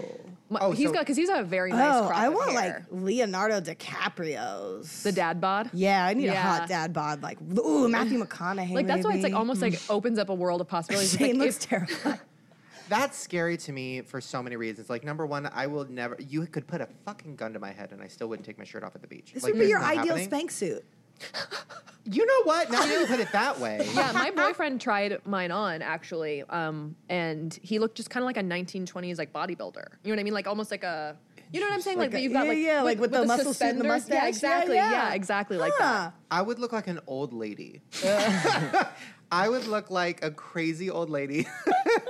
Speaker 9: My,
Speaker 1: Oh,
Speaker 9: he's
Speaker 1: so-
Speaker 9: got because he's got a very nice.
Speaker 3: Oh,
Speaker 9: crop
Speaker 3: I
Speaker 9: of
Speaker 3: want
Speaker 9: hair.
Speaker 3: like Leonardo DiCaprio's.
Speaker 9: the dad bod.
Speaker 3: Yeah, I need a
Speaker 9: Yeah.
Speaker 3: hot dad bod. Like, ooh, Matthew McConaughey.
Speaker 9: Like that's why it's like
Speaker 3: maybe.
Speaker 9: almost like opens up a world of possibilities.
Speaker 3: <laughs>
Speaker 9: It's
Speaker 3: Shane
Speaker 9: like,
Speaker 3: looks
Speaker 9: if-
Speaker 3: terrifying.
Speaker 1: That's scary to me for so many reasons. Like number one, I will never. You could put a fucking gun to my head, and I still wouldn't take my shirt off at the beach.
Speaker 3: This
Speaker 1: Like,
Speaker 3: would be
Speaker 1: it's
Speaker 3: your
Speaker 1: not
Speaker 3: ideal
Speaker 1: happening.
Speaker 3: spank suit.
Speaker 1: You know what? Now you put it that
Speaker 3: <laughs>
Speaker 1: way.
Speaker 9: <laughs> yeah, my boyfriend tried mine on actually, um, and he looked just kind of like a 1920s like bodybuilder. You know what I mean? Like almost like a. You know what I'm saying?
Speaker 3: Like a-
Speaker 9: Like, that you've got
Speaker 3: yeah,
Speaker 9: like
Speaker 3: yeah, like with the muscle suit and the
Speaker 9: suspenders. Yeah,
Speaker 3: mustache. Yeah,
Speaker 9: exactly. Yeah,
Speaker 3: yeah.
Speaker 9: exactly like <laughs> that.
Speaker 1: I would look like an old
Speaker 9: <laughs>
Speaker 1: lady. I would look like a crazy old lady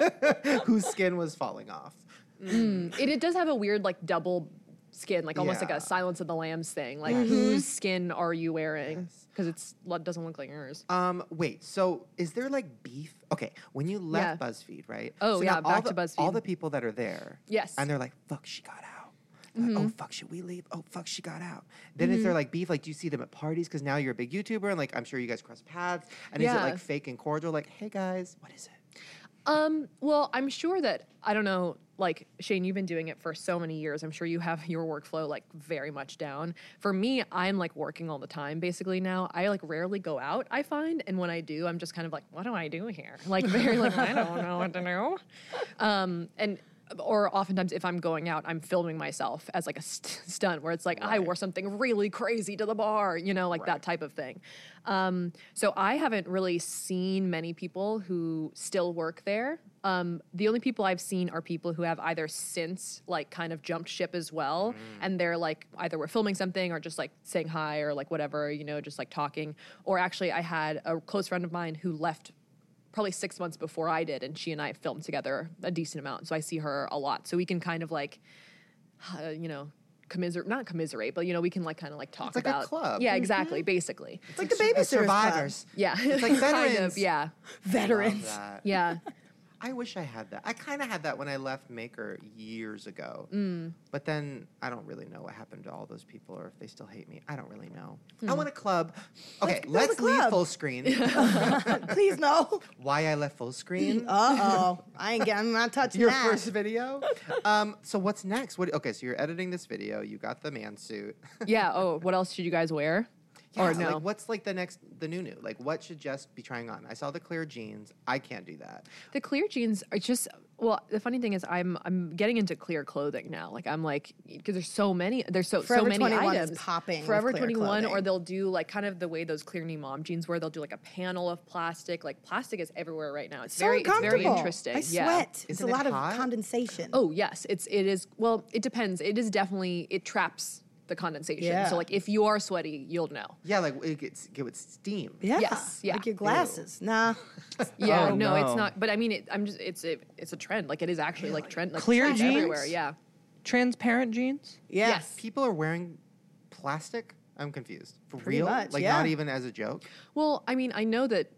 Speaker 1: <laughs> whose skin was falling off.
Speaker 9: Mm, It, it does have a weird like double skin, like almost like
Speaker 1: Yeah.
Speaker 9: a Silence of the Lambs thing. Like whose skin are you wearing? Because it's it doesn't look like yours.
Speaker 1: Um, wait, so is there like beef? Okay, when you left
Speaker 9: Yeah.
Speaker 1: BuzzFeed, right?
Speaker 9: Oh,
Speaker 1: so
Speaker 9: yeah,
Speaker 1: now all
Speaker 9: back
Speaker 1: the,
Speaker 9: to
Speaker 1: All
Speaker 9: BuzzFeed.
Speaker 1: the people that are there.
Speaker 9: Yes. Mm-hmm.
Speaker 1: And they're like, fuck, she got out. They're like, oh, fuck, should we leave? Oh, fuck, she got out. Then is there like beef? Like, do you see them at parties? Because now you're a big YouTuber and like, I'm sure you guys cross paths. And is
Speaker 9: Yeah.
Speaker 1: it like fake and cordial? Like, hey guys, what is it?
Speaker 9: Um, well, I'm sure that I don't know like Shane, you've been doing it for so many years. I'm sure you have your workflow like very much down. For me, I'm like working all the time basically now. I like rarely go out, I find. And when I do, I'm just kind of like, what do I do here? Like very like, I don't know what to do. Um, and or oftentimes if I'm going out, I'm filming myself as like a st- stunt where it's like I wore something really crazy to the bar, you know, like that type of thing. Um, so I haven't really seen many people who still work there. Um, the only people I've seen are people who have either since like kind of jumped ship as well, and they're like either we're filming something or just like saying hi or like whatever, you know, just like talking. Or actually, I had a close friend of mine who left probably six months before I did, and she and I filmed together a decent amount. So I see her a lot. So we can kind of like, uh, you know, commiserate, not commiserate, but you know, we can like kind of like talk
Speaker 1: It's like a
Speaker 9: about
Speaker 1: club. Mm-hmm.
Speaker 9: Yeah, exactly, basically.
Speaker 1: It's like the baby survivors.
Speaker 9: Yeah,
Speaker 1: It's like
Speaker 9: <laughs> kind
Speaker 1: veterans.
Speaker 9: of. Yeah,
Speaker 1: Veterans.
Speaker 9: yeah.
Speaker 1: I wish I had that. I kind of had that when I left Maker years ago. But then I don't really know what happened to all those people or if they still hate me. I don't really know. I want a club. Okay, let's,
Speaker 3: a
Speaker 1: leave
Speaker 3: club.
Speaker 1: full screen.
Speaker 3: <laughs> Please no.
Speaker 1: Why I left full screen?
Speaker 3: Uh oh, I ain't getting. I'm not touching
Speaker 1: Your
Speaker 3: that.
Speaker 1: first video? <laughs> um, so what's next? What, okay, so you're editing this video. You got the man suit. <laughs>
Speaker 9: yeah. Oh, what else should you guys wear? or
Speaker 1: Yeah,
Speaker 9: no?
Speaker 1: Like, what's like the next, the new new? Like, what should Jess be trying on? I saw the clear jeans. I can't do that.
Speaker 9: The clear jeans are just well. The funny thing is, I'm I'm getting into clear clothing now. Like I'm like because there's so many. There's so so
Speaker 3: Forever
Speaker 9: many
Speaker 3: 21 is
Speaker 9: items
Speaker 3: popping with
Speaker 9: Forever
Speaker 3: clear
Speaker 9: 21, or
Speaker 3: clothing.
Speaker 9: they'll do like kind of the way those clear knee mom jeans were. They'll do like a panel of plastic. Like plastic is everywhere right now. It's
Speaker 3: so
Speaker 9: very it's very
Speaker 3: uncomfortable.
Speaker 9: interesting.
Speaker 3: I
Speaker 9: Yeah.
Speaker 3: sweat. It's a
Speaker 1: Isn't it
Speaker 3: lot of
Speaker 1: hot?
Speaker 3: condensation.
Speaker 9: Oh yes, it's it is. Well, it depends. It is definitely it traps the condensation.
Speaker 3: Yeah.
Speaker 9: So like if you are sweaty, you'll know.
Speaker 1: Yeah, like it gets, it would steam.
Speaker 3: yeah.
Speaker 9: yes, yeah.
Speaker 3: Like your glasses.
Speaker 9: <laughs>
Speaker 3: Nah.
Speaker 9: Yeah,
Speaker 5: Oh,
Speaker 9: no, it's
Speaker 5: no.
Speaker 9: not. But I mean, it, I'm just it's it, it's a trend. Like it is actually like trend like
Speaker 6: Clear
Speaker 9: trends
Speaker 6: jeans?
Speaker 9: everywhere. Yeah.
Speaker 6: Transparent jeans.
Speaker 3: Yeah.
Speaker 1: People are wearing plastic. I'm confused. For
Speaker 3: Pretty
Speaker 1: real?
Speaker 3: much,
Speaker 1: like
Speaker 3: yeah.
Speaker 1: not even as a joke.
Speaker 9: Well, I mean, I know that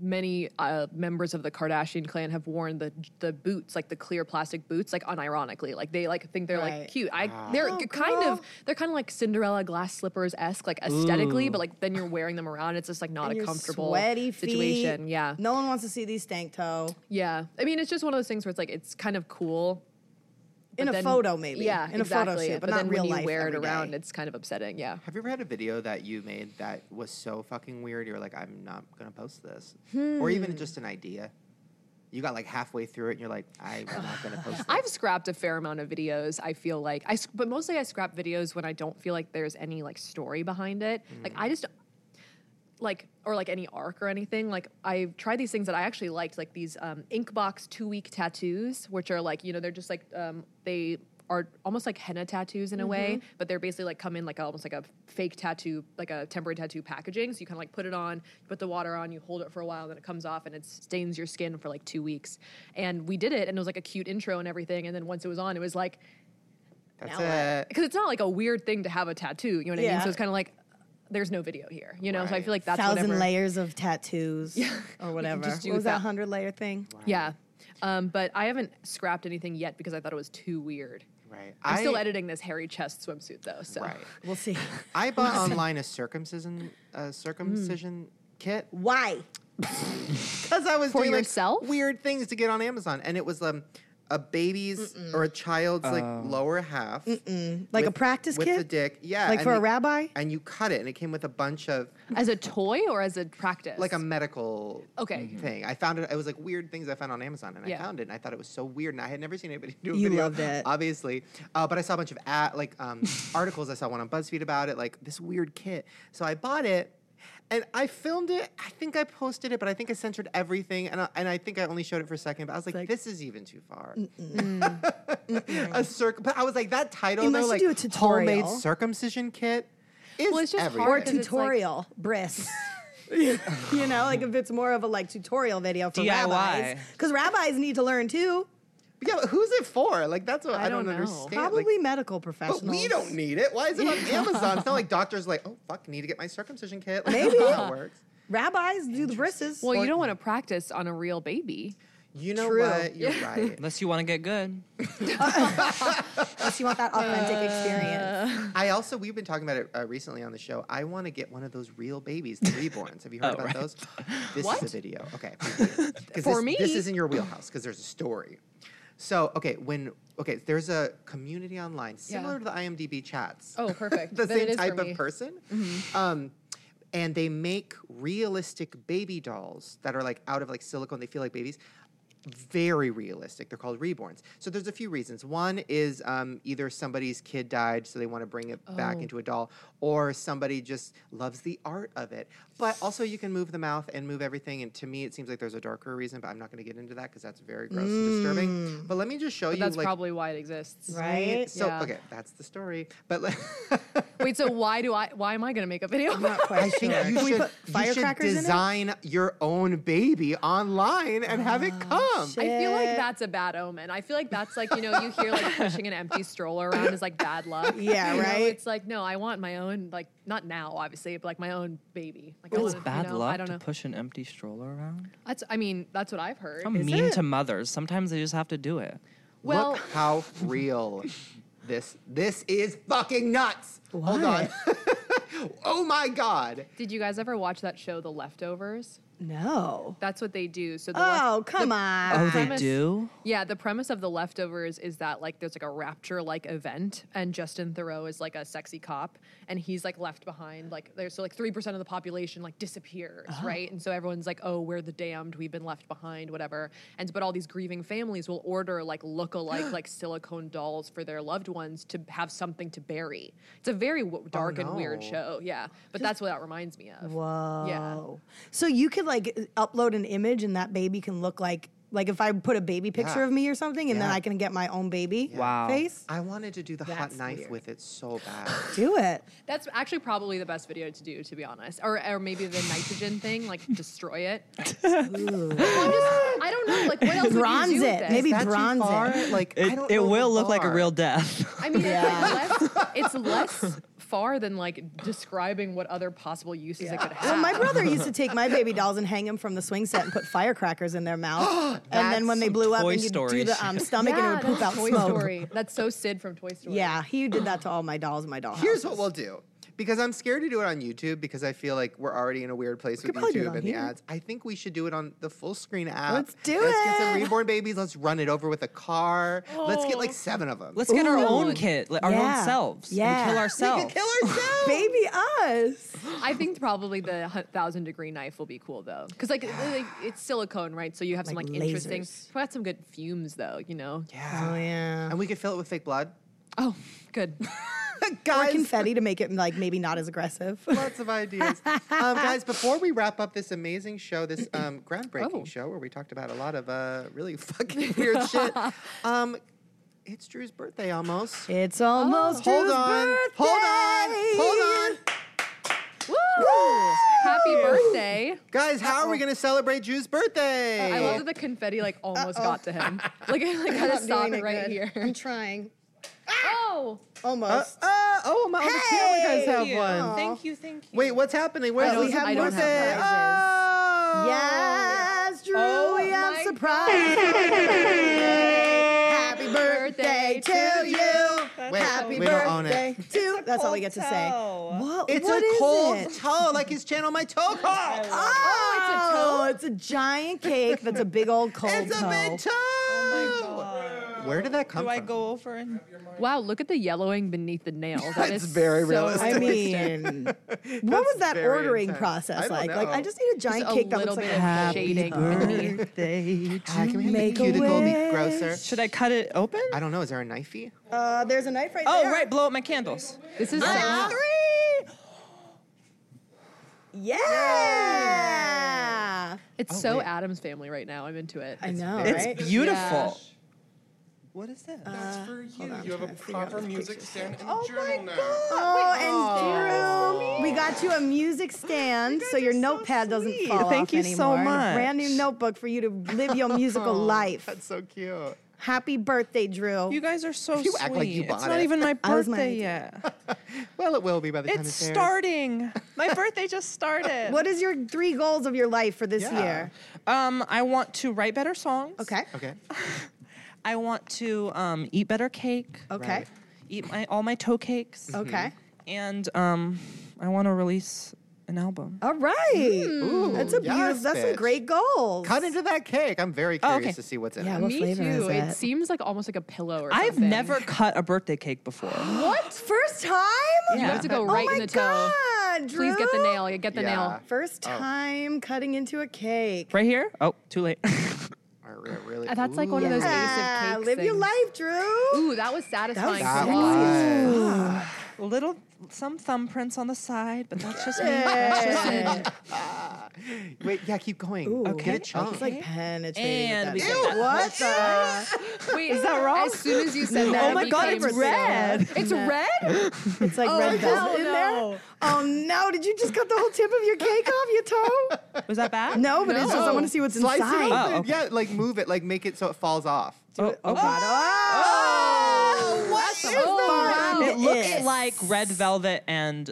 Speaker 9: many uh, members of the Kardashian clan have worn the the boots, like the clear plastic boots, like unironically. Like they like think they're
Speaker 3: Right.
Speaker 9: like cute. I they're
Speaker 3: Oh,
Speaker 9: g- kind
Speaker 3: girl.
Speaker 9: of they're kind of like Cinderella glass slippers esque, like aesthetically, but like then you're wearing them around. It's just like not
Speaker 3: And
Speaker 9: a
Speaker 3: your
Speaker 9: comfortable
Speaker 3: sweaty feet.
Speaker 9: situation. Yeah,
Speaker 3: No one wants to see these stank toe
Speaker 9: yeah. I mean, it's just one of those things where it's like it's kind of cool.
Speaker 3: in
Speaker 9: but
Speaker 3: a
Speaker 9: then-
Speaker 3: photo maybe.
Speaker 9: Yeah,
Speaker 3: in a
Speaker 9: exactly.
Speaker 3: photo shoot, but,
Speaker 9: but
Speaker 3: not
Speaker 9: then
Speaker 3: real
Speaker 9: when you
Speaker 3: life
Speaker 9: wear it
Speaker 3: every day.
Speaker 9: around, it's kind of upsetting. Yeah.
Speaker 1: Have you ever had a video that you made that was so fucking weird? You're like, I'm not gonna post this, or even just an idea. You got like halfway through it, and you're like, I'm not gonna post this.
Speaker 9: I've scrapped a fair amount of videos. I feel like I, sc- but mostly I scrap videos when I don't feel like there's any like story behind it. Like I just like or like any arc or anything. Like I've tried these things that I actually liked, like these um, Inkbox two week tattoos, which are like you know they're just like um, they are almost like henna tattoos in a way,
Speaker 3: Mm-hmm.
Speaker 9: but they're basically like come in like almost like a fake tattoo, like a temporary tattoo packaging. So you kind of like put it on, you put the water on, you hold it for a while, then it comes off and it stains your skin for like two weeks. And we did it, and it was like a cute intro and everything. And then once it was on, it was like
Speaker 1: That's it.
Speaker 9: because it's not like a weird thing to have a tattoo. You know what I mean?
Speaker 3: Yeah.
Speaker 9: So it's kind of like there's no video here, you know. So I
Speaker 1: Right.
Speaker 9: feel like that's
Speaker 3: thousand
Speaker 9: whatever.
Speaker 3: layers of tattoos
Speaker 9: <laughs>
Speaker 3: or whatever.
Speaker 9: just do
Speaker 3: what was that
Speaker 9: that.
Speaker 3: hundred layer thing?
Speaker 9: Yeah. Um, but I haven't scrapped anything yet because I thought it was too weird.
Speaker 1: Right.
Speaker 9: I'm
Speaker 1: I-
Speaker 9: still editing this hairy chest swimsuit though. So
Speaker 1: Right.
Speaker 3: We'll
Speaker 9: <laughs>
Speaker 3: see.
Speaker 1: I bought online a circumcision uh, circumcision kit
Speaker 3: Why?
Speaker 1: because I was
Speaker 9: For
Speaker 1: doing like,
Speaker 9: yourself?
Speaker 1: weird things to get on Amazon, and it was um a baby's or a child's like lower half,
Speaker 3: Like a
Speaker 1: with-
Speaker 3: practice
Speaker 1: with
Speaker 3: kit?
Speaker 1: the dick, yeah,
Speaker 3: Like
Speaker 1: and
Speaker 3: for a
Speaker 1: they-
Speaker 3: rabbi?
Speaker 1: and you cut it, and it came with a bunch of
Speaker 9: as a toy or as a practice?
Speaker 1: like a medical
Speaker 9: Okay.
Speaker 3: Mm-hmm.
Speaker 1: thing. I found it. It was like weird things I found on Amazon, and I
Speaker 9: Yeah.
Speaker 1: found it, and I thought it was so weird, and I had never seen anybody do a
Speaker 3: You
Speaker 1: video.
Speaker 3: loved it.
Speaker 1: obviously. Uh, but I saw a bunch of at, like
Speaker 3: <laughs>
Speaker 1: um, articles. I saw one on BuzzFeed about it, like this weird kit. So I bought it. And I filmed it. I think I posted it, but I think I censored everything. And I, and I think I only showed it for a second. But I was like, "This is even too far." <laughs> a circ. But I was like, that title
Speaker 3: You
Speaker 1: though,
Speaker 3: must
Speaker 1: like
Speaker 3: do a
Speaker 1: homemade
Speaker 3: tutorial.
Speaker 1: circumcision kit, is
Speaker 9: Well, it's just hard
Speaker 1: everything.
Speaker 9: Or 'cause it's- like-
Speaker 3: tutorial
Speaker 9: <laughs>
Speaker 3: bris. <laughs> you know, like if it's more of a like tutorial video for
Speaker 6: DIY.
Speaker 3: rabbis, because rabbis need to learn too.
Speaker 1: yeah, but who's it for? Like that's what I,
Speaker 9: I
Speaker 1: don't,
Speaker 9: don't know.
Speaker 1: understand. Like,
Speaker 3: Probably medical professionals.
Speaker 1: But we don't need it. Why is it on Amazon? It's not like doctors like, oh fuck, need to get my circumcision kit. Like,
Speaker 3: Maybe.
Speaker 1: that's how it works.
Speaker 3: Rabbis do the brisses.
Speaker 9: Well, you don't want to practice on a real baby.
Speaker 1: You know
Speaker 3: True.
Speaker 1: what? You're right.
Speaker 6: Unless you want to get good.
Speaker 3: unless you want that authentic experience.
Speaker 1: I also we've been talking about it uh, recently on the show. I want to get one of those real babies, the reborns. Have you heard about those? This is a video. Okay. <laughs> 'Cause
Speaker 9: For
Speaker 1: this, this
Speaker 9: me?
Speaker 1: is in your wheelhouse because there's a story. So, okay, when okay, there's a community online similar to the IMDb chats.
Speaker 9: Oh, perfect.
Speaker 1: the
Speaker 9: <laughs> Then it
Speaker 1: same
Speaker 9: is for
Speaker 1: type of
Speaker 9: me. Mm-hmm.
Speaker 1: person. Um, and they make realistic baby dolls that are like out of like silicone. They feel like babies. Very realistic. They're called reborns. So there's a few reasons. One is um, either somebody's kid died, so they want to bring it
Speaker 9: Oh.
Speaker 1: back into a doll, or somebody just loves the art of it. But also, you can move the mouth and move everything. And to me, it seems like there's a darker reason, but I'm not going to get into that because that's very gross and disturbing. But let me just show you.
Speaker 9: Mm. That's
Speaker 1: like,
Speaker 9: probably why it exists.
Speaker 3: Right?
Speaker 1: So
Speaker 9: yeah.
Speaker 1: okay, that's the story. But <laughs>
Speaker 9: <laughs>
Speaker 1: like,
Speaker 9: Wait, so why do I? Why am I gonna make a video? about it?
Speaker 1: I think you
Speaker 3: Can
Speaker 1: should,
Speaker 3: we put
Speaker 1: you should
Speaker 3: firecrackers in it?
Speaker 1: design your own baby online and have it
Speaker 3: Ah,
Speaker 1: come.
Speaker 9: I feel like that's a bad omen. I feel like that's like you know you hear like pushing an empty stroller around is like bad
Speaker 1: <laughs>
Speaker 9: luck.
Speaker 3: Yeah,
Speaker 9: You know,
Speaker 3: right?
Speaker 9: it's like no, I want my own like not now obviously, but like my own baby. Like I
Speaker 3: Ooh.
Speaker 9: want
Speaker 3: It's
Speaker 9: you
Speaker 6: Bad
Speaker 9: know,
Speaker 6: luck
Speaker 9: I don't
Speaker 6: to
Speaker 9: know.
Speaker 6: push an empty stroller around.
Speaker 9: That's I mean that's what I've heard.
Speaker 6: How mean to mothers. Sometimes they just have to do it.
Speaker 9: well,
Speaker 1: Look how real this this is fucking nuts. Hold on. oh my god.
Speaker 9: did you guys ever watch that show The Leftovers?
Speaker 3: No.
Speaker 9: That's what they do. So the left-
Speaker 3: Oh, come
Speaker 6: Oh,
Speaker 3: on.
Speaker 6: they
Speaker 9: premise-
Speaker 6: do?
Speaker 9: Yeah, the premise of the leftovers is that like there's like a rapture like event, and Justin Thoreau is like a sexy cop, and he's like left behind. Like there's so like three percent of the population like disappears, right? And so everyone's like, oh, we're the damned, we've been left behind, whatever. And but all these grieving families will order like look-alike like silicone dolls for their loved ones to have something to bury. It's a very w- dark and weird
Speaker 1: no.
Speaker 9: show, yeah. But that's what that reminds me of.
Speaker 3: Whoa.
Speaker 9: Yeah.
Speaker 3: So you could like upload an image and that baby can look like like if I put a baby picture
Speaker 1: Yeah.
Speaker 3: of me or something and then
Speaker 1: Yeah.
Speaker 3: I can get my own baby
Speaker 6: Wow.
Speaker 3: face.
Speaker 1: I wanted to do the hot
Speaker 9: That's
Speaker 1: knife
Speaker 9: weird.
Speaker 1: with it so bad.
Speaker 3: Do it.
Speaker 9: That's actually probably the best video to do, to be honest. Or, or maybe the nitrogen
Speaker 3: <laughs>
Speaker 9: thing, like destroy it. Well, I'm just- I don't know. Like, what else
Speaker 3: Bronze
Speaker 9: would you do
Speaker 3: it.
Speaker 9: With this?
Speaker 3: Maybe
Speaker 1: That too
Speaker 3: bronze
Speaker 1: far?
Speaker 3: it.
Speaker 1: Like I
Speaker 6: It,
Speaker 1: don't
Speaker 6: it
Speaker 1: know
Speaker 6: will
Speaker 1: the
Speaker 6: look like a
Speaker 1: bar.
Speaker 6: real death. <laughs>
Speaker 9: I mean, it's, like less,
Speaker 3: <laughs>
Speaker 9: it's less far than like describing what other possible uses it could have.
Speaker 3: Well, my brother used to take my baby dolls and hang them from the swing set and put firecrackers in their mouth. and then when they blew up,
Speaker 6: Toy
Speaker 3: and you'd
Speaker 6: Story
Speaker 3: do the um,
Speaker 6: shit.
Speaker 3: stomach and it would
Speaker 9: that's
Speaker 3: poop out
Speaker 9: Toy
Speaker 3: smoke.
Speaker 9: Story. That's so Sid from Toy Story.
Speaker 3: Yeah, he did that to all my dolls. in My doll.
Speaker 1: Here's what we'll do. Because I'm scared to do it on YouTube because I feel like we're already in a weird place with
Speaker 3: could probably do it
Speaker 1: YouTube
Speaker 3: on
Speaker 1: and the
Speaker 3: here.
Speaker 1: ads. I think we should do it on the full screen app.
Speaker 3: Let's do
Speaker 1: Let's get some
Speaker 3: it.
Speaker 1: reborn babies. Let's run it over with a car. Let's get like seven of them.
Speaker 6: Let's get our
Speaker 9: Ooh.
Speaker 6: own kid, like, our
Speaker 3: Yeah.
Speaker 6: own selves. We
Speaker 3: Yeah. We
Speaker 6: kill
Speaker 3: could
Speaker 1: we
Speaker 6: ourselves.
Speaker 1: could <laughs> kill ourselves.
Speaker 3: baby us.
Speaker 9: I think probably the hu- thousand degree knife will be cool though, because like, like, it's silicone, right? So you have some
Speaker 3: Like
Speaker 9: like interesting.
Speaker 3: lasers.
Speaker 9: Got some good fumes though, you know.
Speaker 1: Yeah.
Speaker 3: Oh yeah.
Speaker 1: <laughs> And we could fill it with fake blood.
Speaker 9: Oh, good. <laughs>
Speaker 3: Or
Speaker 1: guys,
Speaker 3: confetti to make it like maybe not
Speaker 1: <laughs>
Speaker 3: as aggressive.
Speaker 1: lots of ideas. um, guys, before we wrap up this amazing show, this
Speaker 3: <clears throat>
Speaker 1: um, groundbreaking
Speaker 9: Oh.
Speaker 1: show where we talked about a lot of uh, really <laughs> fucking
Speaker 3: <laughs>
Speaker 1: weird shit, um, it's Drew's birthday almost.
Speaker 3: It's almost
Speaker 1: Oh, hold
Speaker 3: Drew's
Speaker 1: on,
Speaker 3: birthday.
Speaker 1: hold on, hold on.
Speaker 9: Happy birthday.
Speaker 1: Guys, how are we going to celebrate Drew's birthday?
Speaker 9: Uh, I love that the confetti like almost got
Speaker 3: <laughs>
Speaker 9: to him. Like I like
Speaker 3: I'm
Speaker 9: had
Speaker 3: not
Speaker 9: to stop
Speaker 3: doing
Speaker 9: it right
Speaker 3: good.
Speaker 9: here.
Speaker 3: I'm trying.
Speaker 9: Oh,
Speaker 1: Uh,
Speaker 3: Almost.
Speaker 1: uh, oh, my hey!
Speaker 3: Hey!
Speaker 1: you guys have one.
Speaker 6: Thank you, thank you.
Speaker 1: Wait, what's happening? Where's
Speaker 3: don't-
Speaker 1: Drew's
Speaker 3: I
Speaker 9: don't have
Speaker 1: birthday?
Speaker 3: prizes.
Speaker 1: Oh!
Speaker 3: yes, Drew,
Speaker 1: Oh
Speaker 3: we have
Speaker 9: my
Speaker 3: surprise. Happy birthday
Speaker 9: Birthday
Speaker 3: to
Speaker 9: to
Speaker 3: you.
Speaker 1: Wait,
Speaker 3: Happy
Speaker 1: we don't own it.
Speaker 3: birthday to. That's all we get to say.
Speaker 6: toe.
Speaker 3: What?
Speaker 1: It's
Speaker 3: what
Speaker 1: a
Speaker 3: is
Speaker 1: cold
Speaker 3: it?
Speaker 1: toe, like his channel, my toe call. Ah,
Speaker 3: Oh, it's a giant cake that's a big old cold
Speaker 1: <laughs> It's
Speaker 3: toe.
Speaker 1: a big toe. Where did that come
Speaker 6: Do
Speaker 1: from?
Speaker 6: I go over and
Speaker 9: wow! Look at the yellowing beneath
Speaker 3: <laughs>
Speaker 9: the nail. That
Speaker 1: That's
Speaker 9: is
Speaker 1: very
Speaker 9: so
Speaker 1: realistic.
Speaker 3: I
Speaker 9: interesting.
Speaker 1: <laughs>
Speaker 3: mean, what was that
Speaker 1: very
Speaker 3: ordering
Speaker 1: intense. I
Speaker 3: process
Speaker 1: don't
Speaker 3: like? Like,
Speaker 1: know.
Speaker 3: I just need a
Speaker 9: Just
Speaker 3: giant
Speaker 9: a
Speaker 3: cake that
Speaker 9: little
Speaker 3: looks like
Speaker 9: bit
Speaker 3: a
Speaker 9: of
Speaker 3: happy
Speaker 9: shading. beneath.
Speaker 6: birthday?
Speaker 1: Ah, can we have
Speaker 3: Make a
Speaker 1: the cuticle be
Speaker 3: wish.
Speaker 1: grosser?
Speaker 6: Should I cut it open?
Speaker 1: I don't know. Is there a knifey? <laughs>
Speaker 3: Uh, there's a knife right
Speaker 6: Oh,
Speaker 3: there.
Speaker 6: right, Ah. blow out my candles.
Speaker 9: This is so,
Speaker 3: <gasps> Yeah.
Speaker 9: it's so Adam's family right now. I'm into it.
Speaker 3: Oh, I know, right?
Speaker 6: It's beautiful. What is this?
Speaker 7: That's for you. you have a proper music stand in the journal now.
Speaker 3: oh, and Drew, Oh, we got you a music
Speaker 1: Oh
Speaker 3: stand so your notepad doesn't
Speaker 6: sweet.
Speaker 3: fall
Speaker 6: Thank
Speaker 3: off
Speaker 6: you so
Speaker 3: anymore. And a
Speaker 6: much.
Speaker 3: brand new notebook for you to live your musical life.
Speaker 1: Oh, That's so cute.
Speaker 3: Happy birthday, Drew.
Speaker 6: You guys are so
Speaker 1: You
Speaker 6: sweet.
Speaker 1: act like you bought
Speaker 6: it's not
Speaker 1: it.
Speaker 6: even my
Speaker 3: That was my
Speaker 6: birthday yet.
Speaker 1: Well, it will be by the time
Speaker 6: It's
Speaker 1: it's aired.
Speaker 6: starting. My birthday
Speaker 3: <laughs>
Speaker 6: just started.
Speaker 3: what is your three goals of your life for this
Speaker 1: Yeah.
Speaker 3: year?
Speaker 6: Um, I want to write better songs.
Speaker 3: Okay.
Speaker 1: Okay.
Speaker 6: I want to um, eat better cake.
Speaker 3: Okay.
Speaker 1: Right.
Speaker 3: Oh.
Speaker 6: Eat my all my toe cakes.
Speaker 3: Okay.
Speaker 6: And um, I want to release an album.
Speaker 3: <laughs> All right. that's a
Speaker 1: yes,
Speaker 3: beautiful, that's some
Speaker 1: bitch.
Speaker 3: great goals.
Speaker 1: Cut into that cake. I'm very curious
Speaker 6: okay.
Speaker 1: to see what's in
Speaker 3: Yeah,
Speaker 1: it.
Speaker 3: what
Speaker 9: Me
Speaker 3: flavor is
Speaker 9: too.
Speaker 3: it?
Speaker 9: It seems like almost like a pillow or
Speaker 6: I've
Speaker 9: something.
Speaker 6: never cut a birthday cake before. <gasps>
Speaker 3: What? First time?
Speaker 9: You have to go
Speaker 3: Oh
Speaker 9: right
Speaker 3: my
Speaker 9: in the toe.
Speaker 3: God, Drew.
Speaker 9: Please get the nail. Yeah, Get the
Speaker 1: Yeah.
Speaker 9: nail.
Speaker 3: First time cutting into a cake.
Speaker 6: Right here? Oh, too late. <laughs>
Speaker 1: Or re- really,
Speaker 9: Uh, That's like one of
Speaker 1: Ooh.
Speaker 9: those
Speaker 3: Ah,
Speaker 9: invasive cakes.
Speaker 3: live your
Speaker 9: things.
Speaker 3: life, Drew.
Speaker 9: Ooh, that was satisfying.
Speaker 1: That
Speaker 9: for a lot.
Speaker 1: was-
Speaker 6: Little some thumbprints on the side, but that's just me. That's just me.
Speaker 3: Yeah.
Speaker 1: Wait, yeah, keep going.
Speaker 3: Okay.
Speaker 1: Get a chunk.
Speaker 3: It's like penetrating.
Speaker 6: And we
Speaker 3: with
Speaker 6: get
Speaker 3: that.
Speaker 6: that.
Speaker 3: what the?
Speaker 9: Wait, is that wrong? As soon as you said that,
Speaker 3: <laughs> Oh
Speaker 9: it
Speaker 3: my God,
Speaker 9: became
Speaker 3: it's
Speaker 9: so-
Speaker 3: red.
Speaker 9: It's red.
Speaker 3: It's like red velvet Oh, in there. Oh no! Did you just cut the whole tip of your cake off your
Speaker 1: <laughs>
Speaker 3: toe? <laughs>
Speaker 6: Was that bad?
Speaker 3: No, but it's just I
Speaker 1: No.
Speaker 3: want to see what's
Speaker 1: Slice
Speaker 3: inside.
Speaker 1: it open.
Speaker 6: Oh, okay.
Speaker 1: Yeah, like move it, like make it so it falls off.
Speaker 6: Oh, okay.
Speaker 3: Oh,
Speaker 1: What
Speaker 3: is that?
Speaker 6: It looks
Speaker 3: Yes.
Speaker 6: like red velvet and,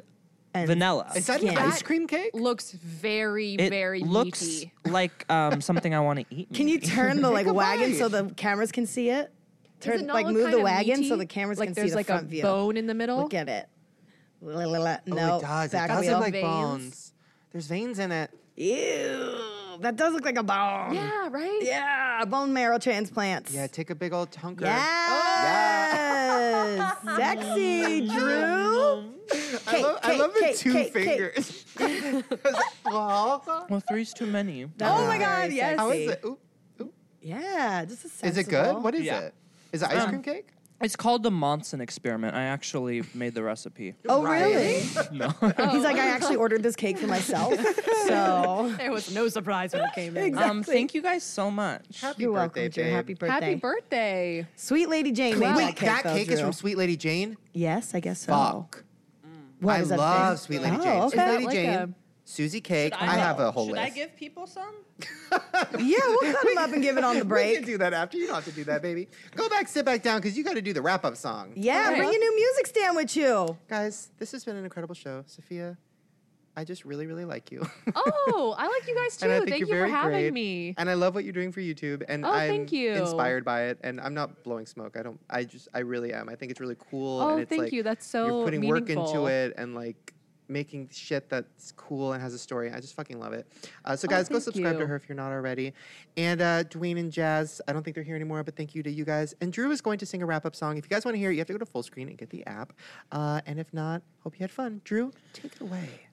Speaker 3: And
Speaker 6: vanilla.
Speaker 1: Is that an
Speaker 3: Skin.
Speaker 1: ice cream cake?
Speaker 9: Looks very,
Speaker 6: it
Speaker 9: very
Speaker 6: looks
Speaker 9: meaty.
Speaker 6: like um, something I want to eat.
Speaker 3: Can you
Speaker 6: maybe.
Speaker 3: turn the like
Speaker 1: a
Speaker 3: wagon
Speaker 1: bite.
Speaker 3: so the cameras can see it? Turn
Speaker 9: Does it not
Speaker 3: like
Speaker 9: look
Speaker 3: move the
Speaker 9: kinda
Speaker 3: wagon so
Speaker 9: meaty?
Speaker 3: the cameras
Speaker 9: like
Speaker 3: can
Speaker 9: there's
Speaker 3: see
Speaker 9: like
Speaker 3: the front
Speaker 9: a
Speaker 3: view.
Speaker 9: bone in the middle.
Speaker 3: Look at it. La, la, la. No,
Speaker 1: Oh, it does. It
Speaker 3: back
Speaker 1: does
Speaker 3: wheel.
Speaker 1: look like
Speaker 9: Veins.
Speaker 1: bones. There's veins in it.
Speaker 3: Ew, that does look like a bone.
Speaker 9: Yeah, right.
Speaker 3: Yeah, bone marrow transplants.
Speaker 1: Yeah, take a big old chunker.
Speaker 3: Yes. <laughs> Sexy, Drew.
Speaker 1: I love, I
Speaker 3: cake,
Speaker 1: love the
Speaker 3: cake,
Speaker 1: two
Speaker 3: cake, cake.
Speaker 9: <laughs>
Speaker 1: fingers. <laughs> Well,
Speaker 6: <laughs> Well, three's too many.
Speaker 3: oh my God, yes.
Speaker 1: How is it? Oop, oop.
Speaker 3: Yeah, just a
Speaker 1: Is
Speaker 3: sensible.
Speaker 1: it good? What is
Speaker 6: Yeah.
Speaker 1: it? Is it ice cream cake?
Speaker 6: It's called the Monson experiment. I actually made the recipe. Um,
Speaker 3: Oh, really?
Speaker 6: No.
Speaker 3: He's like, I actually ordered this cake
Speaker 1: <laughs>
Speaker 3: for myself. So.
Speaker 9: There was no surprise when it
Speaker 3: <laughs>
Speaker 9: came in.
Speaker 6: um, thank you guys so much.
Speaker 1: Happy
Speaker 3: You're
Speaker 1: birthday,
Speaker 3: welcome, Drew.
Speaker 1: babe.
Speaker 3: Happy birthday.
Speaker 9: Happy birthday.
Speaker 3: Sweet Lady Jane made
Speaker 1: Wait, that
Speaker 3: though,
Speaker 1: cake is
Speaker 3: Drew.
Speaker 1: from Sweet Lady Jane?
Speaker 3: Yes, I guess so.
Speaker 1: Fuck.
Speaker 3: What,
Speaker 1: I
Speaker 3: is that a
Speaker 1: love
Speaker 3: thing?
Speaker 1: Sweet Lady
Speaker 3: Oh,
Speaker 1: Jane. Sweet <laughs>
Speaker 3: okay.
Speaker 1: Lady
Speaker 9: Like
Speaker 1: Jane,
Speaker 9: a-
Speaker 1: Susie Cake. I, have a whole list.
Speaker 6: people some?
Speaker 3: Yeah, we'll cut him up and give <laughs> it on the
Speaker 1: You can
Speaker 3: break.
Speaker 1: do that after. You don't have to do that, baby. Go back, sit back down, because you got to do the wrap up song.
Speaker 3: Yeah, bring a new music stand with you.
Speaker 1: Guys, this has been an incredible show. Sophia, I just really, really like you. <laughs>
Speaker 9: Oh, I like you guys too.
Speaker 1: And I think
Speaker 9: Thank you
Speaker 1: you're very
Speaker 9: for having
Speaker 1: great.
Speaker 9: me.
Speaker 1: And I love what you're doing for YouTube. And
Speaker 9: Oh,
Speaker 1: I'm
Speaker 9: thank you.
Speaker 1: inspired by it. And I'm not blowing smoke. I don't. I just. I really am. I think it's really cool.
Speaker 9: Oh,
Speaker 1: and it's
Speaker 9: thank
Speaker 1: like,
Speaker 9: you. That's so
Speaker 1: You're putting work into
Speaker 9: meaningful.
Speaker 1: it and like making shit that's cool and has a story. I just fucking love it. Uh, so guys, go
Speaker 9: Oh, thank
Speaker 1: subscribe to
Speaker 9: you.
Speaker 1: her if you're not already. And uh, Dwayne and Jazz. I don't think they're here anymore, but thank you to you guys. And Drew is going to sing a wrap up song. If you guys want to hear it, you have to go to full screen and get the app. Uh, and if not, hope you had fun. Drew, take it away.